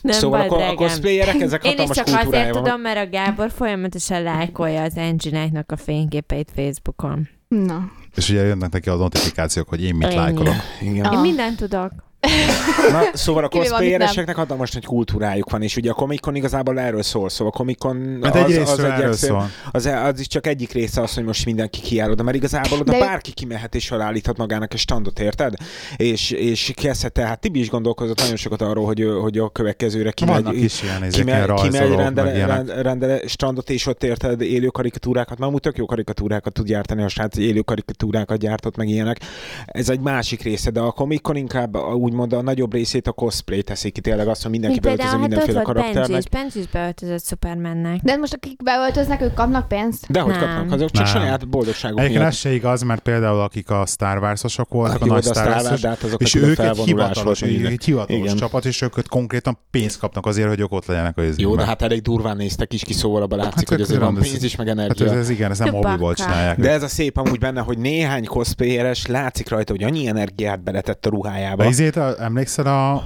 [SPEAKER 4] Nem
[SPEAKER 1] Szóval
[SPEAKER 4] baj,
[SPEAKER 1] akkor a
[SPEAKER 4] drágám.
[SPEAKER 1] cosplayerek, ezek
[SPEAKER 4] Én is
[SPEAKER 1] hatalmas
[SPEAKER 4] csak azért
[SPEAKER 1] kultúrája van.
[SPEAKER 4] tudom, mert a Gábor folyamatosan lájkolja az Angie a fényképeit Facebookon.
[SPEAKER 2] Na.
[SPEAKER 3] És ugye jönnek neki a notifikációk, hogy én mit
[SPEAKER 4] Ennyi.
[SPEAKER 3] lájkolok.
[SPEAKER 1] Igen.
[SPEAKER 4] Én
[SPEAKER 2] Ah.
[SPEAKER 4] mindent tudok.
[SPEAKER 1] Na, szóval a
[SPEAKER 2] Kivéve, amit nem.
[SPEAKER 1] cosplayereseknek hatalmas nagy kultúrájuk van, és ugye a Comic Con igazából erről szól, szóval a Comic Con
[SPEAKER 3] Mert
[SPEAKER 1] az,
[SPEAKER 3] Hát egy
[SPEAKER 1] az,
[SPEAKER 3] részről
[SPEAKER 1] egy
[SPEAKER 3] erről
[SPEAKER 1] egyszerű-
[SPEAKER 3] szól.
[SPEAKER 1] az, az is csak egyik része az, hogy most mindenki kiáll oda, mert igazából oda
[SPEAKER 2] De-
[SPEAKER 1] De... bárki kimehet és felállíthat magának egy standot, érted? És, és kezdhet, tehát Tibi is gondolkozott nagyon sokat arról, hogy, hogy a következőre kimegy,
[SPEAKER 3] Vannak is ilyen ezek ilyen
[SPEAKER 1] kimegy, kimegy
[SPEAKER 3] rajzolók, meg
[SPEAKER 1] rendele,
[SPEAKER 3] ilyenek.
[SPEAKER 1] rend- rendele strandot, és ott érted élő karikatúrákat, mert amúgy tök jó karikatúrákat tud gyártani, a srác élő karikatúrákat gyártott, meg ilyenek. Ez egy másik része, de a Comic Con inkább a- úgymond a nagyobb részét a cosplay teszik ki, tényleg azt, hogy mindenki
[SPEAKER 4] Mint
[SPEAKER 1] beöltöző
[SPEAKER 4] például, hát ott
[SPEAKER 1] mindenféle
[SPEAKER 4] volt Benji
[SPEAKER 1] karakternek.
[SPEAKER 4] is. Benji is beöltözött Supermannek.
[SPEAKER 2] De most akik beöltöznek, ők kapnak pénzt?
[SPEAKER 1] De hogy
[SPEAKER 4] Nem.
[SPEAKER 1] kapnak, azok csak
[SPEAKER 3] Nem.
[SPEAKER 1] saját boldogságuk
[SPEAKER 3] Egyébként
[SPEAKER 1] miatt.
[SPEAKER 3] ez se igaz, mert például akik a Star Wars-osok voltak, a
[SPEAKER 1] Jó,
[SPEAKER 3] nagy
[SPEAKER 1] de a
[SPEAKER 3] Star
[SPEAKER 1] Star Wars,
[SPEAKER 3] Wars-os,
[SPEAKER 1] de hát azok
[SPEAKER 3] és
[SPEAKER 1] a
[SPEAKER 3] ők egy
[SPEAKER 1] felvonulás
[SPEAKER 3] hivatalos,
[SPEAKER 1] volt
[SPEAKER 3] ők
[SPEAKER 1] mindenki.
[SPEAKER 3] egy hivatalos
[SPEAKER 1] Igen.
[SPEAKER 3] csapat, és ők ők konkrétan pénzt kapnak azért, hogy ők ott legyenek a
[SPEAKER 1] Jó, de
[SPEAKER 3] jözőben.
[SPEAKER 1] hát elég durván néztek is ki, szóval abban látszik,
[SPEAKER 3] Hát
[SPEAKER 1] hogy
[SPEAKER 3] tök
[SPEAKER 1] azért van
[SPEAKER 3] durván, de
[SPEAKER 1] pénz
[SPEAKER 3] ez-
[SPEAKER 1] is, meg
[SPEAKER 3] Hát
[SPEAKER 1] energia.
[SPEAKER 3] ez, ez igen, ez nem
[SPEAKER 4] Több
[SPEAKER 3] hobbiból
[SPEAKER 4] akár.
[SPEAKER 3] csinálják.
[SPEAKER 1] De ez a szép amúgy benne, hogy néhány cosplayeres látszik rajta, hogy annyi energiát beletett a ruhájába.
[SPEAKER 3] De izét, a- emlékszel a, a,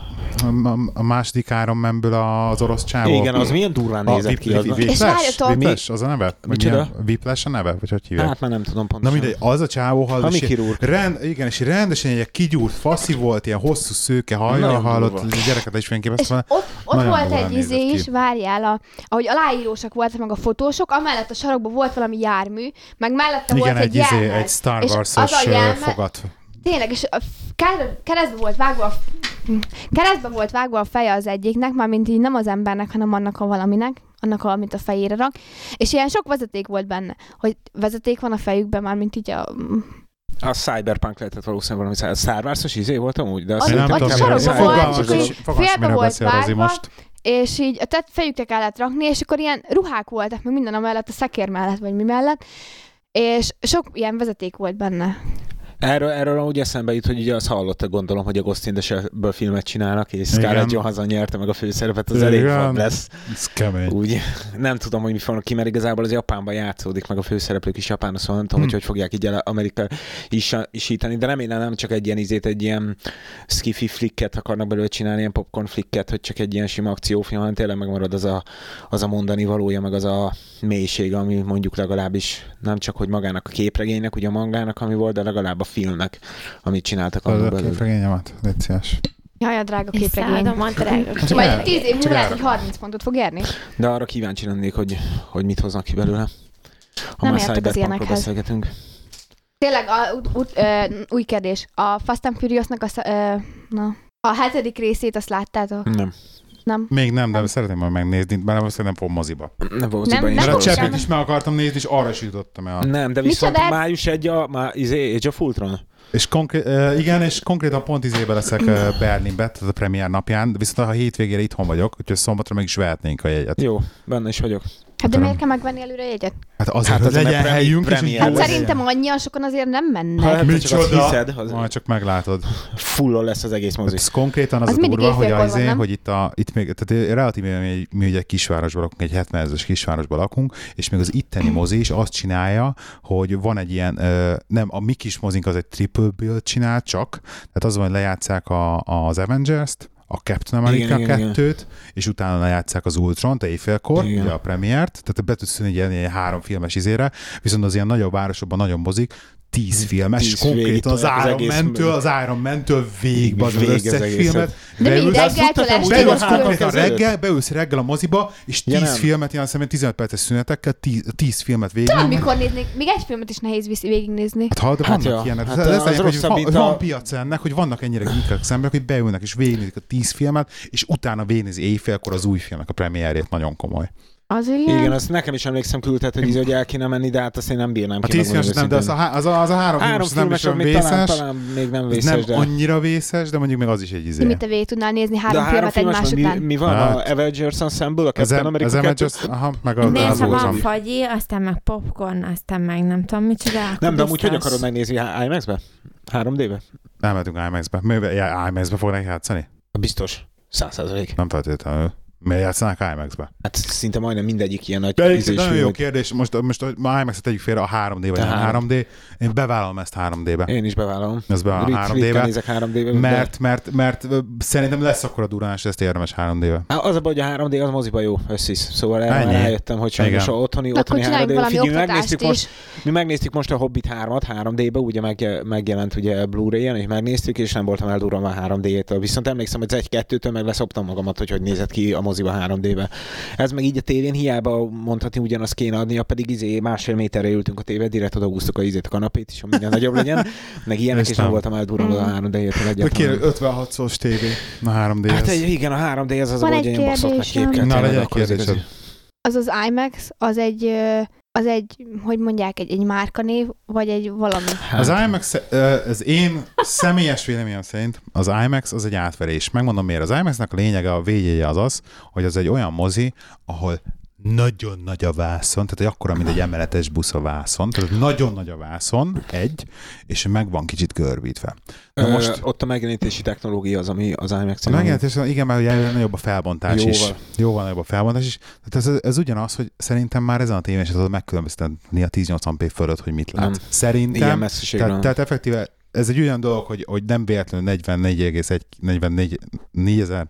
[SPEAKER 3] a második Iron Man-ből az orosz csávó?
[SPEAKER 1] Igen, az milyen durván
[SPEAKER 3] a
[SPEAKER 1] nézett ki. Az...
[SPEAKER 2] És
[SPEAKER 3] Whiplash?
[SPEAKER 2] várjatok-
[SPEAKER 3] Whiplash az a neve? Vagy
[SPEAKER 1] Micsoda?
[SPEAKER 3] milyen- Whiplash a neve? Vagy hogy hívják?
[SPEAKER 1] Hát már nem tudom
[SPEAKER 3] Na
[SPEAKER 1] pontosan.
[SPEAKER 3] mindegy, az a csávó hal,
[SPEAKER 1] Ami
[SPEAKER 3] és ilyen
[SPEAKER 1] kirúg.
[SPEAKER 3] rend, igen, és rendesen egy ilyen kigyúrt faszi volt, ilyen hosszú szőke hajjal
[SPEAKER 1] Nagyon
[SPEAKER 3] hallott
[SPEAKER 1] durva.
[SPEAKER 3] gyereket is
[SPEAKER 2] És
[SPEAKER 3] fényképeztem.
[SPEAKER 2] ott, ott
[SPEAKER 3] Szóval nagyon
[SPEAKER 2] volt
[SPEAKER 3] durván
[SPEAKER 2] egy
[SPEAKER 3] nézett
[SPEAKER 2] izé
[SPEAKER 3] ki.
[SPEAKER 2] is, várjál, a, ahogy aláírósak voltak meg a fotósok, amellett a sarokban volt valami jármű, meg mellette
[SPEAKER 3] Igen,
[SPEAKER 2] volt egy,
[SPEAKER 3] egy, izé,
[SPEAKER 2] jelmez.
[SPEAKER 3] egy Star
[SPEAKER 2] És az
[SPEAKER 3] Wars-os
[SPEAKER 2] a
[SPEAKER 3] ö,
[SPEAKER 2] jelme-
[SPEAKER 3] fogat.
[SPEAKER 2] Tényleg, és a f- ker- keresztbe volt vágva a f- keresztbe volt vágva a feje az egyiknek, már mint így nem az embernek, hanem annak a valaminek, annak, amit a fejére rak. És ilyen sok vezeték volt benne, hogy vezeték van a fejükben, már mint így a...
[SPEAKER 1] A Cyberpunk lehetett valószínűleg valami szárvárszos izé volt amúgy, de azt
[SPEAKER 2] Az-
[SPEAKER 3] Én nem
[SPEAKER 1] szerintem
[SPEAKER 2] az
[SPEAKER 3] tudom,
[SPEAKER 1] inkább
[SPEAKER 2] sarokba
[SPEAKER 1] ilyen
[SPEAKER 2] sarokban
[SPEAKER 1] cyber-
[SPEAKER 2] volt, és
[SPEAKER 1] dolog.
[SPEAKER 2] akkor így félbe
[SPEAKER 3] miről
[SPEAKER 2] volt
[SPEAKER 3] beszél Rozi
[SPEAKER 2] vágva.
[SPEAKER 3] most.
[SPEAKER 2] És így a tett fejükre kellett rakni, és akkor ilyen ruhák voltak, meg minden amellett, a szekér mellett, vagy mi mellett. És sok ilyen vezeték volt benne.
[SPEAKER 1] Erről, erről úgy eszembe jut, hogy ugye azt hallotta, gondolom, hogy a Ghost in the Shell-ből filmet csinálnak, és
[SPEAKER 3] Igen.
[SPEAKER 1] Scarlett Johansson nyerte meg a főszerepet, az elég
[SPEAKER 3] Igen.
[SPEAKER 1] fun lesz.
[SPEAKER 3] Ez kemény.
[SPEAKER 1] Úgy, nem tudom, hogy mi fognak ki, mert igazából az Japánban játszódik, meg a főszereplők is Japánban, szóval nem tudom,
[SPEAKER 3] Hm.
[SPEAKER 1] hogy hogy fogják így el Amerika is, isíteni, de remélem nem csak egy ilyen izét, egy ilyen skifi flicket akarnak belőle csinálni, ilyen popcorn flicket, hogy csak egy ilyen sima akciófilm, hanem tényleg megmarad az a, az a mondani valója, meg az a mélység, ami mondjuk legalábbis nem csak, hogy magának a képregénynek, ugye a mangának, ami volt, de legalább a filmnek, amit csináltak
[SPEAKER 3] Az
[SPEAKER 1] annak
[SPEAKER 3] a
[SPEAKER 1] belőle.
[SPEAKER 3] képregényemet, légy szíves.
[SPEAKER 2] Jaj, a drága
[SPEAKER 4] És
[SPEAKER 2] képregény.
[SPEAKER 4] szállom a drága
[SPEAKER 3] Csak
[SPEAKER 2] Majd
[SPEAKER 3] el-
[SPEAKER 2] egy 10 év
[SPEAKER 3] csak
[SPEAKER 2] múlva lehet,
[SPEAKER 3] elrakom.
[SPEAKER 2] hogy 30 pontot fog érni.
[SPEAKER 1] De arra kíváncsi lennék, hogy, hogy mit hoznak ki belőle. Ha
[SPEAKER 2] Nem
[SPEAKER 1] már
[SPEAKER 2] értek az
[SPEAKER 1] Cyberpunkról
[SPEAKER 2] ilyenekhez.
[SPEAKER 1] beszélgetünk.
[SPEAKER 2] Tényleg, a, ú, ú, ö, új kérdés. A Fast and Furious-nak a, sz- ö, na, a hetedik részét azt láttátok?
[SPEAKER 1] Nem.
[SPEAKER 2] Nem?
[SPEAKER 3] Még nem, de szeretném majd megnézni, bár valószínűleg nem fog moziba.
[SPEAKER 1] Nem, volt
[SPEAKER 2] Nem,
[SPEAKER 1] nem, nem,
[SPEAKER 2] nem
[SPEAKER 3] Mert a
[SPEAKER 2] fog
[SPEAKER 1] nem,
[SPEAKER 3] cseppét
[SPEAKER 2] sem.
[SPEAKER 3] is meg akartam nézni, és arra is jutottam el.
[SPEAKER 1] nem, de viszont
[SPEAKER 2] Micsoda?
[SPEAKER 1] május egy a, má, izé, Age of Ultron.
[SPEAKER 3] És konkré- ö, igen, és konkrétan pont izébe leszek ö, Berlinbe, tehát a premier napján, de viszont ha hétvégére itthon vagyok, úgyhogy szombatra meg is vehetnénk a jegyet.
[SPEAKER 1] Jó, benne is vagyok.
[SPEAKER 2] Hát de
[SPEAKER 3] Köszönöm.
[SPEAKER 2] miért kell megvenni előre jegyet?
[SPEAKER 3] Hát azért,
[SPEAKER 1] Hát
[SPEAKER 3] hát hogy
[SPEAKER 1] az egy
[SPEAKER 3] legyen
[SPEAKER 1] premi-
[SPEAKER 3] helyünk, és
[SPEAKER 1] premier
[SPEAKER 3] így
[SPEAKER 2] Hát
[SPEAKER 3] jó Hát-
[SPEAKER 1] lesz.
[SPEAKER 2] szerintem
[SPEAKER 3] legyen.
[SPEAKER 2] annyian sokan azért nem mennek.
[SPEAKER 1] Ha nem csak azt
[SPEAKER 3] Micsoda?
[SPEAKER 1] hiszed, az
[SPEAKER 3] Majd csak meglátod.
[SPEAKER 1] fullon lesz az egész mozi.
[SPEAKER 3] Ez Szóval konkrétan
[SPEAKER 2] Az
[SPEAKER 3] az, a
[SPEAKER 2] Hát mindig
[SPEAKER 3] durva, hogy,
[SPEAKER 2] éjfélkor
[SPEAKER 3] az
[SPEAKER 2] van, nem?
[SPEAKER 3] hogy itt, a, itt még, tehát relatíve mi, mi ugye egy kisvárosban lakunk, egy 70 ezeres kisvárosban lakunk, és még az itteni mozi is azt csinálja, hogy van egy ilyen, ö, nem, a mi kis mozink az egy triple bill csinál csak, tehát az van, hogy lejátszák a, az Avengers-t, a Captain
[SPEAKER 1] Igen,
[SPEAKER 3] America
[SPEAKER 1] igen, igen.
[SPEAKER 3] 2-t, és utána lejátszák az Ultron-t éjfélkor,
[SPEAKER 1] Igen.
[SPEAKER 3] ugye a premiért, tehát be tudsz jönni egy ilyen, ilyen három filmes izére, viszont az ilyen nagyobb városokban nagyon mozik, tíz filmes,
[SPEAKER 1] Tíz
[SPEAKER 3] tíz konkrétan az,
[SPEAKER 1] végig
[SPEAKER 3] az
[SPEAKER 1] tolják az
[SPEAKER 3] Iron
[SPEAKER 1] egész
[SPEAKER 3] Man-től, az Iron Man-től végig, az, az
[SPEAKER 1] Végig az
[SPEAKER 3] összes
[SPEAKER 1] egészet.
[SPEAKER 3] filmet.
[SPEAKER 2] De mi
[SPEAKER 3] Beülsz-
[SPEAKER 2] ideg-
[SPEAKER 3] Beülsz
[SPEAKER 2] Tudod,
[SPEAKER 3] konkrétan reggel, beülsz reggel a moziba, és
[SPEAKER 1] Ja,
[SPEAKER 3] 10
[SPEAKER 1] nem.
[SPEAKER 3] filmet, ilyen szemben 15 perces szünetekkel, 10, 10 filmet végig.
[SPEAKER 2] Tudom, mikor néznék. Még egy filmet is nehéz visz- végignézni.
[SPEAKER 3] Hát, ha, de
[SPEAKER 1] Hát
[SPEAKER 3] vannak
[SPEAKER 1] ja,
[SPEAKER 3] ilyenek.
[SPEAKER 1] hát
[SPEAKER 3] Hát, ez
[SPEAKER 1] az
[SPEAKER 3] lényeg, hogy
[SPEAKER 1] rosszabb,
[SPEAKER 3] van,
[SPEAKER 1] mint a-
[SPEAKER 3] van piac ennek, hogy vannak ennyire geekek szemben, hogy beülnek és végignézik a 10 filmet, és utána végignézi éjfélkor az új filmnek a premierjét, nagyon komoly.
[SPEAKER 4] Az
[SPEAKER 1] Igen,
[SPEAKER 4] ilyen?
[SPEAKER 1] azt nekem is emlékszem küldtet, hogy, így, hogy el kéne menni, de hát azt én nem bírnám
[SPEAKER 3] A
[SPEAKER 1] ki.
[SPEAKER 3] 10 filmes nem, de az a, há- az a, az a három,
[SPEAKER 1] Három
[SPEAKER 3] filmes, az nem
[SPEAKER 1] filmes,
[SPEAKER 3] is
[SPEAKER 1] ami
[SPEAKER 3] olyan
[SPEAKER 1] talán,
[SPEAKER 3] vészes.
[SPEAKER 1] talán még nem
[SPEAKER 3] Ez
[SPEAKER 1] vészes,
[SPEAKER 3] nem
[SPEAKER 1] de...
[SPEAKER 3] annyira vészes, de mondjuk még az is egy izé.
[SPEAKER 2] Ti mit te végig tudnál nézni
[SPEAKER 1] De
[SPEAKER 2] három
[SPEAKER 1] a három
[SPEAKER 2] filmet
[SPEAKER 1] filmes,
[SPEAKER 2] egymás
[SPEAKER 1] mi,
[SPEAKER 2] után?
[SPEAKER 1] mi van?
[SPEAKER 3] Hát.
[SPEAKER 1] A Avengers Ensemble, a
[SPEAKER 3] Az,
[SPEAKER 1] Captain
[SPEAKER 3] em,
[SPEAKER 1] America
[SPEAKER 3] az
[SPEAKER 1] 2?
[SPEAKER 3] Avengers, aha, meg a
[SPEAKER 4] Nézd, ha
[SPEAKER 1] az
[SPEAKER 4] van
[SPEAKER 1] ózom.
[SPEAKER 4] fagyi, aztán meg popcorn, aztán meg nem tudom micsoda. akkor
[SPEAKER 1] Nem, de amúgy hogy
[SPEAKER 4] biztos.
[SPEAKER 1] akarod megnézni Há- IMAX-be? 3D-be?
[SPEAKER 3] Nem mentünk IMAX-be. Mivel ja, IMAX-be fognak játszani?
[SPEAKER 1] Biztos. Száz százalék.
[SPEAKER 3] Nem feltétlenül. Miért játszanak IMAX-be?
[SPEAKER 1] Hát szinte majdnem mindegyik ilyen nagy
[SPEAKER 3] De
[SPEAKER 1] ízésű,
[SPEAKER 3] egyébként nagyon jó
[SPEAKER 1] hogy-
[SPEAKER 3] kérdés. Most, most ma IMAX-et tegyük félre a 3D vagy
[SPEAKER 1] Te
[SPEAKER 3] nem
[SPEAKER 1] három.
[SPEAKER 3] 3D. Én bevállalom ezt 3D-be.
[SPEAKER 1] Én is bevállalom.
[SPEAKER 3] Ez be a
[SPEAKER 1] Rit- ritkán
[SPEAKER 3] 3D-be.
[SPEAKER 1] nézek 3D-be. de-
[SPEAKER 3] Mert, mert, mert ö, szerintem lesz akkor a duránás, hogy ezt érdemes 3D-be.
[SPEAKER 1] Á, Az a baj, hogy a 3D az moziba jó, összis. Szóval erre
[SPEAKER 3] Ennyi.
[SPEAKER 1] már rájöttem, hogy sajnos
[SPEAKER 3] Igen.
[SPEAKER 1] a otthoni,
[SPEAKER 2] Akkor
[SPEAKER 1] otthoni
[SPEAKER 2] csináljunk
[SPEAKER 1] 3D.
[SPEAKER 2] valami
[SPEAKER 1] Figyelj,
[SPEAKER 2] oktatást
[SPEAKER 1] megnéztük most,
[SPEAKER 2] is.
[SPEAKER 1] mi megnéztük most a Hobbit 3-at 3D-be, ugye meg, megjelent ugye Blu-ray-en, és megnéztük, és nem voltam eldurva a 3D-től. Viszont emlékszem, hogy az 1-2-től meg leszoptam magamat, hogy hogy nézett ki a moziba 3D-be. Ez meg így a tévén hiába mondhatni ugyanazt kéne adnia, pedig izé másfél méterre ültünk a tévé, direkt odahúztuk a izét a kanapét, és hogy minden nagyobb legyen. Meg ilyenek,
[SPEAKER 3] És
[SPEAKER 1] és nem
[SPEAKER 3] nem.
[SPEAKER 1] voltam eldurva
[SPEAKER 2] Mm.
[SPEAKER 1] a 3D-től
[SPEAKER 3] De kérlek,
[SPEAKER 1] egyáltalán.
[SPEAKER 3] 56 szós tévé. Na 3D.
[SPEAKER 1] Hát egy, igen, a 3D ez az,
[SPEAKER 2] Van
[SPEAKER 1] hogy
[SPEAKER 2] egy
[SPEAKER 1] én baszott meg
[SPEAKER 2] kérdésem.
[SPEAKER 1] képket.
[SPEAKER 3] Na,
[SPEAKER 1] tényleg,
[SPEAKER 3] legyen egy
[SPEAKER 1] akkor az
[SPEAKER 3] kérdésed.
[SPEAKER 1] igazi.
[SPEAKER 2] Az az IMAX, az egy, ö, az egy, hogy mondják, egy, egy márkanév, vagy egy valami.
[SPEAKER 3] Az
[SPEAKER 1] Hát,
[SPEAKER 3] IMAX, ö, az én személyes véleményem szerint az IMAX az egy átverés. Megmondom miért. Az IMAX-nak a lényege, a végéje az az, hogy az egy olyan mozi, ahol nagyon nagy a vászon, tehát egy akkora, mint egy emeletes busz a vászon, tehát nagyon nagy a vászon, egy, és meg van kicsit görbítve. Na
[SPEAKER 1] Ö,
[SPEAKER 3] most
[SPEAKER 1] ott a megjelenítési technológia az, ami az IMAX.
[SPEAKER 3] a megjelentés, igen, mert ugye nagyobb a felbontás
[SPEAKER 1] Jóval.
[SPEAKER 3] is. Jóval nagyobb a felbontás is. Tehát ez, ez ugyanaz, hogy szerintem már ezen a tévén sem tudod megkülönböztetni a 1080p fölött, hogy mit látsz.
[SPEAKER 1] Nem.
[SPEAKER 3] Szerintem
[SPEAKER 1] Ilyen messzeségre.
[SPEAKER 3] tehát,
[SPEAKER 1] nem.
[SPEAKER 3] tehát effektíve ez egy olyan dolog, hogy, hogy nem véletlenül 44,1 44 4000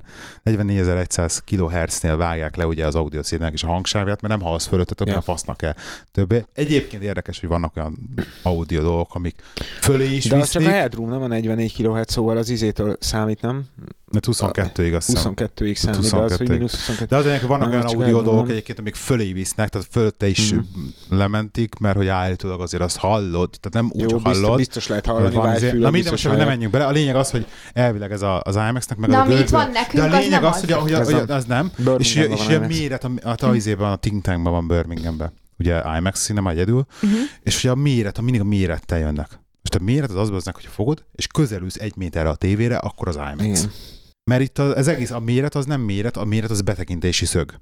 [SPEAKER 3] 44.100 kHz-nél vágják le ugye az audiószédnek és a hangsávját, mert nem hallasz fölöttet, akkor
[SPEAKER 1] Ja.
[SPEAKER 3] yeah. fasznak el többé. Egyébként érdekes, hogy vannak olyan audio dolgok, amik fölé is
[SPEAKER 1] de az csak a
[SPEAKER 3] visznek,
[SPEAKER 1] Headroom, nem a 44 kHz, szóval az izétől számít, nem?
[SPEAKER 3] mert 22-ig azt hiszem.
[SPEAKER 1] 22-ig számít, de az, hogy
[SPEAKER 3] 22-ig.
[SPEAKER 1] mínusz 22.
[SPEAKER 3] De az hogy vannak
[SPEAKER 1] Nem,
[SPEAKER 3] olyan
[SPEAKER 1] csak
[SPEAKER 3] audio
[SPEAKER 1] elmondom.
[SPEAKER 3] dolgok egyébként, amik fölé visznek, tehát fölötte is
[SPEAKER 1] Mhm.
[SPEAKER 3] lementik, mert hogy állítólag azért azt hallod, tehát nem úgy
[SPEAKER 1] Jó, biztos,
[SPEAKER 3] hallod,
[SPEAKER 1] biztos lehet
[SPEAKER 3] Hogy
[SPEAKER 1] hallani,
[SPEAKER 3] van azért,
[SPEAKER 1] vájfülön
[SPEAKER 3] na minden
[SPEAKER 1] biztos
[SPEAKER 3] most, hogy nem
[SPEAKER 1] hallják.
[SPEAKER 3] menjünk bele. A lényeg az, hogy elvileg ez a, az IMAX-nek meg
[SPEAKER 2] Na,
[SPEAKER 3] a
[SPEAKER 2] ami itt
[SPEAKER 3] Görből-
[SPEAKER 2] van
[SPEAKER 3] De
[SPEAKER 2] nekünk,
[SPEAKER 3] a
[SPEAKER 2] az
[SPEAKER 3] lényeg
[SPEAKER 2] nem
[SPEAKER 3] az,
[SPEAKER 2] az.
[SPEAKER 3] hogy, a, hogy a,
[SPEAKER 1] Ez
[SPEAKER 3] hogy
[SPEAKER 1] nem.
[SPEAKER 3] a- az nem. És,
[SPEAKER 1] Birminghamban
[SPEAKER 3] és
[SPEAKER 1] van
[SPEAKER 3] a
[SPEAKER 1] IMAX.
[SPEAKER 3] méret, a, a, a, izében van, a think tankban van Birminghamben. Ugye IMAX színema egyedül.
[SPEAKER 4] Mhm.
[SPEAKER 3] És ugye a méret, a mindig a mérettel jönnek. Most a méret az az aznak, hogy fogod, és közelülsz egy méterre a tévére, akkor az IMAX.
[SPEAKER 1] Igen.
[SPEAKER 3] Mert itt az, az egész, a méret az nem méret, a méret az betekintési szög.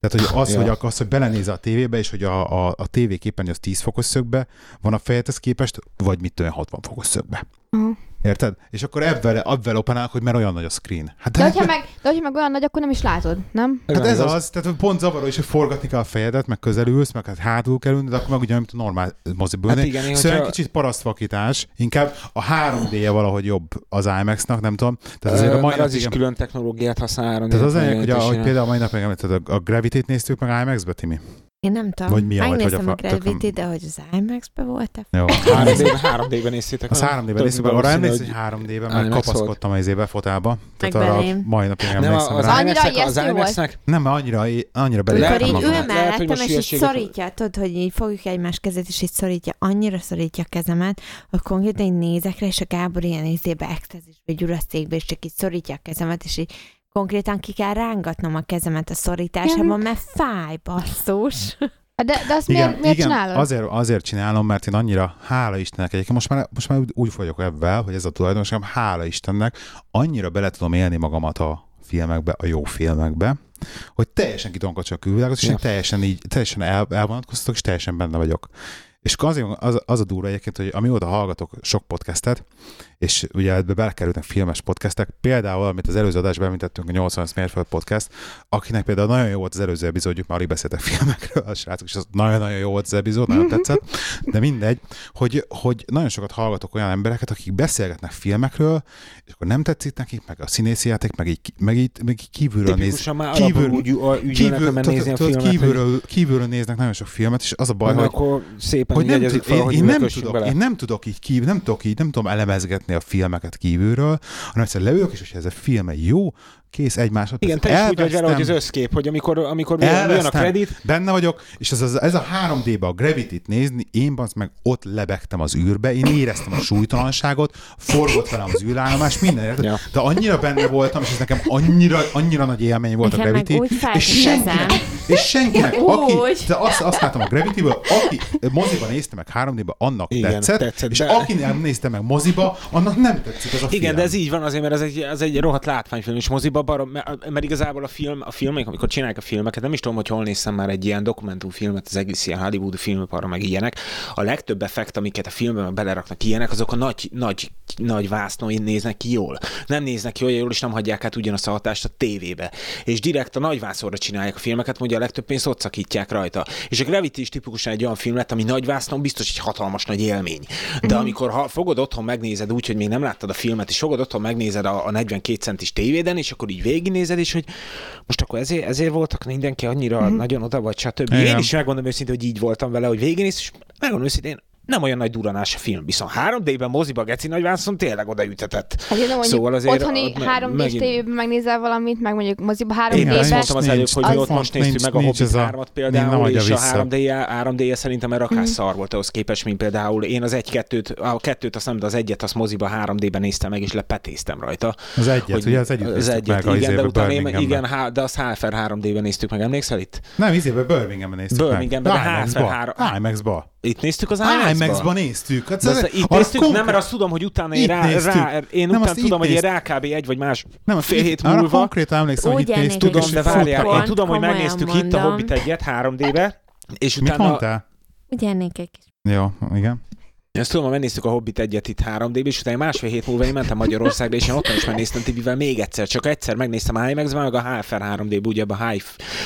[SPEAKER 3] Tehát, hogy az,
[SPEAKER 1] Ja.
[SPEAKER 3] ja. hogy, ak- az, hogy belenéz a tévébe, és hogy a, a, a tévé képen az 10 fokos szögbe van a fejedhez képest, vagy mit tudom, én, 60 fokos szögbe.
[SPEAKER 2] Aha.
[SPEAKER 3] Érted? És akkor ebben, ebben opanálok, hogy mert olyan nagy a screen. Hát,
[SPEAKER 2] De
[SPEAKER 3] de,
[SPEAKER 2] hogyha, meg, de hogyha meg olyan nagy, akkor nem is látod, nem?
[SPEAKER 3] hát ez
[SPEAKER 1] igaz.
[SPEAKER 3] az, tehát pont zavaró is, hogy forgatni kell a fejedet, meg közelülsz, meg hát hátul kell ülnöd, akkor meg ugye mint a normál moziből.
[SPEAKER 1] Hát igen, én,
[SPEAKER 3] szóval
[SPEAKER 1] hogyha-
[SPEAKER 3] kicsit parasztvakítás, inkább a 3D-je valahogy jobb az IMAX-nak, nem tudom. Tehát azért
[SPEAKER 1] Ö,
[SPEAKER 3] a mai
[SPEAKER 1] mert
[SPEAKER 3] nap
[SPEAKER 1] az is
[SPEAKER 3] igen-
[SPEAKER 1] külön technológiát használ. három
[SPEAKER 3] Tehát az
[SPEAKER 1] dimenziós
[SPEAKER 3] lényeg, hogy ahogy
[SPEAKER 1] megjelenítésére.
[SPEAKER 3] például a mai nap megemlített, a, a Gravity-t néztük meg IMAX-be, Timi?
[SPEAKER 4] Én nem tudom.
[SPEAKER 3] Vagy mi a- vagy hogy a
[SPEAKER 4] Megnéztem a
[SPEAKER 3] fa- tököm-
[SPEAKER 4] Gravity, de hogy az IMAX-be volt-e?
[SPEAKER 3] Jó.
[SPEAKER 1] 3D-ben, 3D-ben néztétek.
[SPEAKER 3] Az
[SPEAKER 1] nem?
[SPEAKER 3] 3D-ben
[SPEAKER 1] Tök
[SPEAKER 3] néztük, arra
[SPEAKER 1] valószínű,
[SPEAKER 3] emlékszem, hogy 3D-ben, mert
[SPEAKER 1] IMAX volt.
[SPEAKER 3] kapaszkodtam az izébe fotába. Tehát
[SPEAKER 4] Meg
[SPEAKER 3] arra a
[SPEAKER 4] belém.
[SPEAKER 3] mai napig
[SPEAKER 1] Nem, az,
[SPEAKER 3] emlékszem
[SPEAKER 1] az,
[SPEAKER 3] rá.
[SPEAKER 2] Annyira
[SPEAKER 1] IMAX-nek- az
[SPEAKER 2] ijesztő volt.
[SPEAKER 1] IMAX-nek
[SPEAKER 3] Nem, mert annyira, annyira bele
[SPEAKER 1] Lehet,
[SPEAKER 4] Amikor
[SPEAKER 1] hogy
[SPEAKER 4] így ül
[SPEAKER 1] magamat. Lehet, hogy
[SPEAKER 4] mellettem,
[SPEAKER 1] most
[SPEAKER 4] és így
[SPEAKER 1] hülyeséget-
[SPEAKER 4] szorítja, tudod, hogy így fogjuk egymás kezét, és így szorítja, annyira szorítja a kezemet, akkor konkrétan így nézek rá, és a Gábor ilyen izébe extázisbe gyűl a székbe, és csak így szorítja a kezemet, és így konkrétan ki kell rángatnom a kezemet a szorításában, mert fáj, basszus.
[SPEAKER 2] Hát De, de azt
[SPEAKER 3] Igen,
[SPEAKER 2] miért, miért
[SPEAKER 3] igen
[SPEAKER 2] csinálod?
[SPEAKER 3] Azért, azért csinálom, mert én annyira, hála Istennek, egyébként most már, most már úgy, úgy vagyok ebben, hogy ez a tulajdonságom, hála Istennek, annyira bele tudom élni magamat a filmekbe, a jó filmekbe, hogy teljesen kitonkacsa a külvilágot, és
[SPEAKER 1] Ja.
[SPEAKER 3] én teljesen így, teljesen el, elvonatkoztatok, és teljesen benne vagyok. És akkor azért az, az a durva egyébként, hogy amióta hallgatok sok podcastet, és ugye ebbe belekerülnek filmes podcastek, például, amit az előző adásban említettünk, a 80 mérföld podcast, akinek például nagyon jó volt az előző epizódjuk, már alig beszéltek filmekről a srácok, és az nagyon-nagyon jó volt az epizód, nagyon tetszett, de mindegy, hogy, hogy nagyon sokat hallgatok olyan embereket, akik beszélgetnek filmekről, és akkor nem tetszik nekik, meg a színészi játék, meg így, meg így, meg így kívülről néz.
[SPEAKER 1] Tipikusan már
[SPEAKER 3] kívül-
[SPEAKER 1] alapul úgy ügyülnek,
[SPEAKER 3] Kívül,
[SPEAKER 1] hogy nézni a
[SPEAKER 3] tudod, tudod,
[SPEAKER 1] filmet, hogy
[SPEAKER 3] kívülről, kívülről néznek nagyon sok filmet, és az a baj,
[SPEAKER 1] majd
[SPEAKER 3] hogy
[SPEAKER 1] akkor szépen
[SPEAKER 3] hogy nem,
[SPEAKER 1] jegyezik
[SPEAKER 3] tud,
[SPEAKER 1] fel,
[SPEAKER 3] én,
[SPEAKER 1] hogy
[SPEAKER 3] én,
[SPEAKER 1] mibe
[SPEAKER 3] nem
[SPEAKER 1] kössünk
[SPEAKER 3] tudok,
[SPEAKER 1] bele.
[SPEAKER 3] én nem tudok így kívül, nem tudok így, nem tudom elemezgetni a filmeket kívülről, hanem egyszerűen leülök, és hogyha ez a film egy jó, kész egy másodperc.
[SPEAKER 1] Igen, te is úgy vagy vele, hogy az
[SPEAKER 3] elvesztem,
[SPEAKER 1] összkép, hogy amikor, amikor mi- mi jön a
[SPEAKER 3] elvesztem,
[SPEAKER 1] kredit,
[SPEAKER 3] Benne vagyok, és ez, ez, ez a 3D-be a Gravity-t nézni, én az meg ott lebegtem az űrbe, én éreztem a súlytalanságot, forgott velem az űrállomás, minden, érted?
[SPEAKER 1] Ja.
[SPEAKER 3] De annyira benne voltam, és ez nekem annyira, annyira nagy élmény volt
[SPEAKER 4] Nekem
[SPEAKER 3] a
[SPEAKER 4] meg
[SPEAKER 3] Gravity.
[SPEAKER 4] úgy fájt
[SPEAKER 3] és
[SPEAKER 4] a kezem.
[SPEAKER 3] senkinek, és senkinek,
[SPEAKER 4] Ja,
[SPEAKER 3] aki,
[SPEAKER 4] úgy.
[SPEAKER 3] de azt, azt láttam a Gravity-ből, aki moziban nézte meg 3D-ben, annak
[SPEAKER 1] Igen,
[SPEAKER 3] tetszett,
[SPEAKER 1] tetszett,
[SPEAKER 3] és
[SPEAKER 1] de-
[SPEAKER 3] aki nem nézte meg moziba, annak nem tetszik az a
[SPEAKER 1] Igen,
[SPEAKER 3] film.
[SPEAKER 1] de ez így van azért, mert ez egy, ez egy rohadt látványfilm, és moziba barom, mert, mert igazából a film, a filmek, amikor csinálják a filmeket, nem is tudom, hogy hol néztem már egy ilyen dokumentumfilmet, az egész ilyen Hollywood filmipara, meg ilyenek. A legtöbb effekt, amiket a filmben beleraknak ilyenek, azok a nagy, nagy, nagy vásznon néznek ki jól. Nem néznek ki olyan jól, és nem hagyják át ugyanazt a hatást a tévébe. És direkt a nagy vászonra csinálják a filmeket, mondja a legtöbb pénzt ott szakítják rajta. És a Gravity is tipikusan egy olyan film lett, ami nagy vásznon biztos egy hatalmas nagy élmény.
[SPEAKER 2] Mhm.
[SPEAKER 1] De amikor ha fogod otthon, megnézed úgy, hogy még nem láttad a filmet, és fogod otthon, megnézed a, a 42 centis tévéden, és akkor így végignézed, és hogy most akkor ezért, ezért voltak mindenki annyira
[SPEAKER 2] Mhm.
[SPEAKER 1] nagyon oda, vagy stb. Én
[SPEAKER 3] Igen.
[SPEAKER 1] is megmondom őszintén, hogy így voltam vele, hogy végignéz, és megmondom őszintén, nem olyan nagy duranás a film, viszont 3D-ben moziba geci nagyvászon tényleg odaütetett.
[SPEAKER 2] Hát én mondjuk
[SPEAKER 1] Szóval azért
[SPEAKER 2] otthoni
[SPEAKER 1] ott meg-
[SPEAKER 2] 3 d
[SPEAKER 1] megint-
[SPEAKER 2] tévében megnézel valamit, meg mondjuk moziba
[SPEAKER 1] Én
[SPEAKER 3] Igen,
[SPEAKER 2] 3D-be.
[SPEAKER 1] ezt
[SPEAKER 3] nincs,
[SPEAKER 1] mondtam az előbb,
[SPEAKER 3] nincs,
[SPEAKER 1] hogy mi ott
[SPEAKER 3] nincs,
[SPEAKER 1] most néztük
[SPEAKER 3] nincs,
[SPEAKER 1] meg a
[SPEAKER 3] nincs
[SPEAKER 1] Hobbit
[SPEAKER 3] ez a-
[SPEAKER 1] 3-at
[SPEAKER 3] nem
[SPEAKER 1] például,
[SPEAKER 3] adja
[SPEAKER 1] és a
[SPEAKER 3] vissza.
[SPEAKER 1] 3 d 3 d szerintem erre
[SPEAKER 3] Mhm.
[SPEAKER 1] rakás szar volt ahhoz képest, mint például én az egy-kettőt, a kettőt azt nem, de az egyet azt moziba 3D-ben néztem meg, és lepetéztem rajta.
[SPEAKER 3] Az egyet, ugye az együtt
[SPEAKER 1] az
[SPEAKER 3] néztük
[SPEAKER 1] egyet,
[SPEAKER 3] meg a
[SPEAKER 1] igen, de
[SPEAKER 3] izébe,
[SPEAKER 1] utána én,
[SPEAKER 3] Birminghamben.
[SPEAKER 1] igen, há- de azt HFR 3D-ben néztük meg, emlékszel itt?
[SPEAKER 3] Nem, izébe Birminghamben néztük
[SPEAKER 1] Birminghamben, de
[SPEAKER 3] meg.
[SPEAKER 1] három-
[SPEAKER 3] IMAX-ba. IMAX-ba.
[SPEAKER 1] Itt néztük az
[SPEAKER 3] IMAX-ba
[SPEAKER 1] IMAX-ban.
[SPEAKER 3] néztük. Hát
[SPEAKER 1] De
[SPEAKER 3] ez-
[SPEAKER 1] azt, itt
[SPEAKER 3] arra
[SPEAKER 1] néztük,
[SPEAKER 3] konkrét-
[SPEAKER 1] nem, mert azt tudom, hogy utána én
[SPEAKER 3] Itt
[SPEAKER 1] rá,
[SPEAKER 3] néztük.
[SPEAKER 1] rá, én
[SPEAKER 3] Nem,
[SPEAKER 1] utána
[SPEAKER 3] azt
[SPEAKER 1] tudom,
[SPEAKER 3] itt
[SPEAKER 1] hogy én
[SPEAKER 3] néztük.
[SPEAKER 1] rá kb. egy vagy más
[SPEAKER 3] nem, az
[SPEAKER 1] fél
[SPEAKER 3] itt-
[SPEAKER 1] hét
[SPEAKER 3] Arra
[SPEAKER 1] múlva
[SPEAKER 3] konkrétan emlékszem, hogy
[SPEAKER 4] Úgy
[SPEAKER 3] itt
[SPEAKER 4] elnézést,
[SPEAKER 3] néztük.
[SPEAKER 1] Tudom,
[SPEAKER 3] és
[SPEAKER 1] de
[SPEAKER 4] Tudom,
[SPEAKER 3] így
[SPEAKER 1] várjál, én
[SPEAKER 4] futkon,
[SPEAKER 1] tudom, hogy
[SPEAKER 4] komolyan
[SPEAKER 1] megnéztük itt a
[SPEAKER 4] mondom.
[SPEAKER 1] Hobbit egyet 3D-be, és
[SPEAKER 3] Mit
[SPEAKER 1] utána
[SPEAKER 3] mondtál?
[SPEAKER 4] Ugyanik egy kis
[SPEAKER 3] Jó, igen.
[SPEAKER 1] Ezt tudom, ha megnéztük a Hobbit egyet itt 3D-ben, és utána másfél hét múlva én mentem Magyarországra, és én otthon is megnéztem Tibivel még egyszer, csak egyszer megnéztem a IMAX-ben, meg a HFR 3D-ben, ugye ebbe a high,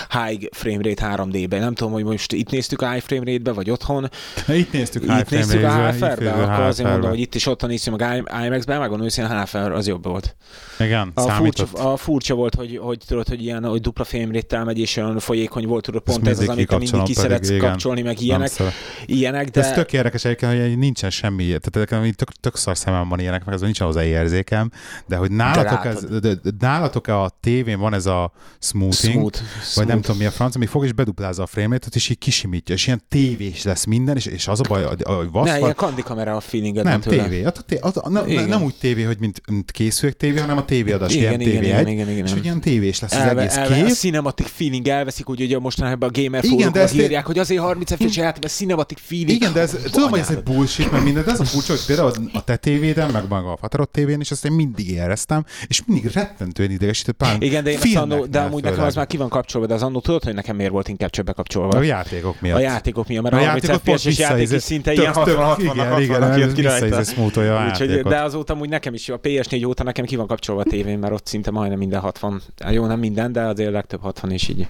[SPEAKER 1] high frame rate 3D-ben. Nem tudom, hogy most itt néztük a high frame rate-be, vagy otthon.
[SPEAKER 3] Itt néztük
[SPEAKER 1] Itt néztük a HFR-be, akkor azért mondom, hogy
[SPEAKER 3] itt...
[SPEAKER 1] itt is otthon néztük meg IMAX-ben, megmondom őszintén a HFR az jobb volt.
[SPEAKER 3] Igen,
[SPEAKER 1] A furcsa,
[SPEAKER 3] számított.
[SPEAKER 1] a furcsa, volt, hogy, hogy tudod, hogy ilyen, hogy dupla frame rate megy, és olyan folyékony volt, tudod, pont ez az,
[SPEAKER 3] mindig
[SPEAKER 1] amit te mindig
[SPEAKER 3] kikapcsolom
[SPEAKER 1] ki
[SPEAKER 3] pedig,
[SPEAKER 1] szeretsz
[SPEAKER 3] igen.
[SPEAKER 1] kapcsolni, meg
[SPEAKER 3] Nem
[SPEAKER 1] ilyenek,
[SPEAKER 3] szeret.
[SPEAKER 1] ilyenek,
[SPEAKER 3] De ez
[SPEAKER 1] de
[SPEAKER 3] tök érdekes egyébként, hogy nincsen semmi, ilyen. tehát nekem így tök, tök szar szemem van ilyenek, meg az nincs hozzá érzékem, de hogy nálatok,
[SPEAKER 1] látod.
[SPEAKER 3] ez, de, de, nálatok a tévén van ez a smoothing,
[SPEAKER 1] smooth.
[SPEAKER 3] vagy nem
[SPEAKER 1] smooth.
[SPEAKER 3] tudom mi a franc, ami fog és beduplázza a frame rate és így kisimítja, és ilyen tévés lesz minden, és, és az a baj, hogy- hogy
[SPEAKER 1] Ne,
[SPEAKER 3] vaszfalt,
[SPEAKER 1] ilyen kandikamera a feelinged
[SPEAKER 3] Nem,
[SPEAKER 1] van tőle.
[SPEAKER 3] tévé. Hát a té- az, a, nem,
[SPEAKER 1] Igen.
[SPEAKER 3] nem úgy tévé, hogy mint, mint készülék tévé, hanem a tévéadás,
[SPEAKER 1] Igen,
[SPEAKER 3] ilyen
[SPEAKER 1] igen,
[SPEAKER 3] tévé
[SPEAKER 1] igen,
[SPEAKER 3] egy,
[SPEAKER 1] igen, igen,
[SPEAKER 3] és
[SPEAKER 1] igen.
[SPEAKER 3] hogy ilyen tévés lesz az
[SPEAKER 1] Elve,
[SPEAKER 3] egész
[SPEAKER 1] elve, a
[SPEAKER 3] kép.
[SPEAKER 1] cinematic feeling elveszik, úgy, hogy mostanában a gamer
[SPEAKER 3] Igen,
[SPEAKER 1] fórumon
[SPEAKER 3] de ezt-
[SPEAKER 1] írják, hogy azért 30 FPS játék, mert cinematic feeling.
[SPEAKER 3] Igen, de ez, tudom, hogy ez egy bullshit, Mert mindent ez a furcsa, hogy például a te tévéden, meg maga a Fatarod tévén is, azt én mindig éreztem, és mindig rettentően idegesített pár
[SPEAKER 1] Igen, de, én azt annó, de
[SPEAKER 3] filmeknél
[SPEAKER 1] amúgy nekem
[SPEAKER 3] főleg.
[SPEAKER 1] az már ki van kapcsolva, de az annó tudod, hogy nekem miért volt inkább csöbbe kapcsolva?
[SPEAKER 3] A játékok miatt.
[SPEAKER 1] A játékok miatt, mert
[SPEAKER 3] A
[SPEAKER 1] a
[SPEAKER 3] játékok
[SPEAKER 1] 30
[SPEAKER 3] pont
[SPEAKER 1] FPS-es játék
[SPEAKER 3] visszaizé-
[SPEAKER 1] is szinte
[SPEAKER 3] tök
[SPEAKER 1] ilyen 60
[SPEAKER 3] igen,
[SPEAKER 1] 60
[SPEAKER 3] igen,
[SPEAKER 1] 60 jött ki rajta.
[SPEAKER 3] visszaizé smoothol a
[SPEAKER 1] Úgyhogy,
[SPEAKER 3] játékot.
[SPEAKER 1] de azóta úgy nekem is jó, a PS4 óta nekem ki van kapcsolva a tévén, mert ott szinte majdnem minden 60. Hát Jó, nem minden, de azért legtöbb 60 is így.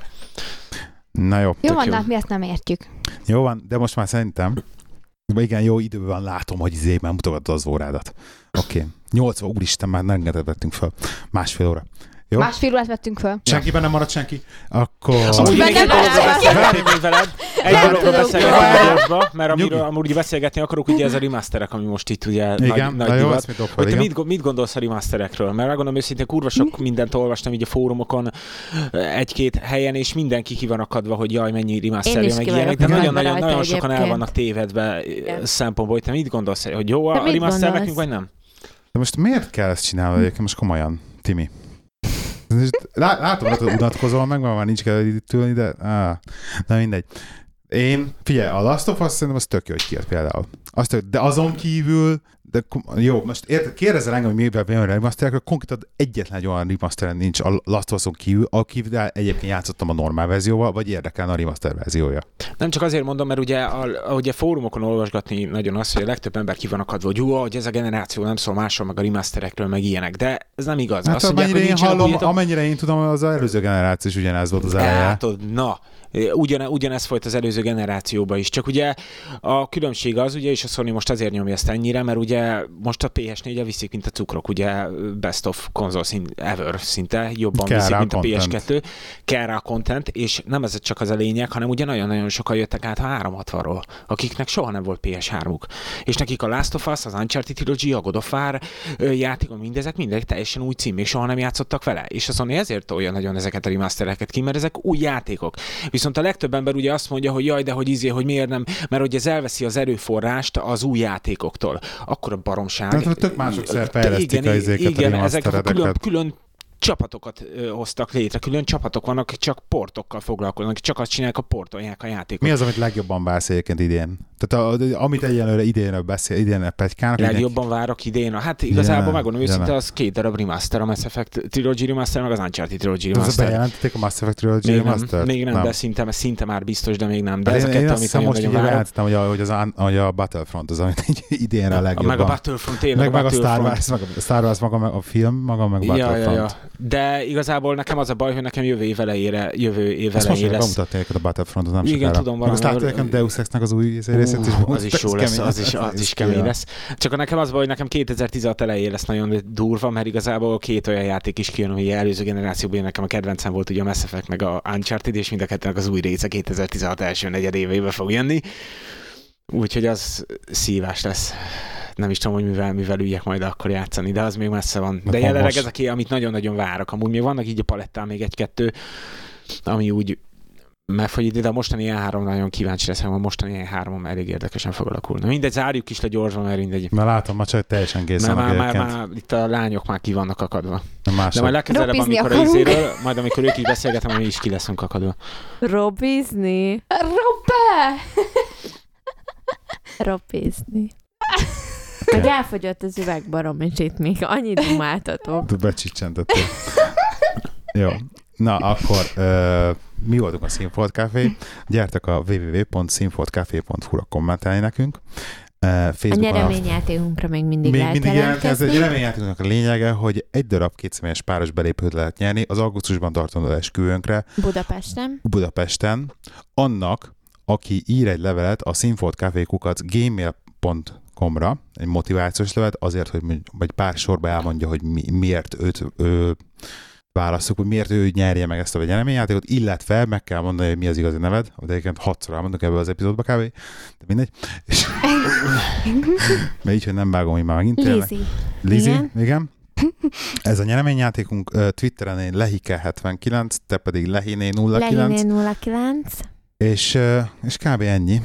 [SPEAKER 3] Na jó.
[SPEAKER 2] Jó,
[SPEAKER 1] Tök jó.
[SPEAKER 2] vannak, mi ezt nem értjük.
[SPEAKER 3] Jó van, de most már szerintem igen, jó időben látom, hogy izé már mutogatod az órádat. Oké. Okay. 80, úristen, már rengeteget vettünk föl. Másfél óra. Jó?
[SPEAKER 2] Másfél órát vettünk föl.
[SPEAKER 3] Senkiben nem maradt senki? Akkor...
[SPEAKER 1] Amúgy
[SPEAKER 2] benne
[SPEAKER 1] még egy
[SPEAKER 2] van
[SPEAKER 1] dologról
[SPEAKER 2] az.
[SPEAKER 1] beszélgetnék veled, egy
[SPEAKER 3] Nem
[SPEAKER 1] dologról
[SPEAKER 2] tudok
[SPEAKER 1] beszélgetnék
[SPEAKER 3] róla.
[SPEAKER 1] gyorsba, mert amiről
[SPEAKER 3] Nyugi.
[SPEAKER 1] amúgy beszélgetni akarok, ugye ez a remasterek, ami most itt ugye
[SPEAKER 3] Igen,
[SPEAKER 1] nagy,
[SPEAKER 3] na
[SPEAKER 1] nagy
[SPEAKER 3] jó,
[SPEAKER 1] divat.
[SPEAKER 3] ezt mit
[SPEAKER 1] Hogy
[SPEAKER 3] dokkal,
[SPEAKER 1] te
[SPEAKER 3] igen.
[SPEAKER 1] mit, go- mit gondolsz a remasterekről? Mert megmondom őszintén, kurva sok mindent olvastam így a fórumokon eh, egy-két helyen, és mindenki ki van akadva, hogy jaj, mennyi
[SPEAKER 4] Én
[SPEAKER 1] remasterje
[SPEAKER 4] is
[SPEAKER 1] meg
[SPEAKER 4] ki vagyok
[SPEAKER 1] ilyenek, de
[SPEAKER 4] akadva
[SPEAKER 1] nagyon-nagyon
[SPEAKER 4] rajta
[SPEAKER 1] nagyon sokan el
[SPEAKER 4] egyébként.
[SPEAKER 1] vannak tévedve Igen. szempontból, hogy te mit gondolsz, hogy jó
[SPEAKER 4] Te
[SPEAKER 1] a
[SPEAKER 4] mit
[SPEAKER 1] remaster nekünk,
[SPEAKER 4] gondolsz?
[SPEAKER 1] vagy nem?
[SPEAKER 3] De most miért kell ezt csinálni egyébként most komolyan, Timi? Most lá- Látom, hogy unatkozol meg, mert már nincs kell itt ülni, de á, na mindegy. Én, figyelj, a Last of Us szerintem az tök jó, hogy kijött például. Azt, tök- de azon kívül, de kom- jó, most érted, kérdezel engem, hogy mivel van a remaster, akkor konkrétan egyetlen egy olyan remaster nincs a Last of Us-on kívül, akivel egyébként játszottam a normál verzióval, vagy érdekelne a remaster verziója.
[SPEAKER 1] Nem csak azért mondom, mert ugye a, a, ugye fórumokon olvasgatni nagyon az, hogy a legtöbb ember ki van akadva, hogy jó, hogy ez a generáció nem szól másról, meg a remasterekről, meg ilyenek, de ez nem igaz.
[SPEAKER 3] Hát amennyire én
[SPEAKER 1] nincsenek
[SPEAKER 3] hallom,
[SPEAKER 1] újatok-
[SPEAKER 3] amennyire én tudom, az előző generáció is ugyanez volt az elején.
[SPEAKER 1] Látod, Hát, na, ugyan, ugyanez folyt az előző generációban is, csak ugye a különbség az, ugye, és a Sony most azért nyomja ezt ennyire, mert ugye most a PS4-e viszik, mint a cukrok, ugye best of console szint, ever szinte jobban kell
[SPEAKER 3] Kell
[SPEAKER 1] viszik,
[SPEAKER 3] rá
[SPEAKER 1] mint a
[SPEAKER 3] content.
[SPEAKER 1] PS2, kell rá a content, és nem ez csak az a lényeg, hanem ugye nagyon-nagyon sokan jöttek át a 360-ról, akiknek soha nem volt PS3-uk, és nekik a Last of Us, az Uncharted Trilogy, a God of War ö, játékok, mindezek mindegy teljesen új cím, és soha nem játszottak vele. És a Sony ezért olyan nagyon ezeket a remastereket ki, mert ezek új játékok. Viszont a legtöbb ember ugye azt mondja, hogy jaj, de hogy izé, hogy miért nem, mert hogy ez elveszi az erőforrást az új játékoktól. Akkor a baromság.
[SPEAKER 3] Tehát, hogy tök másokszor fejlesztik
[SPEAKER 1] igen,
[SPEAKER 3] a izéket, a
[SPEAKER 1] igen, ezek a külön,
[SPEAKER 3] remasteredeket.
[SPEAKER 1] külön csapatokat ö, hoztak létre, külön csapatok vannak, csak portokkal foglalkoznak, csak azt csinálják, a portolják a játékot.
[SPEAKER 3] Mi az, amit legjobban vársz egyébként idén? Tehát a, a- amit egyelőre idénre beszél, idénre pegykának. mindenki-
[SPEAKER 1] Legjobban várok idén. Hát igazából
[SPEAKER 3] Jelen,
[SPEAKER 1] megmondom
[SPEAKER 3] jelen.
[SPEAKER 1] őszinte, az két darab remaster, a Mass Effect Trilogy remaster, meg az Uncharted Trilogy
[SPEAKER 3] Ez
[SPEAKER 1] remaster.
[SPEAKER 3] bejelentették a Mass Effect Trilogy
[SPEAKER 1] Még nem,
[SPEAKER 3] Remastered?
[SPEAKER 1] még nem, de szinte, szinte már biztos, de még nem. De
[SPEAKER 3] Hát
[SPEAKER 1] ez a
[SPEAKER 3] én, én
[SPEAKER 1] kettő,
[SPEAKER 3] azt
[SPEAKER 1] amit
[SPEAKER 3] hiszem,
[SPEAKER 1] nagyon,
[SPEAKER 3] most
[SPEAKER 1] nagyon
[SPEAKER 3] így
[SPEAKER 1] várok.
[SPEAKER 3] bejelentettem, hogy a, hogy, az, an- hogy a Battlefront az, amit így idénre a legjobban.
[SPEAKER 1] Meg a Battlefront, tényleg
[SPEAKER 3] meg, meg a Star
[SPEAKER 1] Battlefront.
[SPEAKER 3] Wars, meg a Star Wars maga, meg a film, maga meg a
[SPEAKER 1] Ja, ja,
[SPEAKER 3] Battlefront.
[SPEAKER 1] ja. De igazából nekem az a baj, hogy nekem jövő év elejére, jövő év
[SPEAKER 3] Ezt most
[SPEAKER 1] elején
[SPEAKER 3] fogják
[SPEAKER 1] lesz.
[SPEAKER 3] bemutatni neked a Battlefrontot, nem
[SPEAKER 1] Igen,
[SPEAKER 3] sokára.
[SPEAKER 1] tudom,
[SPEAKER 3] Meg azt
[SPEAKER 1] valami-
[SPEAKER 3] látod nekem Deus Ex-nek az új izé részét is.
[SPEAKER 1] Ú, az is
[SPEAKER 3] Ez
[SPEAKER 1] jó lesz,
[SPEAKER 3] kemény.
[SPEAKER 1] az is, az is kemény lesz. Csak nekem az baj, hogy nekem 2016 elején lesz nagyon durva, mert igazából két olyan játék is kijön, hogy előző generációban én nekem a kedvencem volt ugye a Mass Effect meg a Uncharted, és mind a kettőnek az új része 2016 első negyed évébe fog jönni. Úgyhogy az szívás lesz. Nem is tudom, hogy mivel, mivel üljek majd akkor játszani, de az még messze van.
[SPEAKER 3] Na,
[SPEAKER 1] De jelenleg
[SPEAKER 3] most.
[SPEAKER 1] ez a ké, amit nagyon-nagyon várok. Amúgy még vannak így a palettán még egy-kettő, ami úgy megfogy ide, de a mostani E3 nagyon kíváncsi leszek, a mostani E3 elég érdekesen fog alakulni. Mindegy, zárjuk is le gyorsan, mert mindegy.
[SPEAKER 3] Mert látom, ma csak teljesen
[SPEAKER 1] Már,
[SPEAKER 3] készen
[SPEAKER 1] már, már,
[SPEAKER 3] egyébként.
[SPEAKER 1] már, itt a lányok már ki vannak akadva.
[SPEAKER 3] A
[SPEAKER 1] De
[SPEAKER 3] másik.
[SPEAKER 1] majd legközelebb,
[SPEAKER 2] Ropizni
[SPEAKER 1] amikor a
[SPEAKER 2] akarunk.
[SPEAKER 1] izéről, majd amikor ők így beszélgetem, mi is ki leszünk akadva.
[SPEAKER 4] Robizni?
[SPEAKER 2] Robbe!
[SPEAKER 4] Robizni. Hogy elfogyott az üveg barom, és itt még annyit dumáltatok.
[SPEAKER 3] Becsicsentettél. Jó. Na, akkor ö, mi voltunk a Színfolt Café. Gyertek a www.színfoltcafé.hu-ra kommentelni nekünk. Ö,
[SPEAKER 4] A
[SPEAKER 3] Facebookon
[SPEAKER 4] nyereményjátékunkra még mindig
[SPEAKER 3] még
[SPEAKER 4] lehet
[SPEAKER 3] mindig jelentkezni. Ez
[SPEAKER 4] jelentkezni.
[SPEAKER 3] egy reményjátéknak a lényege, hogy egy darab kétszemélyes páros belépőt lehet nyerni az augusztusban tartandó esküvőnkre
[SPEAKER 4] Budapesten.
[SPEAKER 3] Budapesten. Annak, aki ír egy levelet a színfoltkafékukat gmail.com-ra, egy motivációs levelet azért, hogy mondj- vagy pár sorba elmondja, hogy mi, miért őt ő, válasszuk, hogy miért ő nyerje meg ezt a nyereményjátékot, illetve meg kell mondani, hogy mi az igazi neved, de egyébként hatszor elmondok ebbe az epizódba kb. De mindegy. És, mert így, hogy nem vágom, hogy már megint tényleg.
[SPEAKER 4] Lizi.
[SPEAKER 3] Lizi, igen.
[SPEAKER 4] Igen.
[SPEAKER 3] igen. Ez a nyereményjátékunk ö, Twitteren én lehike79, te pedig lehiné09,
[SPEAKER 4] Lehiné 09.
[SPEAKER 3] és, ö, és kb. ennyi.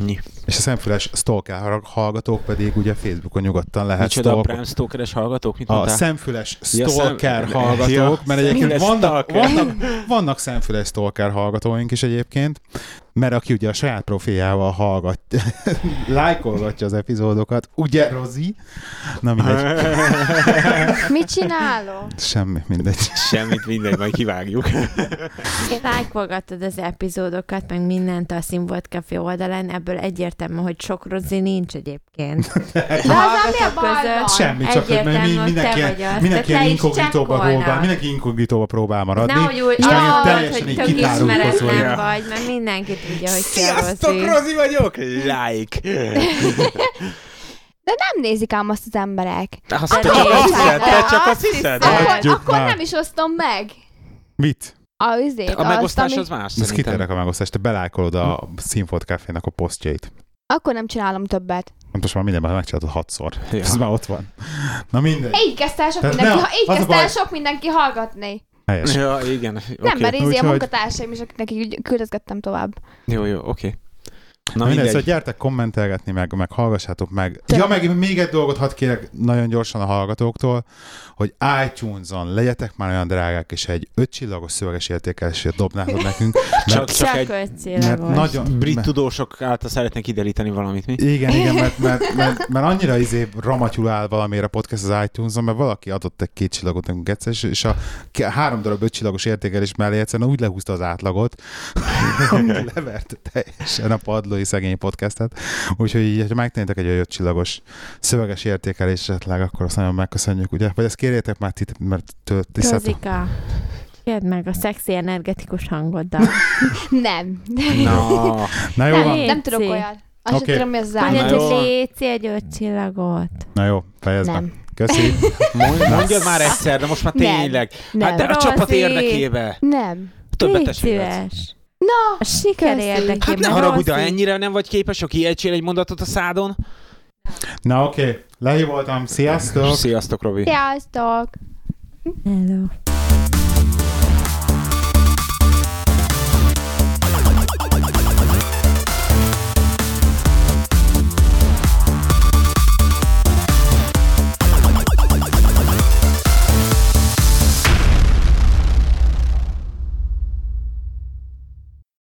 [SPEAKER 1] Ennyi.
[SPEAKER 3] És a szemfüles stalker har- hallgatók pedig ugye Facebookon nyugodtan lehet
[SPEAKER 1] Hát Micsoda a
[SPEAKER 3] stalk-
[SPEAKER 1] Bram Stokeres hallgatók? Mit
[SPEAKER 3] a
[SPEAKER 1] mondtál?
[SPEAKER 3] szemfüles
[SPEAKER 1] Ja, szem-
[SPEAKER 3] stalker
[SPEAKER 1] ja,
[SPEAKER 3] hallgatók, mert egyébként
[SPEAKER 1] szemfüles
[SPEAKER 3] vannak,
[SPEAKER 1] stalker.
[SPEAKER 3] vannak, vannak szemfüles stalker hallgatóink is egyébként, mert aki ugye a saját profiljával hallgat, lájkolgatja az epizódokat, ugye Rozi? Na mindegy,
[SPEAKER 2] Mit csinálok?
[SPEAKER 3] semmi, mindegy.
[SPEAKER 1] Semmit, mindegy, majd kivágjuk.
[SPEAKER 4] Én lájkolgatod az epizódokat, meg mindent a Színvolt Café oldalán, ebből egyértelmű, hogy sok rozi nincs egyébként.
[SPEAKER 2] De az mi a
[SPEAKER 4] Hallgatok
[SPEAKER 2] baj
[SPEAKER 4] között.
[SPEAKER 2] van?
[SPEAKER 3] hát Semmi, csak hogy
[SPEAKER 4] Egyértelmű,
[SPEAKER 3] mi-
[SPEAKER 4] hogy
[SPEAKER 3] mindenki,
[SPEAKER 4] te vagy az. Tehát
[SPEAKER 3] mindenki
[SPEAKER 4] le
[SPEAKER 3] ilyen
[SPEAKER 4] is
[SPEAKER 3] inkognitóba
[SPEAKER 4] csekkolnak.
[SPEAKER 3] próbál, mindenki inkognitóba próbál maradni.
[SPEAKER 4] Nehogy úgy
[SPEAKER 3] és engem
[SPEAKER 4] ja,
[SPEAKER 3] teljesen
[SPEAKER 4] hogy
[SPEAKER 3] így
[SPEAKER 4] tök
[SPEAKER 3] kitárulkozol.
[SPEAKER 4] ismeretlen
[SPEAKER 1] Ja.
[SPEAKER 4] vagy, mert mindenki tudja, hogy ki a
[SPEAKER 1] Sziasztok,
[SPEAKER 4] rozi.
[SPEAKER 1] Rozi vagyok! Like!
[SPEAKER 2] De nem nézik ám azt az emberek.
[SPEAKER 1] Azt
[SPEAKER 4] De
[SPEAKER 1] te csak
[SPEAKER 4] nézd,
[SPEAKER 1] azt hiszed,
[SPEAKER 4] de
[SPEAKER 1] te csak
[SPEAKER 4] azt
[SPEAKER 1] azt hiszed.
[SPEAKER 4] hiszed.
[SPEAKER 1] Te-
[SPEAKER 2] Akkor,
[SPEAKER 3] Hát Hagyjuk
[SPEAKER 2] akkor
[SPEAKER 3] már.
[SPEAKER 2] nem is osztom meg.
[SPEAKER 3] Mit?
[SPEAKER 2] A izét,
[SPEAKER 1] A megosztás
[SPEAKER 2] azt,
[SPEAKER 1] az
[SPEAKER 2] ami...
[SPEAKER 1] más
[SPEAKER 3] Ez
[SPEAKER 1] szerintem.
[SPEAKER 3] kiterek a megosztást, te belájkolod a Színfolt Cafénak a posztjait.
[SPEAKER 2] Akkor nem csinálom többet.
[SPEAKER 3] Nem most már mindenben megcsináltad hatszor.
[SPEAKER 1] Ja.
[SPEAKER 3] Ez már ott van. Na mindegy.
[SPEAKER 2] Így kezdte el sok
[SPEAKER 3] Tehát
[SPEAKER 2] mindenki,
[SPEAKER 3] nem,
[SPEAKER 2] ha így
[SPEAKER 3] az a
[SPEAKER 2] kezdte
[SPEAKER 3] baj.
[SPEAKER 2] el sok mindenki hallgatni.
[SPEAKER 3] Helyes.
[SPEAKER 1] Ja, igen.
[SPEAKER 2] Nem,
[SPEAKER 1] oké.
[SPEAKER 2] mert izé a
[SPEAKER 3] Úgyhogy-
[SPEAKER 2] munkatársaim is, akiknek így küldözgettem tovább.
[SPEAKER 1] Jó, jó, oké. Na
[SPEAKER 3] Na mindegy, szóval
[SPEAKER 1] mindegy.
[SPEAKER 3] gyertek kommentelgetni, meg, meg hallgassátok meg.
[SPEAKER 2] Te-
[SPEAKER 3] Ja, meg még egy dolgot hadd kérek nagyon gyorsan a hallgatóktól, hogy iTunes-on legyetek már olyan drágák, és egy ötcsillagos szöveges értékelését dobnátok nekünk.
[SPEAKER 1] Csak,
[SPEAKER 3] Mert,
[SPEAKER 1] csak egy
[SPEAKER 3] mert
[SPEAKER 4] ötszillagos.
[SPEAKER 3] nagyon...
[SPEAKER 1] brit
[SPEAKER 3] mert-
[SPEAKER 1] tudósok által szeretnék kideríteni valamit, mi?
[SPEAKER 3] Igen, igen, mert, mert, mert, mert annyira izé ramatyul áll valamiért a podcast az iTunes-on, mert valaki adott egy két csillagot nekünk egyszer, és- és a k- három darab öt csillagos értékelés mellé egyszerűen úgy lehúzta az átlagot, hogy leverte teljesen a padlói szegény podcastet. Úgyhogy így, ha megtennétek egy olyan öt csillagos szöveges értékelés esetleg, akkor azt nagyon megköszönjük, ugye? Vagy ezt kérjétek már ti, mert tő- ti szátok-
[SPEAKER 4] Rozika, kérd meg a szexi energetikus hangoddal.
[SPEAKER 2] Nem.
[SPEAKER 1] Na,
[SPEAKER 3] Na jó,
[SPEAKER 2] nem,
[SPEAKER 3] van.
[SPEAKER 2] nem tudok
[SPEAKER 4] Léci.
[SPEAKER 2] olyat. Azt
[SPEAKER 3] Oké.
[SPEAKER 2] okay. tudom, mi az zárt.
[SPEAKER 4] Mondjad,
[SPEAKER 1] jó
[SPEAKER 4] hogy
[SPEAKER 1] van.
[SPEAKER 4] léci egy ötcsillagot.
[SPEAKER 3] Na jó, fejezd be.
[SPEAKER 2] Nem.
[SPEAKER 3] Köszi.
[SPEAKER 1] mondj- mondjad már egyszer, de most már
[SPEAKER 2] Nem.
[SPEAKER 1] tényleg. Hát
[SPEAKER 2] Nem.
[SPEAKER 1] de a
[SPEAKER 4] Rozi.
[SPEAKER 1] csapat érdekébe.
[SPEAKER 2] Nem.
[SPEAKER 1] Többet
[SPEAKER 4] Légy
[SPEAKER 1] esélyed.
[SPEAKER 4] szíves.
[SPEAKER 2] Na,
[SPEAKER 4] A siker
[SPEAKER 2] Köszi.
[SPEAKER 4] érdekében.
[SPEAKER 1] Hát ne haragudj, ha
[SPEAKER 4] Rozi.
[SPEAKER 1] ennyire nem vagy képes, ha kiejtsél egy mondatot a szádon.
[SPEAKER 3] Na oké, okay. lehívoltam. Sziasztok!
[SPEAKER 1] Sziasztok, Robi.
[SPEAKER 2] sziasztok!
[SPEAKER 4] Hello.